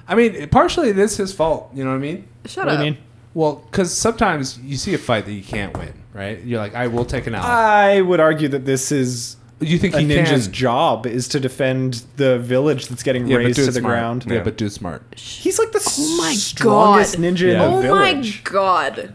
[SPEAKER 5] I mean, partially it is his fault. You know what I mean?
[SPEAKER 4] Shut
[SPEAKER 1] What do
[SPEAKER 4] up.
[SPEAKER 1] you mean?
[SPEAKER 5] Well, because sometimes you see a fight that you can't win, right? You're like, I will take an L.
[SPEAKER 1] I would argue that this is
[SPEAKER 5] you think
[SPEAKER 1] Uh, a
[SPEAKER 5] he
[SPEAKER 1] ninja's
[SPEAKER 5] can?
[SPEAKER 1] job is to defend the village that's getting
[SPEAKER 5] Yeah, but
[SPEAKER 1] raised
[SPEAKER 5] do it
[SPEAKER 1] to the
[SPEAKER 5] smart.
[SPEAKER 1] ground.
[SPEAKER 5] Yeah, but do it smart.
[SPEAKER 1] He's like the
[SPEAKER 4] Oh my
[SPEAKER 1] strongest
[SPEAKER 4] God.
[SPEAKER 1] ninja in the
[SPEAKER 4] Oh
[SPEAKER 1] village.
[SPEAKER 4] my god.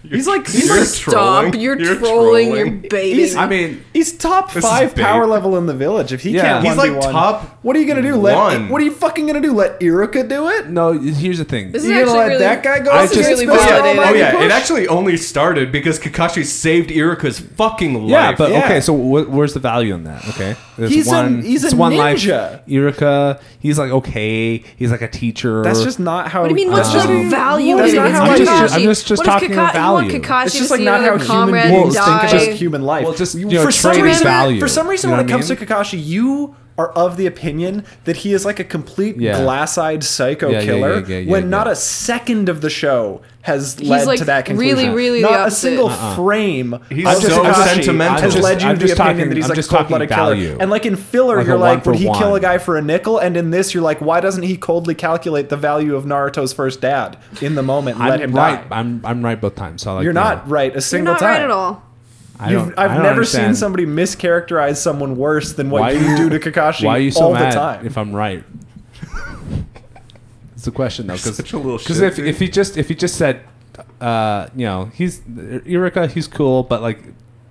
[SPEAKER 1] He's like he's,
[SPEAKER 4] You're
[SPEAKER 1] like-
[SPEAKER 4] Stop.
[SPEAKER 3] trolling.
[SPEAKER 4] You're,
[SPEAKER 3] You're
[SPEAKER 4] trolling.
[SPEAKER 3] trolling.
[SPEAKER 4] You're baiting.
[SPEAKER 1] He's-
[SPEAKER 5] I mean,
[SPEAKER 1] he's top
[SPEAKER 3] is
[SPEAKER 1] five
[SPEAKER 3] bait.
[SPEAKER 1] power level in the village. If he
[SPEAKER 5] Yeah.
[SPEAKER 1] can't,
[SPEAKER 3] He's like
[SPEAKER 1] 1v1,
[SPEAKER 3] top
[SPEAKER 1] What are you gonna do? Let
[SPEAKER 3] one.
[SPEAKER 1] what are you fucking gonna do? Let Iruka do it?
[SPEAKER 5] no. Here's the thing.
[SPEAKER 4] This is
[SPEAKER 1] You gonna
[SPEAKER 4] actually
[SPEAKER 1] let
[SPEAKER 4] really-
[SPEAKER 1] that guy go?
[SPEAKER 4] I
[SPEAKER 1] This
[SPEAKER 4] just-
[SPEAKER 1] is
[SPEAKER 4] really
[SPEAKER 1] Mr.
[SPEAKER 4] validated.
[SPEAKER 3] Oh
[SPEAKER 1] Almighty
[SPEAKER 3] yeah, it
[SPEAKER 1] Push?
[SPEAKER 3] actually only started because Kakashi saved Iruka's fucking life.
[SPEAKER 5] Yeah, but
[SPEAKER 1] Yeah.
[SPEAKER 5] okay. So wh- where's the value in that? Okay, There's
[SPEAKER 1] He's a- he's
[SPEAKER 5] it's
[SPEAKER 1] a
[SPEAKER 5] one
[SPEAKER 1] ninja.
[SPEAKER 5] Life. Iruka, he's like okay. He's like a teacher.
[SPEAKER 1] That's just not how.
[SPEAKER 4] What do you mean? What's
[SPEAKER 1] that's
[SPEAKER 4] the
[SPEAKER 1] just-
[SPEAKER 4] value
[SPEAKER 1] oh, that's
[SPEAKER 4] in it?
[SPEAKER 1] not
[SPEAKER 4] It's
[SPEAKER 1] how
[SPEAKER 5] I'm
[SPEAKER 1] I
[SPEAKER 5] just-
[SPEAKER 4] Kakashi.
[SPEAKER 5] I'm just- just
[SPEAKER 4] What if
[SPEAKER 5] talking
[SPEAKER 4] Kaka-
[SPEAKER 5] about
[SPEAKER 4] You
[SPEAKER 5] value.
[SPEAKER 4] want Kakashi
[SPEAKER 1] It's
[SPEAKER 4] to
[SPEAKER 1] just like
[SPEAKER 4] see
[SPEAKER 1] not
[SPEAKER 4] another
[SPEAKER 1] how human
[SPEAKER 4] comrade
[SPEAKER 1] beings think
[SPEAKER 4] die?
[SPEAKER 1] about just human life.
[SPEAKER 5] Well, just, you know,
[SPEAKER 1] for some
[SPEAKER 5] trade
[SPEAKER 1] reason,
[SPEAKER 5] value.
[SPEAKER 1] for some reason,
[SPEAKER 5] You know
[SPEAKER 1] when it
[SPEAKER 5] what
[SPEAKER 1] comes
[SPEAKER 5] I
[SPEAKER 1] to
[SPEAKER 5] mean?
[SPEAKER 1] Kakashi, you are of the opinion that he is like a complete
[SPEAKER 5] Yeah.
[SPEAKER 1] glass-eyed psycho
[SPEAKER 5] Yeah, yeah,
[SPEAKER 1] killer.
[SPEAKER 5] yeah, yeah, yeah,
[SPEAKER 1] when
[SPEAKER 5] yeah.
[SPEAKER 1] not a second of the show has led
[SPEAKER 4] like,
[SPEAKER 1] to that
[SPEAKER 4] really,
[SPEAKER 1] conclusion.
[SPEAKER 4] really the
[SPEAKER 1] not a
[SPEAKER 4] opposite.
[SPEAKER 1] single
[SPEAKER 5] Uh-uh.
[SPEAKER 1] frame.
[SPEAKER 3] He's
[SPEAKER 1] of
[SPEAKER 3] so
[SPEAKER 1] Kakashi
[SPEAKER 3] sentimental.
[SPEAKER 1] Has led you
[SPEAKER 5] I'm
[SPEAKER 1] to the
[SPEAKER 5] just
[SPEAKER 1] opinion
[SPEAKER 5] talking-
[SPEAKER 1] that he's
[SPEAKER 5] I'm
[SPEAKER 1] like
[SPEAKER 5] just
[SPEAKER 1] a cold-blooded
[SPEAKER 5] talking
[SPEAKER 1] killer.
[SPEAKER 5] value.
[SPEAKER 1] And like in filler,
[SPEAKER 5] Like a
[SPEAKER 1] you're like,
[SPEAKER 5] one
[SPEAKER 1] would
[SPEAKER 5] for
[SPEAKER 1] he kill a
[SPEAKER 5] one.
[SPEAKER 1] guy for a nickel? And in this, you're like, why doesn't he coldly calculate the value of Naruto's first dad in the moment and
[SPEAKER 5] I'm
[SPEAKER 1] let him die?
[SPEAKER 5] right. I'm I'm right both times. So like,
[SPEAKER 1] You're
[SPEAKER 5] you know,
[SPEAKER 1] not right a
[SPEAKER 4] You're
[SPEAKER 1] single
[SPEAKER 4] not
[SPEAKER 1] time.
[SPEAKER 4] right at all.
[SPEAKER 5] uh, I
[SPEAKER 1] You've,
[SPEAKER 5] don't- I
[SPEAKER 1] I've
[SPEAKER 5] don't
[SPEAKER 1] never seen
[SPEAKER 5] understand
[SPEAKER 1] somebody mischaracterize someone worse than what
[SPEAKER 5] Why
[SPEAKER 1] you
[SPEAKER 5] you-
[SPEAKER 1] do to Kakashi
[SPEAKER 5] Why are you so
[SPEAKER 1] all
[SPEAKER 5] mad
[SPEAKER 1] the time.
[SPEAKER 5] if I'm right? It's the question though, because
[SPEAKER 3] such a little
[SPEAKER 5] because
[SPEAKER 3] shit,
[SPEAKER 5] if,
[SPEAKER 3] dude.
[SPEAKER 5] if he just if he just said, uh, you know, he's Erika, he's cool, but like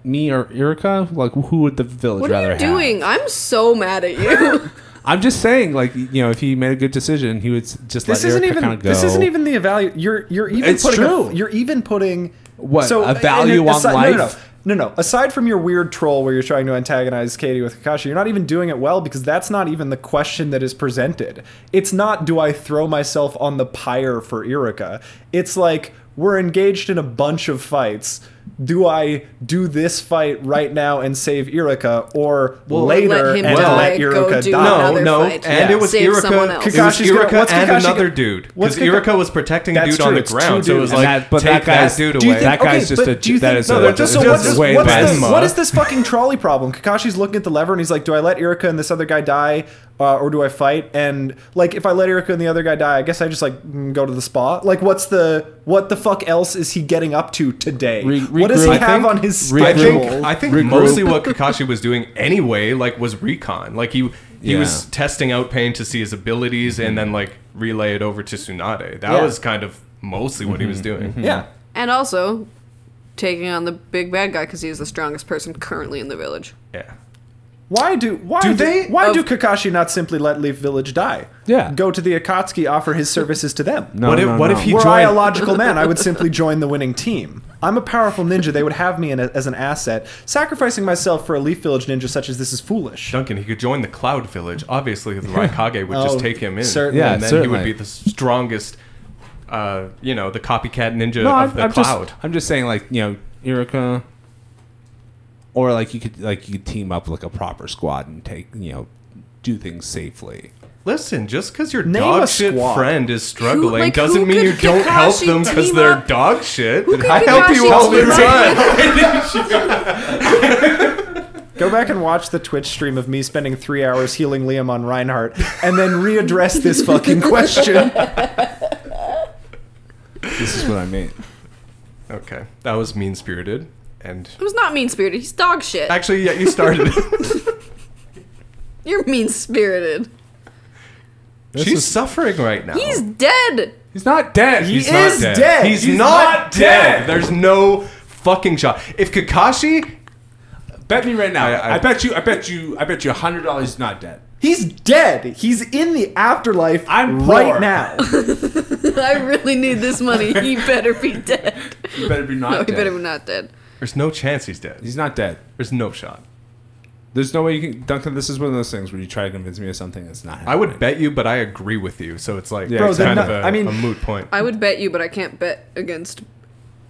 [SPEAKER 5] me or Erika, like who would the village
[SPEAKER 4] What
[SPEAKER 5] rather
[SPEAKER 4] are you
[SPEAKER 5] have?
[SPEAKER 4] doing? I'm so mad at you.
[SPEAKER 5] I'm just saying, like you know, if he made a good decision, he would s- just
[SPEAKER 1] this
[SPEAKER 5] let
[SPEAKER 1] isn't
[SPEAKER 5] Erika
[SPEAKER 1] even
[SPEAKER 5] kind of go.
[SPEAKER 1] this isn't even the value. You're you're even
[SPEAKER 5] It's
[SPEAKER 1] putting a-
[SPEAKER 5] true.
[SPEAKER 1] you're even putting
[SPEAKER 5] What, a value
[SPEAKER 1] and
[SPEAKER 5] on
[SPEAKER 1] aside- No, no,
[SPEAKER 5] life?
[SPEAKER 1] no, no, no. Aside from your weird troll where you're trying to antagonize Katie with Kakashi, you're not even doing it well because that's not even the question that is presented. It's not do I throw myself on the pyre for Erika? It's like we're engaged in a bunch of fights. do I do this fight right now and save Irika, or
[SPEAKER 4] Let
[SPEAKER 1] later
[SPEAKER 4] him
[SPEAKER 1] and
[SPEAKER 4] die,
[SPEAKER 1] let
[SPEAKER 4] go
[SPEAKER 1] Irika
[SPEAKER 4] do
[SPEAKER 1] die?
[SPEAKER 4] another
[SPEAKER 3] no,
[SPEAKER 4] fight.
[SPEAKER 3] and it was
[SPEAKER 4] Save
[SPEAKER 3] Erika-
[SPEAKER 4] someone else.
[SPEAKER 3] It was
[SPEAKER 1] Kakashi's gonna-
[SPEAKER 3] Erika
[SPEAKER 1] what's
[SPEAKER 3] and
[SPEAKER 1] Kakashi
[SPEAKER 3] another
[SPEAKER 1] gonna-
[SPEAKER 3] dude.
[SPEAKER 1] what's
[SPEAKER 3] Because
[SPEAKER 1] Kaka-
[SPEAKER 3] Erika was protecting a
[SPEAKER 1] That's
[SPEAKER 3] dude
[SPEAKER 1] true,
[SPEAKER 3] on the
[SPEAKER 1] it's
[SPEAKER 3] ground,
[SPEAKER 1] two
[SPEAKER 3] so it was
[SPEAKER 1] dudes.
[SPEAKER 3] like,
[SPEAKER 1] And
[SPEAKER 3] but take that, dude away.
[SPEAKER 1] Do you think,
[SPEAKER 5] That guy's
[SPEAKER 1] okay,
[SPEAKER 5] just
[SPEAKER 1] but
[SPEAKER 5] a-
[SPEAKER 1] do you
[SPEAKER 5] that
[SPEAKER 1] think-
[SPEAKER 5] is
[SPEAKER 1] no,
[SPEAKER 5] a-
[SPEAKER 1] they're just
[SPEAKER 5] it's
[SPEAKER 1] so
[SPEAKER 5] just
[SPEAKER 1] what's, this,
[SPEAKER 5] way
[SPEAKER 1] what's
[SPEAKER 5] bad
[SPEAKER 1] this-
[SPEAKER 5] mod.
[SPEAKER 1] what is this fucking trolley problem? Kakashi's looking at the lever and he's like, "Do I let Erika and this other guy die, uh, or do I fight?" And like, if I let Erika and the other guy die, I guess I just like mm, go to the spa. Like, what's the what the fuck else is he getting up to today?
[SPEAKER 5] Re-
[SPEAKER 1] what does he
[SPEAKER 5] regroup. I
[SPEAKER 1] have
[SPEAKER 5] think-
[SPEAKER 1] on his
[SPEAKER 5] regroup.
[SPEAKER 3] I think
[SPEAKER 1] schedule?
[SPEAKER 3] I think
[SPEAKER 5] Regroup.
[SPEAKER 3] mostly what Kakashi was doing anyway, like was recon. Like he he
[SPEAKER 5] Yeah.
[SPEAKER 3] was testing out Pain to see his abilities
[SPEAKER 1] Mm-hmm.
[SPEAKER 3] and then like relay it over to Tsunade. That
[SPEAKER 1] Yeah.
[SPEAKER 3] was kind of mostly what he was doing.
[SPEAKER 1] Mm-hmm. yeah,
[SPEAKER 4] And also taking on the big bad guy because he's the strongest person currently in the village.
[SPEAKER 3] Yeah.
[SPEAKER 1] Why do why
[SPEAKER 3] Do
[SPEAKER 1] do
[SPEAKER 3] they-
[SPEAKER 1] why do
[SPEAKER 4] of-
[SPEAKER 1] Kakashi not simply let Leaf Village die?
[SPEAKER 5] Yeah.
[SPEAKER 1] Go to the Akatsuki, offer his services to them.
[SPEAKER 5] No,
[SPEAKER 3] What if-
[SPEAKER 5] no,
[SPEAKER 3] what
[SPEAKER 5] no.
[SPEAKER 3] if he-
[SPEAKER 1] Were
[SPEAKER 3] joined-
[SPEAKER 1] I a logical man, I would simply join the winning team. I'm a powerful ninja. They would have me in a, as an asset. Sacrificing myself for a Leaf Village ninja such as this is foolish.
[SPEAKER 3] Duncan, he could join the Cloud Village. Obviously, the Raikage would
[SPEAKER 1] Oh,
[SPEAKER 3] just take him in.
[SPEAKER 1] certainly.
[SPEAKER 5] Yeah,
[SPEAKER 3] and then
[SPEAKER 5] certainly.
[SPEAKER 3] he would be the strongest, uh, you know, the copycat ninja
[SPEAKER 5] No,
[SPEAKER 3] of
[SPEAKER 5] I'm,
[SPEAKER 3] the
[SPEAKER 5] I'm
[SPEAKER 3] Cloud.
[SPEAKER 5] just I'm just saying like you know Erica, or like you could like you could team up like a proper squad and take you know do things safely.
[SPEAKER 3] Listen, just because your
[SPEAKER 1] Name a
[SPEAKER 3] dog shit
[SPEAKER 1] squad.
[SPEAKER 3] friend is struggling
[SPEAKER 4] like, who
[SPEAKER 3] doesn't mean
[SPEAKER 4] could
[SPEAKER 3] you don't help
[SPEAKER 4] Kakashi
[SPEAKER 3] them because
[SPEAKER 4] team
[SPEAKER 3] they're
[SPEAKER 4] up-
[SPEAKER 3] dog shit.
[SPEAKER 4] Who could
[SPEAKER 3] I help you
[SPEAKER 4] Kakashi
[SPEAKER 3] all the
[SPEAKER 4] team up
[SPEAKER 3] time.
[SPEAKER 1] Go back and watch the Twitch stream of me spending three hours healing Liam on Reinhardt, and then readdress this fucking question.
[SPEAKER 5] This is what I mean.
[SPEAKER 3] okay, that was mean spirited, and
[SPEAKER 4] It was not mean spirited. He's dog shit.
[SPEAKER 3] actually, yeah, you started. it.
[SPEAKER 4] You're mean spirited.
[SPEAKER 3] She's suffering right now.
[SPEAKER 4] He's dead.
[SPEAKER 5] He's not dead.
[SPEAKER 3] He's
[SPEAKER 1] He
[SPEAKER 3] not
[SPEAKER 1] is dead.
[SPEAKER 3] He's,
[SPEAKER 1] He's
[SPEAKER 3] not,
[SPEAKER 1] not
[SPEAKER 3] dead.
[SPEAKER 1] dead.
[SPEAKER 3] There's no fucking shot. If Kakashi,
[SPEAKER 5] bet me right now.
[SPEAKER 3] I- I-
[SPEAKER 5] I bet you. I bet you. I bet you a hundred dollars. He's not dead.
[SPEAKER 1] He's dead. He's in the afterlife
[SPEAKER 5] I'm
[SPEAKER 1] right
[SPEAKER 5] poor.
[SPEAKER 1] now.
[SPEAKER 4] I really need this money. He better be dead.
[SPEAKER 5] He better be not.
[SPEAKER 4] No, he
[SPEAKER 5] dead.
[SPEAKER 4] better be not dead.
[SPEAKER 3] there's no chance he's dead.
[SPEAKER 5] He's not dead.
[SPEAKER 3] There's no shot.
[SPEAKER 5] There's no way you can, Duncan. This is one of those things where you try to convince me of something that's not. Happening.
[SPEAKER 3] I would bet you, but I agree with you. So it's like
[SPEAKER 5] Yeah, Bro,
[SPEAKER 3] it's
[SPEAKER 1] they're
[SPEAKER 3] kind of
[SPEAKER 1] not-
[SPEAKER 3] a,
[SPEAKER 1] I mean-
[SPEAKER 3] a moot point.
[SPEAKER 4] I would bet you, but I can't bet against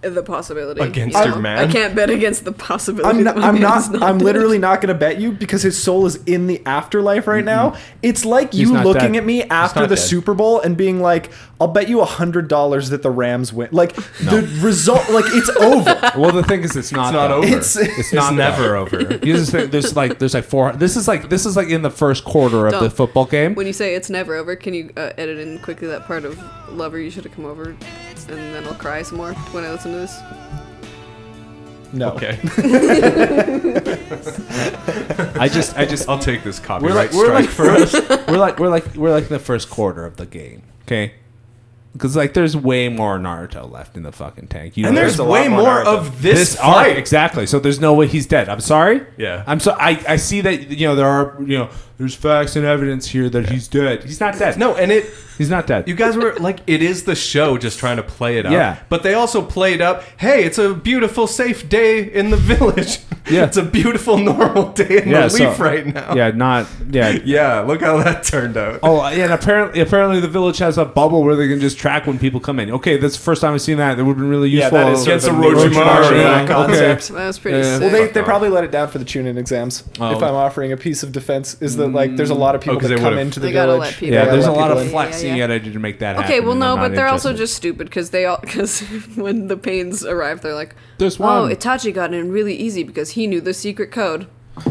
[SPEAKER 4] the possibility.
[SPEAKER 3] Against
[SPEAKER 4] you
[SPEAKER 3] your man?
[SPEAKER 4] I can't bet against the possibility.
[SPEAKER 1] I'm
[SPEAKER 4] that
[SPEAKER 1] not,
[SPEAKER 4] my
[SPEAKER 1] I'm
[SPEAKER 4] man's
[SPEAKER 1] not, I'm
[SPEAKER 4] dead.
[SPEAKER 1] literally not going to bet you because his soul is in the afterlife right now. It's like
[SPEAKER 5] He's
[SPEAKER 1] you
[SPEAKER 5] not
[SPEAKER 1] looking
[SPEAKER 5] dead.
[SPEAKER 1] at me after
[SPEAKER 5] not
[SPEAKER 1] the
[SPEAKER 5] dead.
[SPEAKER 1] Super Bowl and being like, "I'll bet you a hundred dollars that the Rams win." Like the result, like it's over.
[SPEAKER 5] Well, the thing is, it's not.
[SPEAKER 3] It's not
[SPEAKER 5] though.
[SPEAKER 3] over.
[SPEAKER 1] It's-
[SPEAKER 5] It's
[SPEAKER 3] It's
[SPEAKER 5] not
[SPEAKER 3] never over.
[SPEAKER 5] You just think there's like there's like four. This is like this is like in the first quarter of the
[SPEAKER 4] Don't.
[SPEAKER 5] football game.
[SPEAKER 4] When you say it's never over, can you uh, edit in quickly that part of "Lover, you should have come over," and then I'll cry some more when I listen to this.
[SPEAKER 1] No,
[SPEAKER 3] Okay,
[SPEAKER 5] I just I just
[SPEAKER 3] I'll take this copyright
[SPEAKER 5] we're
[SPEAKER 3] strike
[SPEAKER 5] like we're like
[SPEAKER 3] for us.
[SPEAKER 5] we're like we're like we're like in the first quarter of the game. Okay. Because like there's way more Naruto left in the fucking tank. You
[SPEAKER 3] And
[SPEAKER 5] know
[SPEAKER 3] there's,
[SPEAKER 5] that.
[SPEAKER 1] a lot
[SPEAKER 3] way
[SPEAKER 1] more
[SPEAKER 3] more
[SPEAKER 1] Naruto.
[SPEAKER 3] of this,
[SPEAKER 5] arc,
[SPEAKER 3] fight.
[SPEAKER 5] exactly. So there's no way he's dead. I'm sorry.
[SPEAKER 3] Yeah.
[SPEAKER 5] I'm so I, I see that you know there are you know there's facts and evidence here that he's dead. He's not dead.
[SPEAKER 3] No, and it
[SPEAKER 5] he's not dead.
[SPEAKER 3] you guys were like it is the show just trying to play it up.
[SPEAKER 5] Yeah.
[SPEAKER 3] But they also played up, hey, it's a beautiful safe day in the village.
[SPEAKER 5] Yeah.
[SPEAKER 3] it's a beautiful normal day in the leaf right now.
[SPEAKER 5] Yeah, not yeah.
[SPEAKER 3] Yeah, look how that turned out.
[SPEAKER 5] Oh, yeah, and apparently, apparently the village has a bubble where they can just track when people come in. Okay, that's the first time I've seen that. That would have been really
[SPEAKER 1] Yeah,
[SPEAKER 5] useful.
[SPEAKER 1] that is sort
[SPEAKER 3] It's a Rojimaru
[SPEAKER 5] Yeah,
[SPEAKER 1] concept.
[SPEAKER 4] That was pretty
[SPEAKER 5] Yeah.
[SPEAKER 4] sick.
[SPEAKER 1] Well, they, they
[SPEAKER 3] off.
[SPEAKER 1] probably let it down for the tune-in exams.
[SPEAKER 5] Oh.
[SPEAKER 1] If I'm offering a piece of defense, is that like there's a lot of people
[SPEAKER 3] 'cause
[SPEAKER 1] that
[SPEAKER 3] they
[SPEAKER 1] come
[SPEAKER 3] would've-
[SPEAKER 1] into the
[SPEAKER 4] They gotta
[SPEAKER 1] village.
[SPEAKER 4] let people
[SPEAKER 5] Yeah,
[SPEAKER 4] Yeah,
[SPEAKER 5] there's
[SPEAKER 4] let
[SPEAKER 5] a lot
[SPEAKER 1] people
[SPEAKER 5] of
[SPEAKER 1] in.
[SPEAKER 4] flat-
[SPEAKER 5] flexing
[SPEAKER 4] Yeah, yeah.
[SPEAKER 5] that I did to make that happen.
[SPEAKER 4] Okay, well,
[SPEAKER 5] and
[SPEAKER 4] no,
[SPEAKER 5] I'm not
[SPEAKER 4] but they're also
[SPEAKER 5] interested.
[SPEAKER 4] just stupid because they all because when the pains arrive, they're like,
[SPEAKER 5] There's
[SPEAKER 4] "Oh,
[SPEAKER 5] one.
[SPEAKER 4] Itachi got in really easy because he knew the secret code."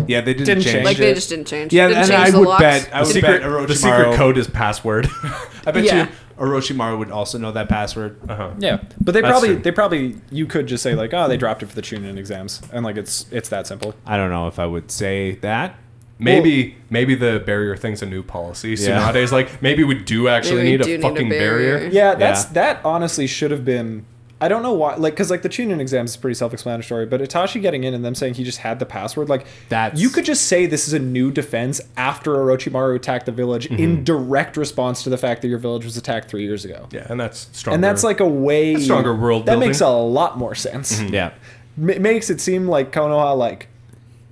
[SPEAKER 5] yeah, they didn't,
[SPEAKER 1] Didn't
[SPEAKER 5] change.
[SPEAKER 1] change
[SPEAKER 4] Like
[SPEAKER 1] it.
[SPEAKER 4] they just didn't change.
[SPEAKER 5] Yeah,
[SPEAKER 4] didn't
[SPEAKER 5] and
[SPEAKER 4] change
[SPEAKER 5] I
[SPEAKER 4] the
[SPEAKER 5] would
[SPEAKER 4] locks.
[SPEAKER 5] bet. I
[SPEAKER 3] The
[SPEAKER 5] would
[SPEAKER 3] secret,
[SPEAKER 5] bet Orochimaru.
[SPEAKER 3] the secret code is password.
[SPEAKER 5] I bet
[SPEAKER 4] Yeah.
[SPEAKER 5] you Orochimaru would also know that password.
[SPEAKER 3] uh-huh.
[SPEAKER 1] Yeah, but they
[SPEAKER 3] That's
[SPEAKER 1] probably
[SPEAKER 3] true.
[SPEAKER 1] they probably you could just say like, oh, they dropped it for the tune-in exams, and like it's it's that simple.
[SPEAKER 5] I don't know if I would say that.
[SPEAKER 3] Maybe maybe the barrier thing's a new policy. So
[SPEAKER 5] Yeah.
[SPEAKER 3] nowadays, like maybe we do actually
[SPEAKER 4] Maybe we
[SPEAKER 3] need,
[SPEAKER 4] do
[SPEAKER 3] a fucking barrier.
[SPEAKER 1] Yeah, that's
[SPEAKER 5] Yeah.
[SPEAKER 1] that honestly should have been. I don't know why, like, because like the tune-in exams is pretty self-explanatory, but Itachi getting in and them saying he just had the password, like,
[SPEAKER 5] That's-
[SPEAKER 1] you could just say this is a new defense after Orochimaru attacked the village in direct response to the fact that your village was attacked three years ago,
[SPEAKER 3] Yeah, and that's stronger.
[SPEAKER 1] and that's like a way
[SPEAKER 3] That's stronger world
[SPEAKER 1] that
[SPEAKER 3] building.
[SPEAKER 1] makes a lot more sense.
[SPEAKER 5] Yeah.
[SPEAKER 1] Ma- makes it seem like Konoha like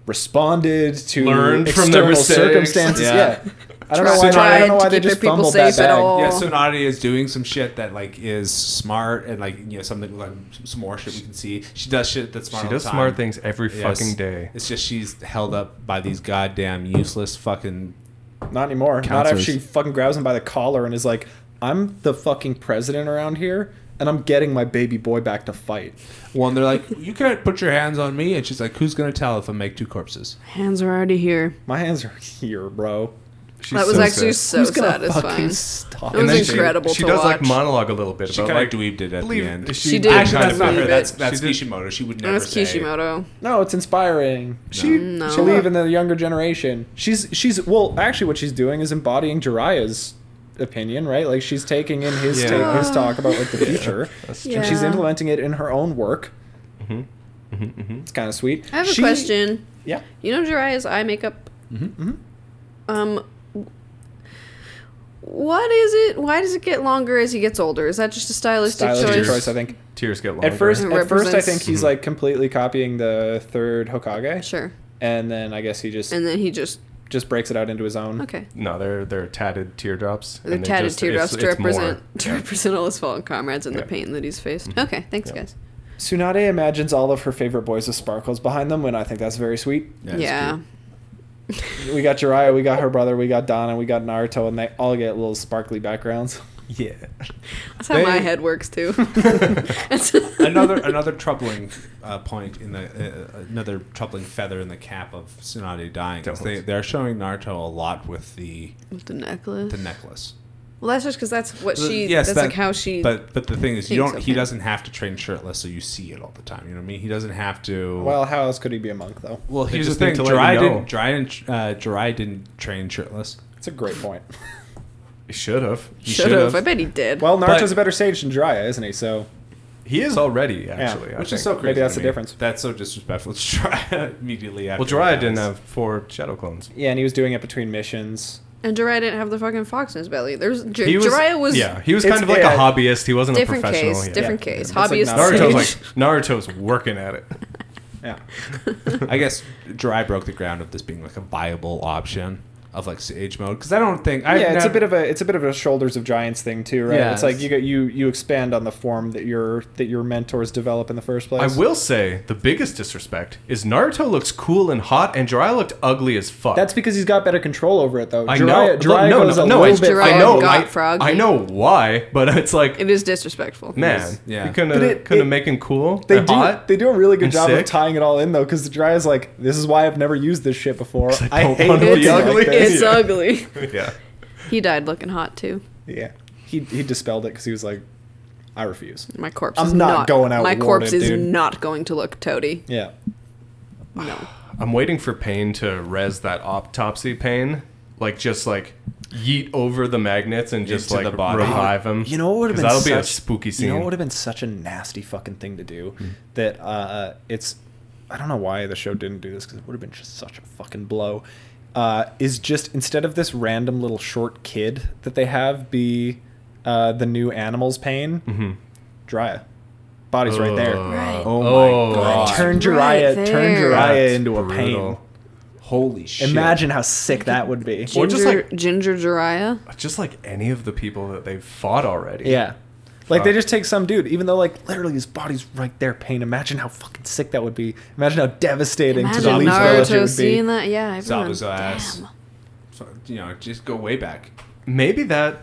[SPEAKER 1] responded to
[SPEAKER 3] Learned from
[SPEAKER 1] external
[SPEAKER 3] their mistakes.
[SPEAKER 1] circumstances.
[SPEAKER 5] Yeah.
[SPEAKER 1] Yeah. I don't
[SPEAKER 4] try-
[SPEAKER 1] know why, I
[SPEAKER 4] tried
[SPEAKER 1] don't know why
[SPEAKER 4] to
[SPEAKER 1] they
[SPEAKER 4] keep their
[SPEAKER 1] just
[SPEAKER 4] people
[SPEAKER 1] fumbled that
[SPEAKER 4] safe at
[SPEAKER 1] bag.
[SPEAKER 4] all.
[SPEAKER 5] Yeah, Sonata is doing some shit that like is smart and like you know something like some more shit we can see. She does shit that's smart.
[SPEAKER 3] She
[SPEAKER 5] all the
[SPEAKER 3] does
[SPEAKER 5] time.
[SPEAKER 3] smart things every
[SPEAKER 5] Yes.
[SPEAKER 3] fucking day.
[SPEAKER 5] It's just she's held up by these goddamn useless fucking.
[SPEAKER 1] Not anymore. Not
[SPEAKER 5] Counselors.
[SPEAKER 1] after she fucking grabs him by the collar and is like, "I'm the fucking president around here, and I'm getting my baby boy back to fight."
[SPEAKER 5] One, they're like, you can't put your hands on me, and she's like, who's gonna tell if I make two corpses?
[SPEAKER 4] Hands are already here.
[SPEAKER 1] My hands are here, bro.
[SPEAKER 3] She's
[SPEAKER 4] that was
[SPEAKER 3] so
[SPEAKER 4] actually
[SPEAKER 3] sick.
[SPEAKER 4] so
[SPEAKER 1] Who's gonna fucking
[SPEAKER 4] satisfying.
[SPEAKER 1] stop?
[SPEAKER 4] It was
[SPEAKER 3] then
[SPEAKER 4] incredible
[SPEAKER 3] She, she
[SPEAKER 4] to
[SPEAKER 3] does like
[SPEAKER 4] watch.
[SPEAKER 3] monologue a little bit
[SPEAKER 5] She
[SPEAKER 3] about
[SPEAKER 5] kind
[SPEAKER 3] like
[SPEAKER 5] of dweebed it at the end.
[SPEAKER 3] she,
[SPEAKER 4] She did.
[SPEAKER 5] Actually, that's not
[SPEAKER 4] believe
[SPEAKER 5] her.
[SPEAKER 4] it.
[SPEAKER 5] That's that's
[SPEAKER 3] She did-
[SPEAKER 5] Kishimoto. She would never
[SPEAKER 4] That's
[SPEAKER 5] say.
[SPEAKER 4] Kishimoto.
[SPEAKER 1] No, it's inspiring.
[SPEAKER 3] She
[SPEAKER 4] No.
[SPEAKER 1] She believe in the younger generation. She's she's well, actually, what she's doing is embodying Jiraiya's opinion, right? Like she's taking in his
[SPEAKER 3] Yeah.
[SPEAKER 1] take, his talk about like the future,
[SPEAKER 4] Yeah.
[SPEAKER 1] and she's implementing it in her own work. Mm-hmm. It's kind of sweet.
[SPEAKER 4] I have a
[SPEAKER 1] She-
[SPEAKER 4] question.
[SPEAKER 1] Yeah.
[SPEAKER 4] You know Jiraiya's eye makeup? Mm-hmm. Um, w- what is it? Why does it get longer as he gets older? Is that just a stylistic,
[SPEAKER 1] Stylistic
[SPEAKER 4] choice?
[SPEAKER 1] choice. I think.
[SPEAKER 3] tears get longer.
[SPEAKER 1] At first,
[SPEAKER 4] It
[SPEAKER 1] at first, I
[SPEAKER 4] represents-
[SPEAKER 1] think he's like completely copying the third Hokage,
[SPEAKER 4] Sure.
[SPEAKER 1] and then I guess he just
[SPEAKER 4] And then he just
[SPEAKER 1] just breaks it out into his own.
[SPEAKER 4] okay.
[SPEAKER 3] no, they're they're tatted teardrops.
[SPEAKER 4] The
[SPEAKER 3] and it
[SPEAKER 4] tatted
[SPEAKER 3] just-
[SPEAKER 4] teardrops
[SPEAKER 3] it's-
[SPEAKER 4] to
[SPEAKER 3] it's more. Mm-hmm.
[SPEAKER 4] represent to represent all his fallen comrades and the pain that he's faced. Okay, thanks guys.
[SPEAKER 1] Tsunade imagines all of her favorite boys with sparkles behind them, and I think that's very sweet.
[SPEAKER 4] Yeah,
[SPEAKER 1] We got Jiraiya, we got her brother, we got Donna, we got Naruto, and they all get little sparkly backgrounds.
[SPEAKER 3] Yeah.
[SPEAKER 4] that's how my head works too.
[SPEAKER 5] another another troubling uh, point in the uh, another troubling feather in the cap of Tsunade dying is they they're showing Naruto a lot with the
[SPEAKER 4] With the necklace.
[SPEAKER 5] the necklace.
[SPEAKER 4] well, that's just because that's what she.
[SPEAKER 5] Yes,
[SPEAKER 4] that's
[SPEAKER 5] that-
[SPEAKER 4] like how she.
[SPEAKER 5] But but the thing is, you
[SPEAKER 4] Thinks
[SPEAKER 5] don't.
[SPEAKER 4] of
[SPEAKER 5] He
[SPEAKER 4] him.
[SPEAKER 5] doesn't have to train shirtless, so you see it all the time. You know what I mean? He doesn't have to.
[SPEAKER 1] Well, how else could he be a monk, though?
[SPEAKER 5] well,
[SPEAKER 3] they
[SPEAKER 5] here's the
[SPEAKER 3] just need
[SPEAKER 5] thing:
[SPEAKER 3] to let you
[SPEAKER 5] Jirai
[SPEAKER 3] know.
[SPEAKER 5] didn't, Jirai didn't, uh, Jirai didn't train shirtless.
[SPEAKER 1] It's a great point.
[SPEAKER 3] Should have.
[SPEAKER 4] should have. I bet he did.
[SPEAKER 1] Well, Naruto's
[SPEAKER 5] But-
[SPEAKER 1] a better sage than Jiraiya, isn't he? So
[SPEAKER 3] He is already actually. I
[SPEAKER 5] Which
[SPEAKER 3] think.
[SPEAKER 5] is so crazy.
[SPEAKER 1] maybe that's
[SPEAKER 5] to
[SPEAKER 1] the
[SPEAKER 5] me.
[SPEAKER 1] difference.
[SPEAKER 5] That's so disrespectful to Jiraiya immediately after.
[SPEAKER 3] Well, Jiraiya
[SPEAKER 5] he
[SPEAKER 3] didn't
[SPEAKER 5] dies.
[SPEAKER 3] have four shadow clones.
[SPEAKER 1] yeah, and he was doing it between missions.
[SPEAKER 4] and Jiraiya didn't have the fucking fox in his belly. There's J-
[SPEAKER 3] He was,
[SPEAKER 4] Jiraiya was
[SPEAKER 3] yeah. He was
[SPEAKER 1] It's-
[SPEAKER 3] kind of like
[SPEAKER 1] yeah.
[SPEAKER 3] a hobbyist. He wasn't a
[SPEAKER 4] different
[SPEAKER 3] professional.
[SPEAKER 4] case.
[SPEAKER 3] yeah.
[SPEAKER 4] Different
[SPEAKER 1] Yeah.
[SPEAKER 4] case.
[SPEAKER 1] It's like
[SPEAKER 4] Hobbyist.
[SPEAKER 1] Naruto's
[SPEAKER 3] Naruto's
[SPEAKER 4] sage.
[SPEAKER 3] like Naruto's working at it.
[SPEAKER 1] Yeah.
[SPEAKER 5] I guess Jirai broke the ground of this being like a viable option of like Sage mode because I don't think. I've
[SPEAKER 1] yeah, it's
[SPEAKER 5] never-
[SPEAKER 1] a bit of a it's a bit of a shoulders of giants thing too, right?
[SPEAKER 5] Yeah,
[SPEAKER 1] it's like
[SPEAKER 5] it's-
[SPEAKER 1] you get you you expand on the form that your that your mentors develop in the first
[SPEAKER 3] I
[SPEAKER 1] place.
[SPEAKER 3] will say the biggest disrespect is Naruto looks cool and hot, and Jiraiya looked ugly as fuck.
[SPEAKER 1] That's because he's got better control over it, though.
[SPEAKER 3] I know.
[SPEAKER 1] Jiraiya-
[SPEAKER 3] Look,
[SPEAKER 1] Jiraiya
[SPEAKER 3] no,
[SPEAKER 1] goes
[SPEAKER 3] no,
[SPEAKER 1] a
[SPEAKER 3] no, I,
[SPEAKER 1] little bit
[SPEAKER 3] I
[SPEAKER 4] Jiraiya
[SPEAKER 3] know.
[SPEAKER 4] got
[SPEAKER 3] I,
[SPEAKER 4] froggy.
[SPEAKER 3] I know why, but it's like,
[SPEAKER 4] It is disrespectful.
[SPEAKER 3] man,
[SPEAKER 5] yeah.
[SPEAKER 3] you
[SPEAKER 1] But
[SPEAKER 3] couldn't
[SPEAKER 1] it-
[SPEAKER 3] could
[SPEAKER 1] it-
[SPEAKER 3] have make him cool.
[SPEAKER 1] They
[SPEAKER 3] and
[SPEAKER 1] do.
[SPEAKER 3] hot.
[SPEAKER 1] They do a really good
[SPEAKER 3] and
[SPEAKER 1] job
[SPEAKER 3] sick.
[SPEAKER 1] of tying it all in though, because Jiraiya's like, "This is why I've never used this shit before. I,
[SPEAKER 3] don't
[SPEAKER 1] hate
[SPEAKER 3] wanna be
[SPEAKER 1] looking
[SPEAKER 4] It's,
[SPEAKER 1] like
[SPEAKER 3] ugly."
[SPEAKER 1] this."
[SPEAKER 4] it's
[SPEAKER 3] Yeah.
[SPEAKER 4] ugly.
[SPEAKER 3] yeah.
[SPEAKER 4] He died looking hot too.
[SPEAKER 1] Yeah, he he dispelled it because he was like, "I refuse."
[SPEAKER 4] My corpse
[SPEAKER 1] I'm
[SPEAKER 4] is
[SPEAKER 1] not going out
[SPEAKER 4] My
[SPEAKER 1] warranted,
[SPEAKER 4] corpse is
[SPEAKER 1] dude.
[SPEAKER 4] not going to look toady.
[SPEAKER 1] Yeah,
[SPEAKER 4] No.
[SPEAKER 3] I'm waiting for Pain to res that autopsy pain, like just like yeet over the magnets and just
[SPEAKER 5] Into
[SPEAKER 3] like
[SPEAKER 5] the body.
[SPEAKER 3] revive him.
[SPEAKER 1] you know what would have
[SPEAKER 3] 'Cause
[SPEAKER 1] been
[SPEAKER 3] that'll
[SPEAKER 1] such,
[SPEAKER 3] be a spooky scene. Hmm.
[SPEAKER 1] You know what would have been such a nasty fucking thing to do that uh, it's I don't know why the show didn't do this because it would have been just such a fucking blow. Uh, is just instead of this random little short kid that they have be uh, the new animal's pain, mm-hmm. Jiraiya. Body's right there.
[SPEAKER 4] Right.
[SPEAKER 5] Oh my
[SPEAKER 3] Oh,
[SPEAKER 5] god!
[SPEAKER 1] Turn
[SPEAKER 4] Right
[SPEAKER 1] Jiraiya, turn Jiraiya
[SPEAKER 4] there.
[SPEAKER 3] That's
[SPEAKER 1] into a pain.
[SPEAKER 3] brutal.
[SPEAKER 5] Holy shit!
[SPEAKER 1] Imagine how sick that would be.
[SPEAKER 4] Ginger,
[SPEAKER 3] Or just like-
[SPEAKER 4] Ginger Jiraiya.
[SPEAKER 3] just like any of the people that they've fought already.
[SPEAKER 1] Yeah. Like they just take some dude, even though like literally his body's right there. Pain. Imagine how fucking sick that would be. Imagine how devastating
[SPEAKER 4] Imagine
[SPEAKER 1] to the least village it
[SPEAKER 4] Naruto
[SPEAKER 1] would be.
[SPEAKER 4] seeing that. Yeah, everyone.
[SPEAKER 5] Zabuza ass.
[SPEAKER 4] Damn.
[SPEAKER 5] So, you know, just go way back.
[SPEAKER 3] Maybe that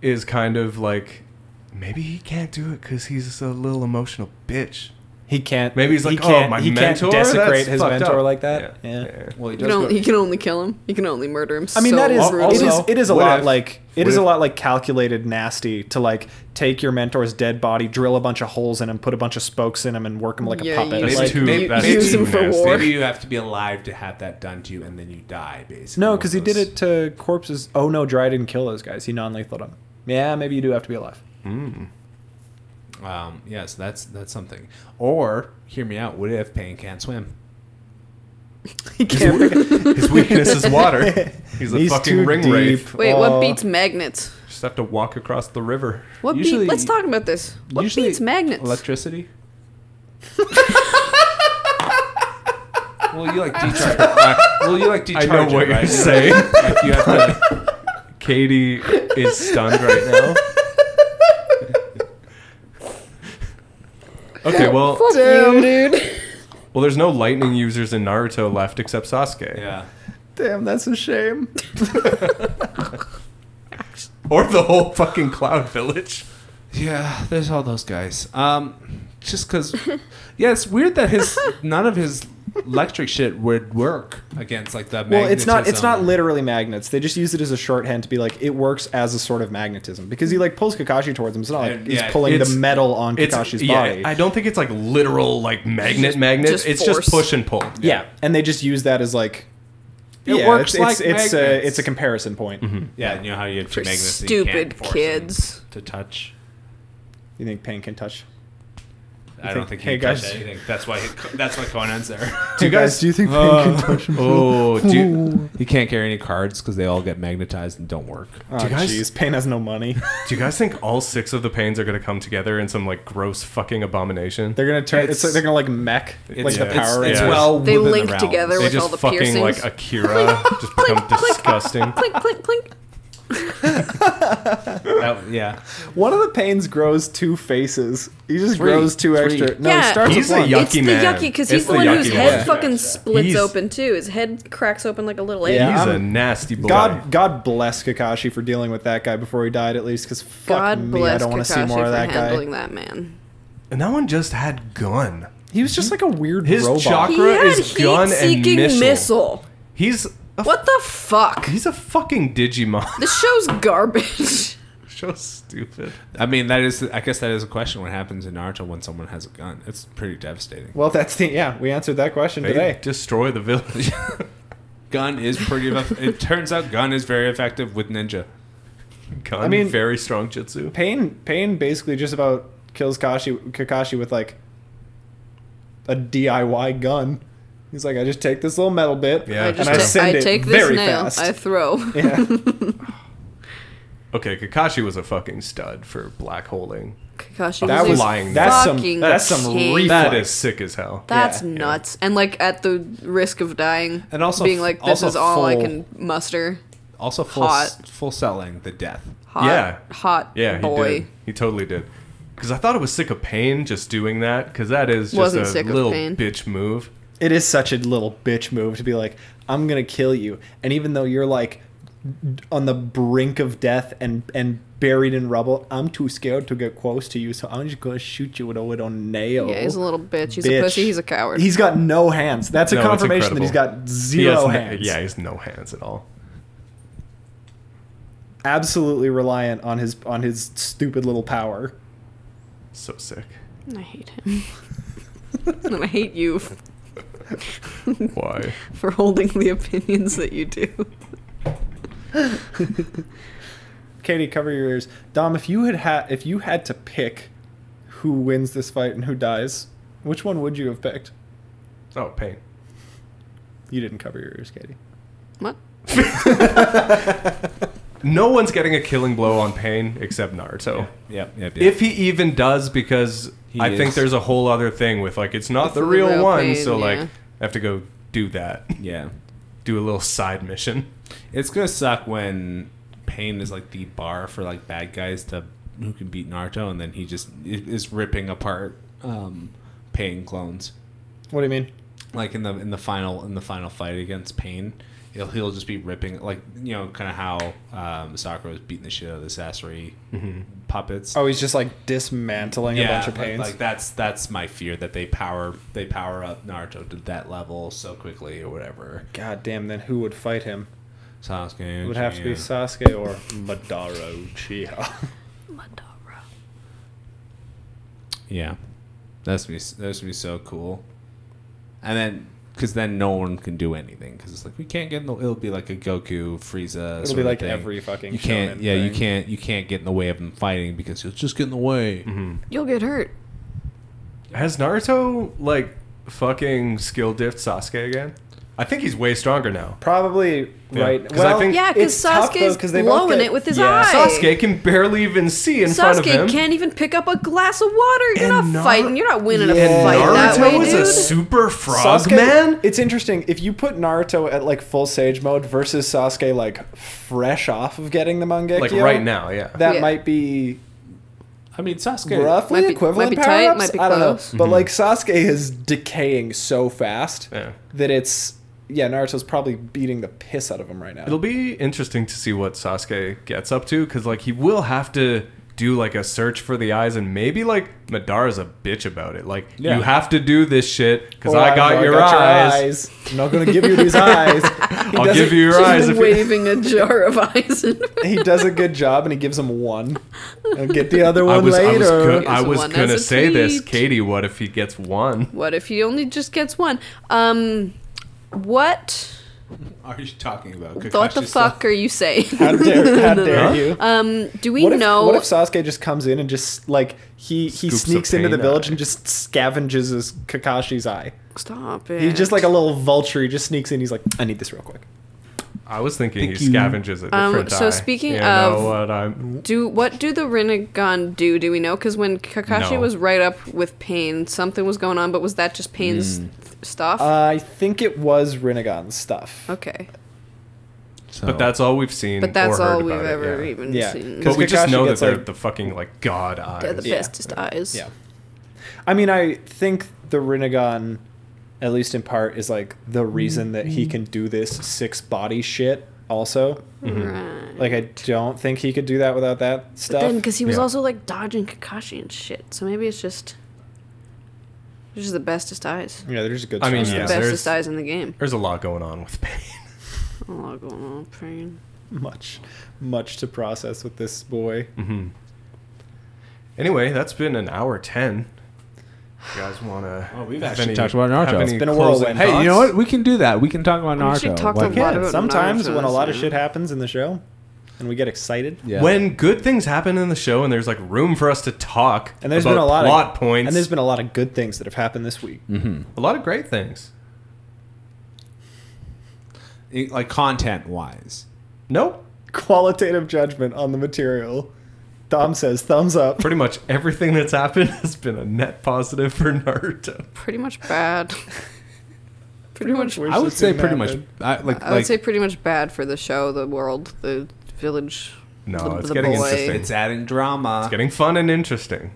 [SPEAKER 3] is kind of like maybe he can't do it because he's a little emotional bitch.
[SPEAKER 1] He can't.
[SPEAKER 3] Maybe he's
[SPEAKER 1] he
[SPEAKER 3] like, oh,
[SPEAKER 1] can't-
[SPEAKER 3] my
[SPEAKER 1] he can't
[SPEAKER 3] mentor?
[SPEAKER 1] desecrate
[SPEAKER 3] That's
[SPEAKER 1] his
[SPEAKER 3] fucked
[SPEAKER 1] mentor
[SPEAKER 3] up.
[SPEAKER 1] like that. Yeah.
[SPEAKER 5] Well, he
[SPEAKER 4] You
[SPEAKER 5] does.
[SPEAKER 4] know,
[SPEAKER 5] Go,
[SPEAKER 4] he can only kill him. He can only murder him.
[SPEAKER 1] I mean
[SPEAKER 4] so
[SPEAKER 1] that is
[SPEAKER 4] brutally.
[SPEAKER 1] it is
[SPEAKER 3] also-
[SPEAKER 1] it is a
[SPEAKER 3] what
[SPEAKER 1] lot
[SPEAKER 3] if-
[SPEAKER 1] like it
[SPEAKER 3] what
[SPEAKER 1] is a
[SPEAKER 3] if-
[SPEAKER 1] lot like calculated nasty to like take your mentor's dead body, drill a bunch of holes in him, put a bunch of spokes in him, and work him like
[SPEAKER 4] Yeah,
[SPEAKER 1] a puppet.
[SPEAKER 4] you-
[SPEAKER 3] That's
[SPEAKER 1] Like,
[SPEAKER 3] too.
[SPEAKER 5] maybe-
[SPEAKER 3] that's
[SPEAKER 5] use
[SPEAKER 3] too
[SPEAKER 4] him for
[SPEAKER 3] nasty.
[SPEAKER 4] war.
[SPEAKER 5] Maybe you have to be alive to have that done to you, and then you die, basically.
[SPEAKER 1] no, because he did
[SPEAKER 5] Those-
[SPEAKER 1] it to corpses. Oh no, Dry didn't kill those guys. He non lethal them. Yeah, maybe you do have to be alive.
[SPEAKER 5] Um, yes, that's that's something. Or hear me out. What if Pain can't swim?
[SPEAKER 1] He can't.
[SPEAKER 3] His weakness is water. He's a
[SPEAKER 1] He's
[SPEAKER 3] fucking
[SPEAKER 1] too
[SPEAKER 3] ring
[SPEAKER 1] deep.
[SPEAKER 3] wraith.
[SPEAKER 4] Wait,
[SPEAKER 1] Uh,
[SPEAKER 4] what beats magnets?
[SPEAKER 3] Just have to walk across the river.
[SPEAKER 4] What
[SPEAKER 5] usually-
[SPEAKER 4] beat? Let's talk about this. What
[SPEAKER 5] usually
[SPEAKER 4] beats magnets?
[SPEAKER 5] Electricity. well, you like decharge. well, you like decharge.
[SPEAKER 3] I know what
[SPEAKER 5] it,
[SPEAKER 3] you're
[SPEAKER 5] right?
[SPEAKER 3] saying.
[SPEAKER 5] Like you have to.
[SPEAKER 3] Katie is stunned right now. Okay, well,
[SPEAKER 4] Fuck you, dude.
[SPEAKER 3] well, there's no lightning users in Naruto left except Sasuke.
[SPEAKER 5] Yeah.
[SPEAKER 1] Damn, that's a shame.
[SPEAKER 3] Or the whole fucking Cloud Village.
[SPEAKER 5] Yeah, there's all those guys. Um, just because, yeah, it's weird that his none of his electric shit would work against like that.
[SPEAKER 1] Well, it's not it's not
[SPEAKER 5] magnetism.
[SPEAKER 1] literally magnets. They just use it as a shorthand to be like it works as a sort of magnetism because he like pulls Kakashi towards him. It's not like
[SPEAKER 5] And,
[SPEAKER 1] he's
[SPEAKER 5] yeah,
[SPEAKER 1] pulling
[SPEAKER 3] it's-
[SPEAKER 1] the metal on
[SPEAKER 3] It's
[SPEAKER 1] Kakashi's
[SPEAKER 3] yeah,
[SPEAKER 1] body.
[SPEAKER 3] I don't think it's like literal like magnet magnet.
[SPEAKER 4] just
[SPEAKER 3] it's
[SPEAKER 4] force.
[SPEAKER 3] just push and pull.
[SPEAKER 1] yeah. and they just use that as like
[SPEAKER 5] It
[SPEAKER 1] yeah,
[SPEAKER 5] works
[SPEAKER 1] it's, it's,
[SPEAKER 5] like
[SPEAKER 1] it's a
[SPEAKER 5] magnets.
[SPEAKER 1] it's a comparison point.
[SPEAKER 5] Yeah, you know how you have
[SPEAKER 4] For
[SPEAKER 5] two magnets. that you can't
[SPEAKER 4] stupid
[SPEAKER 5] force
[SPEAKER 4] kids.
[SPEAKER 5] them to touch.
[SPEAKER 1] You think pain can touch?
[SPEAKER 5] I
[SPEAKER 1] think-
[SPEAKER 5] don't think
[SPEAKER 1] hey,
[SPEAKER 5] he touched
[SPEAKER 1] guys.
[SPEAKER 5] anything. That's why he, that's why Conan's there.
[SPEAKER 1] Do you guys do you think pain can touch?
[SPEAKER 5] oh, dude, he can't carry any cards because they all get magnetized and don't work.
[SPEAKER 1] Oh,
[SPEAKER 3] you guys-
[SPEAKER 1] jeez, pain has no money.
[SPEAKER 3] Do you guys think all six of the pains are gonna come together in some like gross fucking abomination?
[SPEAKER 1] They're gonna turn. It's,
[SPEAKER 5] It's-
[SPEAKER 1] like they're gonna like mech, like the
[SPEAKER 5] it's,
[SPEAKER 1] Power
[SPEAKER 5] it's
[SPEAKER 1] Rangers.
[SPEAKER 3] yeah.
[SPEAKER 5] well
[SPEAKER 4] They
[SPEAKER 5] within the
[SPEAKER 4] link
[SPEAKER 5] realms.
[SPEAKER 4] together
[SPEAKER 3] they
[SPEAKER 4] with all
[SPEAKER 3] just
[SPEAKER 4] the
[SPEAKER 3] fucking
[SPEAKER 4] piercings.
[SPEAKER 3] like Akira just become disgusting.
[SPEAKER 4] clink, clink, clink.
[SPEAKER 5] That- yeah,
[SPEAKER 1] One of the pains grows two faces. He just grows two extra. No, he
[SPEAKER 4] Yeah.
[SPEAKER 1] starts
[SPEAKER 3] He's
[SPEAKER 1] with
[SPEAKER 3] a
[SPEAKER 1] one.
[SPEAKER 3] yuck-
[SPEAKER 4] It's the
[SPEAKER 3] man.
[SPEAKER 4] yucky because
[SPEAKER 3] It's
[SPEAKER 4] he's the,
[SPEAKER 3] the
[SPEAKER 4] one whose
[SPEAKER 3] yucky
[SPEAKER 4] head
[SPEAKER 3] one.
[SPEAKER 4] fucking splits
[SPEAKER 3] He's-
[SPEAKER 4] open too. His head cracks open like a little egg.
[SPEAKER 1] Yeah.
[SPEAKER 3] He's a
[SPEAKER 1] I'm-
[SPEAKER 3] nasty boy.
[SPEAKER 1] God, God bless Kakashi for dealing with that guy before he died, at least. Because fuck
[SPEAKER 4] God
[SPEAKER 1] me, I
[SPEAKER 4] bless
[SPEAKER 1] don't want to see
[SPEAKER 4] Kakashi
[SPEAKER 1] more
[SPEAKER 4] for
[SPEAKER 1] of that guy.
[SPEAKER 4] handling that man.
[SPEAKER 3] And that one just had gun.
[SPEAKER 1] He was just like a weird
[SPEAKER 3] His
[SPEAKER 1] robot.
[SPEAKER 3] chalk-
[SPEAKER 4] He
[SPEAKER 3] Sakura
[SPEAKER 4] had
[SPEAKER 3] is gun and
[SPEAKER 4] heat-seeking
[SPEAKER 3] missile.
[SPEAKER 4] missile.
[SPEAKER 3] He's a,
[SPEAKER 4] What the fuck?
[SPEAKER 3] he's a fucking Digimon.
[SPEAKER 4] This show's garbage.
[SPEAKER 3] so stupid.
[SPEAKER 5] I mean that is. I guess that is a question. What happens in Naruto when someone has a gun? It's pretty devastating.
[SPEAKER 1] well, that's the yeah. We answered that question
[SPEAKER 3] They
[SPEAKER 1] today.
[SPEAKER 3] destroy the village.
[SPEAKER 5] Gun is pretty. eff- it turns out gun is very effective with ninja.
[SPEAKER 3] Gun,
[SPEAKER 1] I mean-
[SPEAKER 3] very strong jutsu.
[SPEAKER 1] Pain, Pain basically just about kills Kashi, Kakashi with like a DIY gun. He's like, I just take this little metal bit,
[SPEAKER 3] Yeah.
[SPEAKER 4] I
[SPEAKER 1] and
[SPEAKER 4] just
[SPEAKER 1] I
[SPEAKER 4] ta-
[SPEAKER 1] send
[SPEAKER 4] I
[SPEAKER 1] it
[SPEAKER 4] take this
[SPEAKER 1] very
[SPEAKER 4] nail.
[SPEAKER 1] fast.
[SPEAKER 4] I throw.
[SPEAKER 1] yeah.
[SPEAKER 3] Okay, Kakashi was a fucking stud for black holding.
[SPEAKER 4] Kakashi
[SPEAKER 1] That
[SPEAKER 4] was,
[SPEAKER 1] was
[SPEAKER 4] a
[SPEAKER 1] lying. That's some-
[SPEAKER 4] fucking
[SPEAKER 1] that's some
[SPEAKER 4] king.
[SPEAKER 1] reflex.
[SPEAKER 3] That is sick as hell.
[SPEAKER 4] That's
[SPEAKER 1] Yeah.
[SPEAKER 4] nuts. And like at the risk of dying,
[SPEAKER 5] And also
[SPEAKER 4] being
[SPEAKER 5] f-
[SPEAKER 4] like, this
[SPEAKER 5] also
[SPEAKER 4] is all I
[SPEAKER 5] full-
[SPEAKER 4] can muster.
[SPEAKER 5] Also full
[SPEAKER 4] Hot.
[SPEAKER 5] full selling the death.
[SPEAKER 4] Hot,
[SPEAKER 3] Yeah.
[SPEAKER 4] hot
[SPEAKER 3] Yeah, he
[SPEAKER 4] boy.
[SPEAKER 3] did. He totally did. Because I thought it was sick of pain just doing that. Because that is just
[SPEAKER 4] Wasn't
[SPEAKER 3] a
[SPEAKER 4] sick of
[SPEAKER 3] little
[SPEAKER 4] pain.
[SPEAKER 3] bitch move.
[SPEAKER 1] it is such a little bitch move to be like, I'm gonna kill you, and even though you're like on the brink of death and and buried in rubble, I'm too scared to get close to you, so I'm just gonna shoot you with a little nail.
[SPEAKER 4] Yeah, he's a little bitch. He's
[SPEAKER 1] Bitch.
[SPEAKER 4] a pussy. He's a coward.
[SPEAKER 1] He's got no hands. That's a
[SPEAKER 3] No, it's
[SPEAKER 1] confirmation that he's
[SPEAKER 3] incredible.
[SPEAKER 1] got
[SPEAKER 3] He has
[SPEAKER 1] zero
[SPEAKER 3] no-
[SPEAKER 1] hands.
[SPEAKER 3] yeah, he has no hands at all.
[SPEAKER 1] absolutely reliant on his on his stupid little power.
[SPEAKER 3] So sick.
[SPEAKER 4] I hate him. and I hate you f-
[SPEAKER 3] Why?
[SPEAKER 4] for holding the opinions that you do.
[SPEAKER 1] Katie, cover your ears. Dom, if you had ha- if you had to pick who wins this fight and who dies, which one would you have picked?
[SPEAKER 3] oh, pain.
[SPEAKER 1] You didn't cover your ears, Katie.
[SPEAKER 4] What?
[SPEAKER 3] No one's getting a killing blow on pain except Naruto.
[SPEAKER 5] Yep, yep,
[SPEAKER 3] If he even does, because I think
[SPEAKER 5] is.
[SPEAKER 3] there's a whole other thing with like it's not
[SPEAKER 4] It's
[SPEAKER 3] the
[SPEAKER 4] the
[SPEAKER 3] real,
[SPEAKER 4] real
[SPEAKER 3] one,
[SPEAKER 4] pain,
[SPEAKER 3] so like
[SPEAKER 4] yeah.
[SPEAKER 3] I have to go do that.
[SPEAKER 5] yeah.
[SPEAKER 3] do a little side mission.
[SPEAKER 5] It's gonna suck when Pain is like the bar for like bad guys to who can beat Naruto, and then he just i- is ripping apart um, Pain clones.
[SPEAKER 1] What do you mean?
[SPEAKER 5] Like in the in the final in the final fight against Pain, he'll he'll just be ripping like you know kind of how um, Sakura was beating the shit out of the Sasori puppets.
[SPEAKER 1] Mm-hmm. Oh, he's just like dismantling a bunch of
[SPEAKER 5] like-
[SPEAKER 1] pains.
[SPEAKER 5] Like, that's that's my fear that they power they power up Naruto to that level so quickly or whatever.
[SPEAKER 1] God damn, then who would fight him?
[SPEAKER 5] Sasuke
[SPEAKER 1] It would have to be
[SPEAKER 5] Uchiha.
[SPEAKER 1] Sasuke or Madara Uchiha.
[SPEAKER 4] Madara.
[SPEAKER 5] Yeah, that's gonna be that's gonna be so cool. And then, because then no one can do anything because it's like we can't get in the. It'll be like a Goku Frieza.
[SPEAKER 1] It'll
[SPEAKER 5] sort
[SPEAKER 1] be
[SPEAKER 5] of
[SPEAKER 1] like
[SPEAKER 5] thing.
[SPEAKER 1] every fucking
[SPEAKER 5] You can't.
[SPEAKER 1] shonen
[SPEAKER 5] Yeah, you
[SPEAKER 1] thing.
[SPEAKER 5] can't. You can't get in the way of them fighting because you'll just get in the way.
[SPEAKER 4] You'll get hurt.
[SPEAKER 3] Has Naruto like fucking skill dipped Sasuke again? I think he's way stronger now.
[SPEAKER 1] Probably right.
[SPEAKER 3] 'Cause I
[SPEAKER 1] Well,
[SPEAKER 3] think-
[SPEAKER 4] Yeah, because
[SPEAKER 1] it's tough, though,
[SPEAKER 4] Sasuke's
[SPEAKER 1] 'cause they both
[SPEAKER 4] blowing
[SPEAKER 1] get-
[SPEAKER 4] it with his
[SPEAKER 1] Yeah.
[SPEAKER 4] eye.
[SPEAKER 3] Sasuke can barely even see in front of him.
[SPEAKER 4] Sasuke can't even pick up a glass of water. You're
[SPEAKER 3] And
[SPEAKER 4] not
[SPEAKER 3] Nar-
[SPEAKER 4] fighting. You're not winning
[SPEAKER 1] Yeah.
[SPEAKER 4] a fight that
[SPEAKER 3] Naruto
[SPEAKER 4] way,
[SPEAKER 3] is
[SPEAKER 4] dude.
[SPEAKER 3] a super frog
[SPEAKER 1] Sasuke-
[SPEAKER 3] man.
[SPEAKER 1] It's interesting if you put Naruto at like full sage mode versus Sasuke like fresh off of getting the Mangekyo.
[SPEAKER 3] Like right now, yeah.
[SPEAKER 1] that
[SPEAKER 4] Yeah.
[SPEAKER 1] might be
[SPEAKER 5] I mean, Sasuke.
[SPEAKER 1] roughly
[SPEAKER 4] Might be-
[SPEAKER 1] equivalent
[SPEAKER 4] might be
[SPEAKER 1] power
[SPEAKER 4] tight,
[SPEAKER 1] ups.
[SPEAKER 4] might be
[SPEAKER 1] I don't know,
[SPEAKER 4] close.
[SPEAKER 1] but like Sasuke is decaying so fast
[SPEAKER 3] Mm-hmm. Yeah.
[SPEAKER 1] that it's yeah Naruto's probably beating the piss out of him right now.
[SPEAKER 3] It'll be interesting to see what Sasuke gets up to because like he will have to do like a search for the eyes and maybe like Madara's a bitch about it. Like
[SPEAKER 5] Yeah.
[SPEAKER 3] you have to do this shit because
[SPEAKER 1] Or
[SPEAKER 3] I
[SPEAKER 1] I'm
[SPEAKER 3] got,
[SPEAKER 1] gonna
[SPEAKER 3] your,
[SPEAKER 1] get
[SPEAKER 3] eyes.
[SPEAKER 1] I'm not gonna give you these eyes. He
[SPEAKER 3] I'll
[SPEAKER 1] does
[SPEAKER 3] give
[SPEAKER 1] a-
[SPEAKER 3] you your
[SPEAKER 4] She's
[SPEAKER 3] eyes.
[SPEAKER 4] been
[SPEAKER 3] If you-
[SPEAKER 4] waving a jar of ice. in-
[SPEAKER 1] He does a good job and he gives him one. And get the other one
[SPEAKER 3] I was I was,
[SPEAKER 1] later.
[SPEAKER 3] go-
[SPEAKER 4] Here's
[SPEAKER 3] I was
[SPEAKER 4] one as
[SPEAKER 3] gonna
[SPEAKER 4] a
[SPEAKER 3] say this,
[SPEAKER 4] treat.
[SPEAKER 3] Katie. What if he gets one?
[SPEAKER 4] what if he only just gets one? Um, what
[SPEAKER 5] Are you talking about?
[SPEAKER 4] what the
[SPEAKER 5] Kakashi's
[SPEAKER 4] fuck are you saying?
[SPEAKER 1] How dare, how dare you?
[SPEAKER 4] um, do we
[SPEAKER 1] what if,
[SPEAKER 4] know?
[SPEAKER 1] What if Sasuke just comes in and just like he he
[SPEAKER 3] Scoops
[SPEAKER 1] sneaks
[SPEAKER 3] a
[SPEAKER 1] into the
[SPEAKER 3] pain
[SPEAKER 1] village
[SPEAKER 3] eye.
[SPEAKER 1] and just scavenges his Kakashi's eye?
[SPEAKER 4] Stop it.
[SPEAKER 1] He's just like a little vulture. He just sneaks in. He's like, I need this real quick.
[SPEAKER 3] I was thinking he scavenges a
[SPEAKER 4] Um,
[SPEAKER 3] different eye.
[SPEAKER 4] so speaking
[SPEAKER 3] You know
[SPEAKER 4] of-
[SPEAKER 3] what I'm-
[SPEAKER 4] Do what do the Rinnegan do? Do we know? Because when Kakashi
[SPEAKER 3] No.
[SPEAKER 4] was right up with Pain, something was going on. But was that just Pain's
[SPEAKER 3] Hmm.
[SPEAKER 4] th- stuff?
[SPEAKER 1] I think it was Rinnegan's stuff.
[SPEAKER 4] okay,
[SPEAKER 5] stuff.
[SPEAKER 1] Oh.
[SPEAKER 3] but that's all we've seen.
[SPEAKER 4] but that's
[SPEAKER 3] or
[SPEAKER 4] all
[SPEAKER 3] heard
[SPEAKER 4] we've
[SPEAKER 3] about it,
[SPEAKER 4] ever
[SPEAKER 3] yeah.
[SPEAKER 4] even
[SPEAKER 1] Yeah.
[SPEAKER 4] seen.
[SPEAKER 1] 'Cause
[SPEAKER 3] But we just
[SPEAKER 1] Kakashi
[SPEAKER 3] know that
[SPEAKER 1] gets,
[SPEAKER 3] they're
[SPEAKER 1] like-
[SPEAKER 3] the fucking like god eyes.
[SPEAKER 4] They're the
[SPEAKER 1] Yeah.
[SPEAKER 4] bestest eyes.
[SPEAKER 1] Yeah. I mean, I think the Rinnegan, at least in part, is like the reason that he can do this six body shit. Also,
[SPEAKER 4] Right.
[SPEAKER 1] like I don't think he could do that without that
[SPEAKER 4] But
[SPEAKER 1] stuff.
[SPEAKER 4] then, because he was
[SPEAKER 3] Yeah.
[SPEAKER 4] also like dodging Kakashi and shit, so maybe it's just, it's just the bestest eyes,
[SPEAKER 1] yeah, they're just good.
[SPEAKER 3] I mean,
[SPEAKER 1] stuff.
[SPEAKER 3] yeah.
[SPEAKER 4] the
[SPEAKER 3] there's-
[SPEAKER 4] bestest eyes in the game.
[SPEAKER 3] There's a lot going on with pain.
[SPEAKER 4] A lot going on, Pain.
[SPEAKER 1] much, much to process with this boy.
[SPEAKER 3] Anyway, that's been an hour ten. You guys want to?
[SPEAKER 5] Oh, we've actually talked about Naruto.
[SPEAKER 3] Have
[SPEAKER 5] It's
[SPEAKER 3] any
[SPEAKER 1] been a
[SPEAKER 3] closing
[SPEAKER 1] whirlwind.
[SPEAKER 5] Hey, you know
[SPEAKER 3] thoughts?
[SPEAKER 5] what? We can do that. We can talk about
[SPEAKER 4] We
[SPEAKER 5] Naruto.
[SPEAKER 4] actually talked
[SPEAKER 5] Why
[SPEAKER 4] a
[SPEAKER 5] can't-
[SPEAKER 4] lot about
[SPEAKER 1] Sometimes
[SPEAKER 4] Naruto,
[SPEAKER 1] when a lot of
[SPEAKER 4] so-
[SPEAKER 1] shit happens in the show, and we get excited,
[SPEAKER 5] Yeah.
[SPEAKER 3] When good things happen in the show and there's like room for us to talk
[SPEAKER 1] and there's
[SPEAKER 3] about
[SPEAKER 1] been a lot
[SPEAKER 3] plot
[SPEAKER 1] of
[SPEAKER 3] points
[SPEAKER 1] and there's been a lot of good things that have happened this week.
[SPEAKER 3] a lot of great things.
[SPEAKER 5] It- like content wise.
[SPEAKER 3] Nope.
[SPEAKER 1] Qualitative judgment on the material. Dom says thumbs up.
[SPEAKER 3] Pretty much everything that's happened has been a net positive for Naruto.
[SPEAKER 4] Pretty much bad. pretty much.
[SPEAKER 1] wish
[SPEAKER 5] I would
[SPEAKER 1] this
[SPEAKER 5] say
[SPEAKER 1] didn't
[SPEAKER 5] pretty much.
[SPEAKER 1] happen.
[SPEAKER 5] I, like,
[SPEAKER 4] I would
[SPEAKER 5] like
[SPEAKER 4] say pretty much bad for the show, the world, the village.
[SPEAKER 3] No,
[SPEAKER 4] the,
[SPEAKER 3] it's
[SPEAKER 4] the
[SPEAKER 3] getting
[SPEAKER 4] boy.
[SPEAKER 3] interesting.
[SPEAKER 5] oh, it's adding drama.
[SPEAKER 3] It's getting fun and interesting.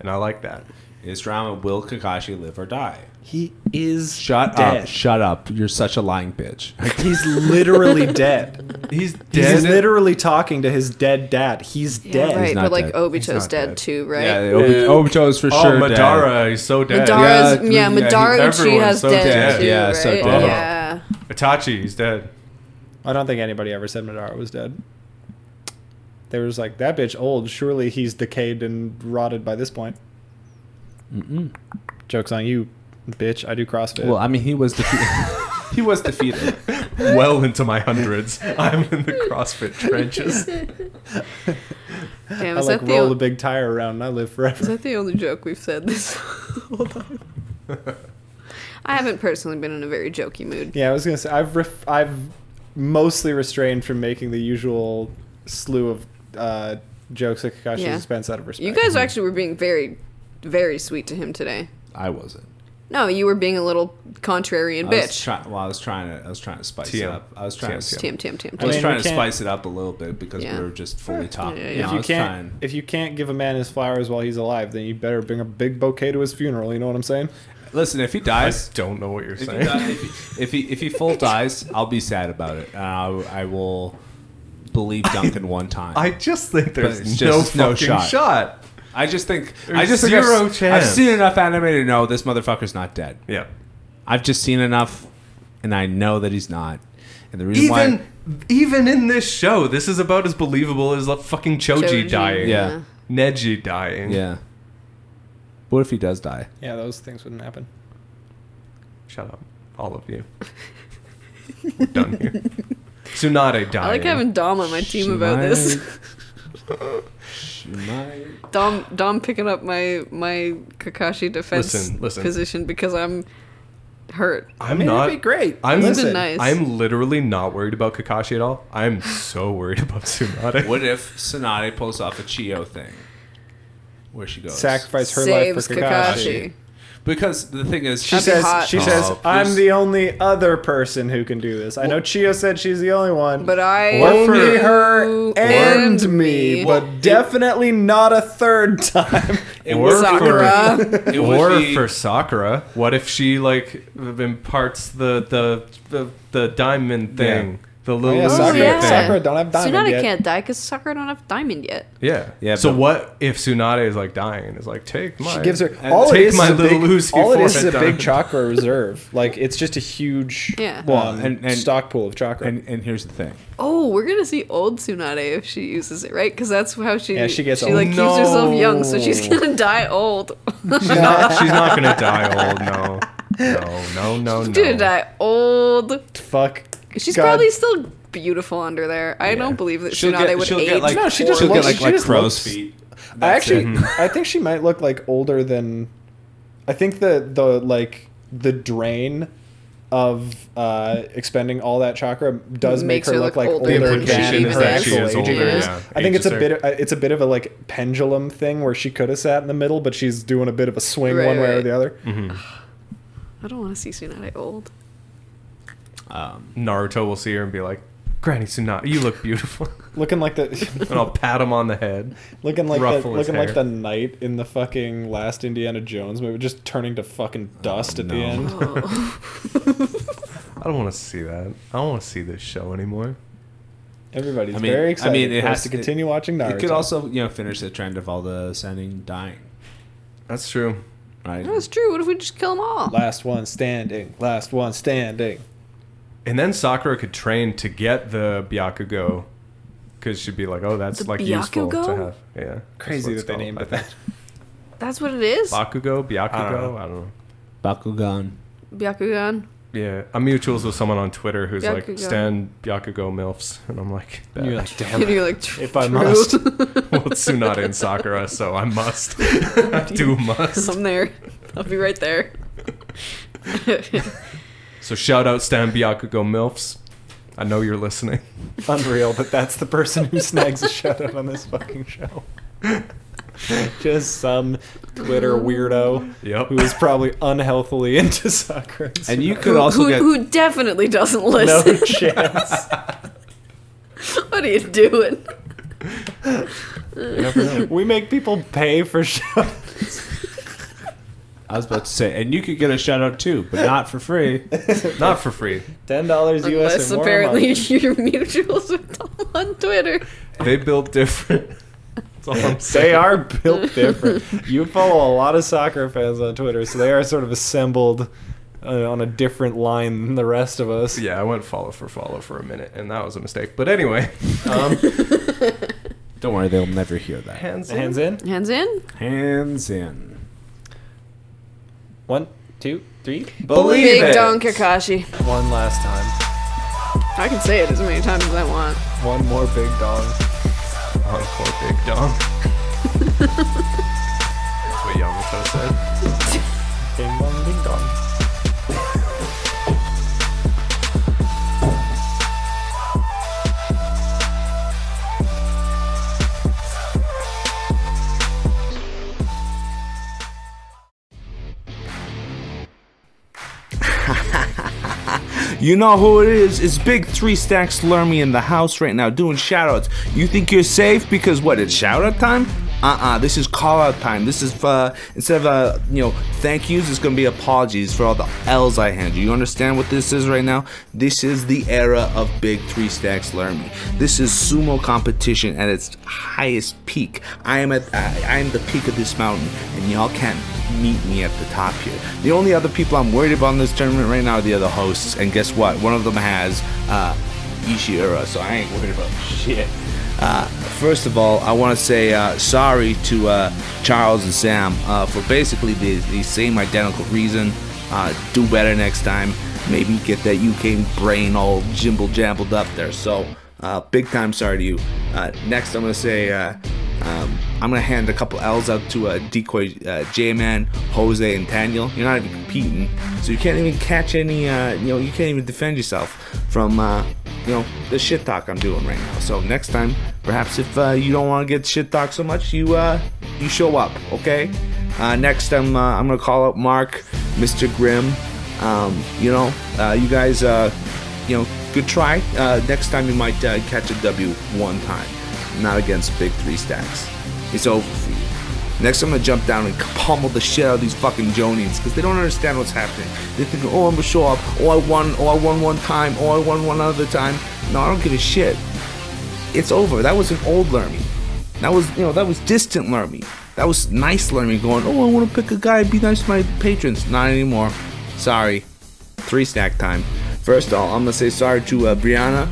[SPEAKER 3] And I like that.
[SPEAKER 5] Is drama will Kakashi live or die?
[SPEAKER 1] He is
[SPEAKER 5] Shut
[SPEAKER 1] dead.
[SPEAKER 5] up! Shut up! You're such a lying bitch.
[SPEAKER 1] He's literally dead.
[SPEAKER 3] He's
[SPEAKER 1] He's
[SPEAKER 3] dead.
[SPEAKER 1] literally talking to his dead dad. He's
[SPEAKER 4] Yeah,
[SPEAKER 1] dead.
[SPEAKER 4] right,
[SPEAKER 5] not
[SPEAKER 4] but like
[SPEAKER 5] dead.
[SPEAKER 4] Obito's
[SPEAKER 3] not
[SPEAKER 4] dead,
[SPEAKER 3] dead.
[SPEAKER 4] too, right?
[SPEAKER 5] Yeah, Obi- Obito is for
[SPEAKER 3] oh,
[SPEAKER 5] sure. dead.
[SPEAKER 3] Madara, he's so dead.
[SPEAKER 4] Madara's
[SPEAKER 5] Yeah,
[SPEAKER 4] yeah,
[SPEAKER 5] yeah,
[SPEAKER 3] he-
[SPEAKER 4] Madara Uchi
[SPEAKER 3] everyone's
[SPEAKER 4] has
[SPEAKER 3] so
[SPEAKER 4] dead,
[SPEAKER 3] dead.
[SPEAKER 4] too,
[SPEAKER 5] Yeah,
[SPEAKER 4] right?
[SPEAKER 5] so
[SPEAKER 3] dead.
[SPEAKER 4] Yeah.
[SPEAKER 3] Itachi, he's dead.
[SPEAKER 1] I don't think anybody ever said Madara was dead. They were just like, that bitch old. Surely he's decayed and rotted by this point. Mm-mm. Joke's on you, bitch. I do CrossFit.
[SPEAKER 5] Well, I mean, he was defeated. he was defeated.
[SPEAKER 3] Well into my hundreds. I'm in the CrossFit trenches.
[SPEAKER 4] Damn,
[SPEAKER 1] I
[SPEAKER 4] is
[SPEAKER 1] like
[SPEAKER 4] that
[SPEAKER 1] roll a
[SPEAKER 4] the
[SPEAKER 1] big tire around and I live
[SPEAKER 4] is
[SPEAKER 1] forever.
[SPEAKER 4] that the only joke we've said this whole time? I haven't personally been in a very jokey mood.
[SPEAKER 1] Yeah, I was gonna say I've ref- I've mostly restrained from making the usual slew of uh, jokes at Kakashi's
[SPEAKER 4] Yeah.
[SPEAKER 1] expense out of respect.
[SPEAKER 4] You guys actually were being very, very sweet to him today.
[SPEAKER 5] I wasn't.
[SPEAKER 4] No, you were being a little contrarian
[SPEAKER 5] I Was
[SPEAKER 4] bitch.
[SPEAKER 5] try- well, I was trying to. I was trying to spice it
[SPEAKER 3] TM.
[SPEAKER 5] up. I was trying
[SPEAKER 3] TM.
[SPEAKER 5] to.
[SPEAKER 4] Tim, Tim, Tim,
[SPEAKER 5] I
[SPEAKER 1] mean,
[SPEAKER 5] was
[SPEAKER 4] Tim.
[SPEAKER 5] trying
[SPEAKER 1] we
[SPEAKER 5] to
[SPEAKER 1] can't-
[SPEAKER 5] spice it up a little bit because
[SPEAKER 4] Yeah.
[SPEAKER 5] we were just fully talking.
[SPEAKER 4] yeah,
[SPEAKER 5] you
[SPEAKER 4] yeah.
[SPEAKER 5] know,
[SPEAKER 1] if
[SPEAKER 5] I
[SPEAKER 1] you
[SPEAKER 5] was
[SPEAKER 1] can't
[SPEAKER 5] trying-
[SPEAKER 1] if you can't give a man his flowers while he's alive, then you better bring a big bouquet to his funeral. You know what I'm saying?
[SPEAKER 5] listen, if he
[SPEAKER 3] I
[SPEAKER 5] dies,
[SPEAKER 3] don't know what you're
[SPEAKER 5] if he,
[SPEAKER 3] saying.
[SPEAKER 5] die- if, he, if he if he full dies, I'll be sad about it, and I, I will believe Duncan one time.
[SPEAKER 3] I just think there's
[SPEAKER 5] it's
[SPEAKER 3] no
[SPEAKER 5] just no
[SPEAKER 3] fucking
[SPEAKER 5] shot.
[SPEAKER 3] shot.
[SPEAKER 5] I just think
[SPEAKER 3] There's
[SPEAKER 5] I just think I've-
[SPEAKER 3] zero
[SPEAKER 5] I've,
[SPEAKER 3] chance.
[SPEAKER 5] seen enough anime to know this motherfucker's not dead.
[SPEAKER 3] Yeah.
[SPEAKER 5] I've just seen enough, and I know that he's not. And the reason
[SPEAKER 3] Even
[SPEAKER 5] why,
[SPEAKER 3] even in this show, this is about as believable as like fucking Choji,
[SPEAKER 4] Choji,
[SPEAKER 3] dying.
[SPEAKER 5] yeah.
[SPEAKER 3] Neji dying.
[SPEAKER 5] yeah. What if he does die?
[SPEAKER 1] Yeah, those things wouldn't happen.
[SPEAKER 3] Shut up. All of you. We're done here. Tsunade dying.
[SPEAKER 4] I like having Dom on my team about this. Dom Dom picking up my my Kakashi defense
[SPEAKER 3] Listen, listen.
[SPEAKER 4] position because I'm hurt.
[SPEAKER 3] I'm
[SPEAKER 1] It'd
[SPEAKER 3] not.
[SPEAKER 1] be great.
[SPEAKER 3] I'm
[SPEAKER 4] It's
[SPEAKER 1] Listen,
[SPEAKER 4] been nice.
[SPEAKER 3] I'm literally not worried about Kakashi at all. I'm so worried about Tsunade.
[SPEAKER 10] What if Sonata pulls off a Chio thing? Where she goes.
[SPEAKER 1] Sacrifice her
[SPEAKER 4] Saves
[SPEAKER 1] life for Kakashi.
[SPEAKER 4] Kakashi.
[SPEAKER 10] Because the thing is,
[SPEAKER 1] She
[SPEAKER 4] That'd be
[SPEAKER 1] says,
[SPEAKER 4] hot.
[SPEAKER 1] she
[SPEAKER 4] Oh,
[SPEAKER 1] says,
[SPEAKER 3] please.
[SPEAKER 1] I'm the only other person who can do this. I know Chio said she's the only one.
[SPEAKER 4] But I
[SPEAKER 1] only
[SPEAKER 4] knew
[SPEAKER 1] her and me, but definitely not a third time.
[SPEAKER 3] or
[SPEAKER 4] Sakura.
[SPEAKER 3] for
[SPEAKER 10] It would
[SPEAKER 3] or
[SPEAKER 10] be-
[SPEAKER 3] for Sakura, what if she like imparts the the the, the diamond thing, the little
[SPEAKER 1] Oh, yeah,
[SPEAKER 3] loser
[SPEAKER 1] Sakura,
[SPEAKER 4] yeah.
[SPEAKER 3] thing?
[SPEAKER 1] Sakura don't have diamond
[SPEAKER 4] Tsunade
[SPEAKER 1] yet.
[SPEAKER 4] can't die because Sakura don't have diamond yet.
[SPEAKER 3] Yeah.
[SPEAKER 10] Yeah,
[SPEAKER 3] So
[SPEAKER 10] but-
[SPEAKER 3] what if Tsunade is like dying? Is like take my.
[SPEAKER 1] She gives her
[SPEAKER 3] and
[SPEAKER 1] all
[SPEAKER 3] take
[SPEAKER 1] it is.
[SPEAKER 3] my
[SPEAKER 1] is a
[SPEAKER 3] little
[SPEAKER 1] big,
[SPEAKER 3] Lucy
[SPEAKER 1] all it is is
[SPEAKER 3] forehead
[SPEAKER 1] a big
[SPEAKER 3] diamond.
[SPEAKER 1] chakra reserve. Like it's just a huge
[SPEAKER 4] Yeah.
[SPEAKER 10] Well,
[SPEAKER 1] um,
[SPEAKER 10] and- and-
[SPEAKER 1] stock pool of chakra.
[SPEAKER 10] and and here's the thing.
[SPEAKER 4] Oh, we're gonna see old Tsunade if she uses it, right? Because that's how she
[SPEAKER 1] Yeah, she gets
[SPEAKER 4] she
[SPEAKER 1] old.
[SPEAKER 4] like keeps herself young, so she's gonna die old.
[SPEAKER 3] She's not, she's not gonna die old. No. No. No. No.
[SPEAKER 4] She's
[SPEAKER 3] no.
[SPEAKER 4] gonna die old.
[SPEAKER 1] Fuck.
[SPEAKER 4] She's
[SPEAKER 1] God.
[SPEAKER 4] probably still beautiful under there. I don't believe that
[SPEAKER 10] She'll
[SPEAKER 4] Tsunade
[SPEAKER 10] get-
[SPEAKER 4] would
[SPEAKER 10] she'll
[SPEAKER 4] age.
[SPEAKER 10] get, like,
[SPEAKER 1] No, she just
[SPEAKER 10] she'll
[SPEAKER 1] looks
[SPEAKER 10] get like,
[SPEAKER 1] she
[SPEAKER 10] like
[SPEAKER 1] just
[SPEAKER 10] crow's
[SPEAKER 1] looks-
[SPEAKER 10] feet.
[SPEAKER 1] I
[SPEAKER 10] That's
[SPEAKER 1] actually, I think she might look like older than. I think the the like the drain of uh expending all that chakra does
[SPEAKER 4] Makes
[SPEAKER 1] make her, look, like older,
[SPEAKER 4] The
[SPEAKER 1] than
[SPEAKER 4] implication is
[SPEAKER 1] her
[SPEAKER 4] that she
[SPEAKER 1] actual
[SPEAKER 4] is
[SPEAKER 1] age
[SPEAKER 4] older,
[SPEAKER 1] is.
[SPEAKER 4] yeah.
[SPEAKER 1] I
[SPEAKER 10] Age
[SPEAKER 1] think it's a
[SPEAKER 10] is
[SPEAKER 1] bit it's a bit of a like pendulum thing where she could have sat in the middle, but she's doing a bit of a swing
[SPEAKER 4] Right,
[SPEAKER 1] one way or
[SPEAKER 4] right.
[SPEAKER 1] the other.
[SPEAKER 3] Mm-hmm.
[SPEAKER 4] I don't want to see Tsunade old.
[SPEAKER 10] Um,
[SPEAKER 3] Naruto will see her and be like, "Granny Tsunade, you look beautiful,"
[SPEAKER 1] Looking like the
[SPEAKER 3] and I'll pat him on the head.
[SPEAKER 1] looking like the,
[SPEAKER 3] Ruffle his
[SPEAKER 1] looking like the
[SPEAKER 3] hair.
[SPEAKER 1] knight in the fucking last Indiana Jones movie, just turning to fucking dust at the
[SPEAKER 10] no.
[SPEAKER 1] end.
[SPEAKER 4] Oh.
[SPEAKER 3] I don't want to see that. I don't want to see this show anymore.
[SPEAKER 1] Everybody's
[SPEAKER 10] I mean-
[SPEAKER 1] very
[SPEAKER 10] I
[SPEAKER 1] excited.
[SPEAKER 10] mean, it
[SPEAKER 1] for us
[SPEAKER 10] has-
[SPEAKER 1] to continue watching Naruto.
[SPEAKER 10] It could also, you know, finish the trend of all the sending dying,
[SPEAKER 3] That's true.
[SPEAKER 10] right?
[SPEAKER 4] That was true. What if we just kill them all?
[SPEAKER 1] last one standing. Last one standing.
[SPEAKER 3] And then Sakura could train to get the Byakugo, because she'd be like, "Oh, that's
[SPEAKER 4] The
[SPEAKER 3] like useful to
[SPEAKER 4] Byakugo?
[SPEAKER 3] have." Yeah. that's
[SPEAKER 1] Crazy
[SPEAKER 3] what it's
[SPEAKER 1] that they
[SPEAKER 3] called,
[SPEAKER 1] named
[SPEAKER 3] I
[SPEAKER 1] it
[SPEAKER 3] think.
[SPEAKER 1] that.
[SPEAKER 4] That's what it is.
[SPEAKER 3] Bakugo, Byakugo. I don't know.
[SPEAKER 10] Bakugan.
[SPEAKER 4] Byakugan.
[SPEAKER 3] Yeah, I'm mutuals with someone on Twitter who's
[SPEAKER 4] Byakugo.
[SPEAKER 3] like, "Stan Byakugo milfs," and I'm like, "Bet."
[SPEAKER 1] You're like, damn.
[SPEAKER 4] And you're like, tr-
[SPEAKER 1] If I
[SPEAKER 4] true.
[SPEAKER 1] must.
[SPEAKER 3] "Well, it's Tsunade and Sakura, so I must. I do must."
[SPEAKER 4] I'm there. I'll be right there.
[SPEAKER 3] So shout out Stan Byakugo milfs. I know you're listening.
[SPEAKER 1] Unreal that that's the person who snags a shout out on this fucking show. Just some Twitter weirdo
[SPEAKER 3] Yep.
[SPEAKER 1] who is probably unhealthily into soccer.
[SPEAKER 10] And you could also
[SPEAKER 4] who,
[SPEAKER 10] get
[SPEAKER 4] who definitely doesn't
[SPEAKER 1] no
[SPEAKER 4] listen.
[SPEAKER 1] chance.
[SPEAKER 4] what are you doing?
[SPEAKER 1] We make people pay for shout
[SPEAKER 10] I was about to say, and you could get a shout out too, but not for free.
[SPEAKER 3] Not for free.
[SPEAKER 1] ten dollars US
[SPEAKER 4] Unless
[SPEAKER 1] and more a month.
[SPEAKER 4] apparently you're mutuals with them on Twitter.
[SPEAKER 3] They built different. That's all I'm saying.
[SPEAKER 1] They are built different. You follow a lot of soccer fans on Twitter, so they are sort of assembled uh, on a different line than the rest of us.
[SPEAKER 3] Yeah, I went follow for follow for a minute, and that was a mistake. But anyway,
[SPEAKER 1] Um.
[SPEAKER 10] Don't worry, they'll never hear that.
[SPEAKER 3] hands in.
[SPEAKER 1] Hands in.
[SPEAKER 4] Hands in.
[SPEAKER 10] Hands in.
[SPEAKER 1] One, two, three.
[SPEAKER 3] Believe
[SPEAKER 4] Big
[SPEAKER 3] it.
[SPEAKER 4] Don Kakashi.
[SPEAKER 1] One last time.
[SPEAKER 4] I can say it as many times as I want.
[SPEAKER 1] One more big dog.
[SPEAKER 3] Encore Big Dong. That's what Yamato said.
[SPEAKER 1] Ding dong, ding dong.
[SPEAKER 5] You know who it is. It's Big Three Stacks Lurmy in the house right now doing shoutouts. You think you're safe because what? It's shoutout time? Uh-uh. This is call out time. This is uh instead of uh you know thank yous, it's gonna be apologies for all the L's I hand you. You understand what this is right now? This is the era of Big Three Stacks Lurmy. This is sumo competition at its highest peak. I am at I, I am the peak of this mountain, and y'all can't meet me at the top here. The only other people I'm worried about in this tournament right now are the other hosts, and guess what? One of them has uh, Ishiura, so I ain't worried about shit. Uh, first of all, I want to say uh, sorry to uh, Charles and Sam uh, for basically the, the same identical reason. Uh, do better next time. Maybe get that UK brain all jimble jambled up there. So, uh, big time sorry to you. Uh, next, I'm going to say uh, Um, I'm gonna hand a couple L's out to uh, Decoy, uh, J-Man, Jose, and Daniel. You're not even competing, so you can't even catch any. Uh, you know, you can't even defend yourself from uh, you know the shit talk I'm doing right now. So next time, perhaps if uh, you don't want to get shit talk so much, you uh, you show up, okay? Uh, next, I'm uh, I'm gonna call out Mark, Mr. Grimm. Um, you know, uh, you guys, uh, you know, good try. Uh, next time you might uh, catch a W one time not against big three stacks. It's over for you. Next, I'm gonna jump down and pummel the shit out of these fucking Jonians because they don't understand what's happening. They think, oh, I'm gonna show up. Oh, I won. Oh, I won one time. Oh, I won one other time. No, I don't give a shit. It's over. That was an old Lermy. That was, you know, that was distant Lermy. That was nice Lermy going, oh, I want to pick a guy and be nice to my patrons. Not anymore. Sorry three snack time. First of all, I'm gonna say sorry to uh, Brianna,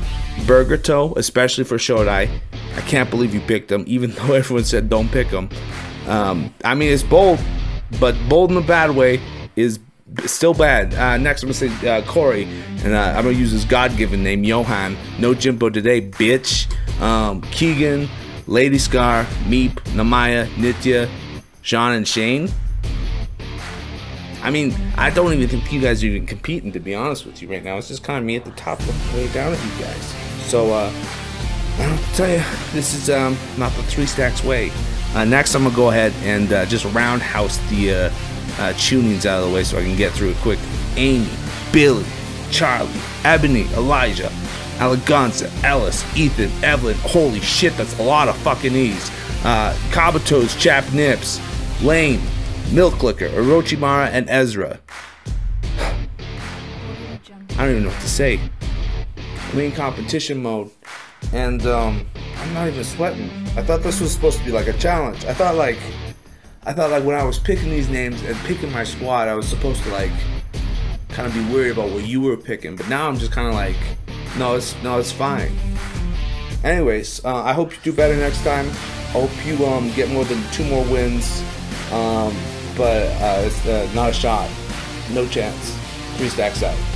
[SPEAKER 5] Burger Toe, especially for Shodai. I can't believe you picked him, even though everyone said don't pick him. Um, I mean, it's bold, but bold in a bad way is still bad. Uh, next, I'm gonna say uh, Corey, and uh, I'm gonna use his God-given name, Johan. No Jimbo today, bitch. Um, Keegan, Lady Scar, Meep, Namaya, Nitya, Sean, and Shane. I mean, I don't even think you guys are even competing, to be honest with you, right now. It's just kind of me at the top looking way down at you guys. So, uh, I don't have to tell you, this is um, not the three stacks way. Uh, next, I'm gonna go ahead and uh, just roundhouse the uh, uh, tunings out of the way so I can get through it quick. Amy, Billy, Charlie, Ebony, Elijah, Eleganza, Ellis, Ethan, Evelyn. Holy shit, that's a lot of fucking E's. Uh, Kabuto's, Chap Nips, Lane, Milk Liquor, Orochimara, and Ezra. I don't even know what to say. I'm in competition mode, and um, I'm not even sweating. I thought this was supposed to be like a challenge. I thought like, I thought like when I was picking these names and picking my squad, I was supposed to like, kind of be worried about what you were picking. But now I'm just kind of like, no, it's no, it's fine. Anyways, uh, I hope you do better next time. I hope you um, get more than two more wins. Um, but uh, it's uh, not a shot. No chance. Three stacks out.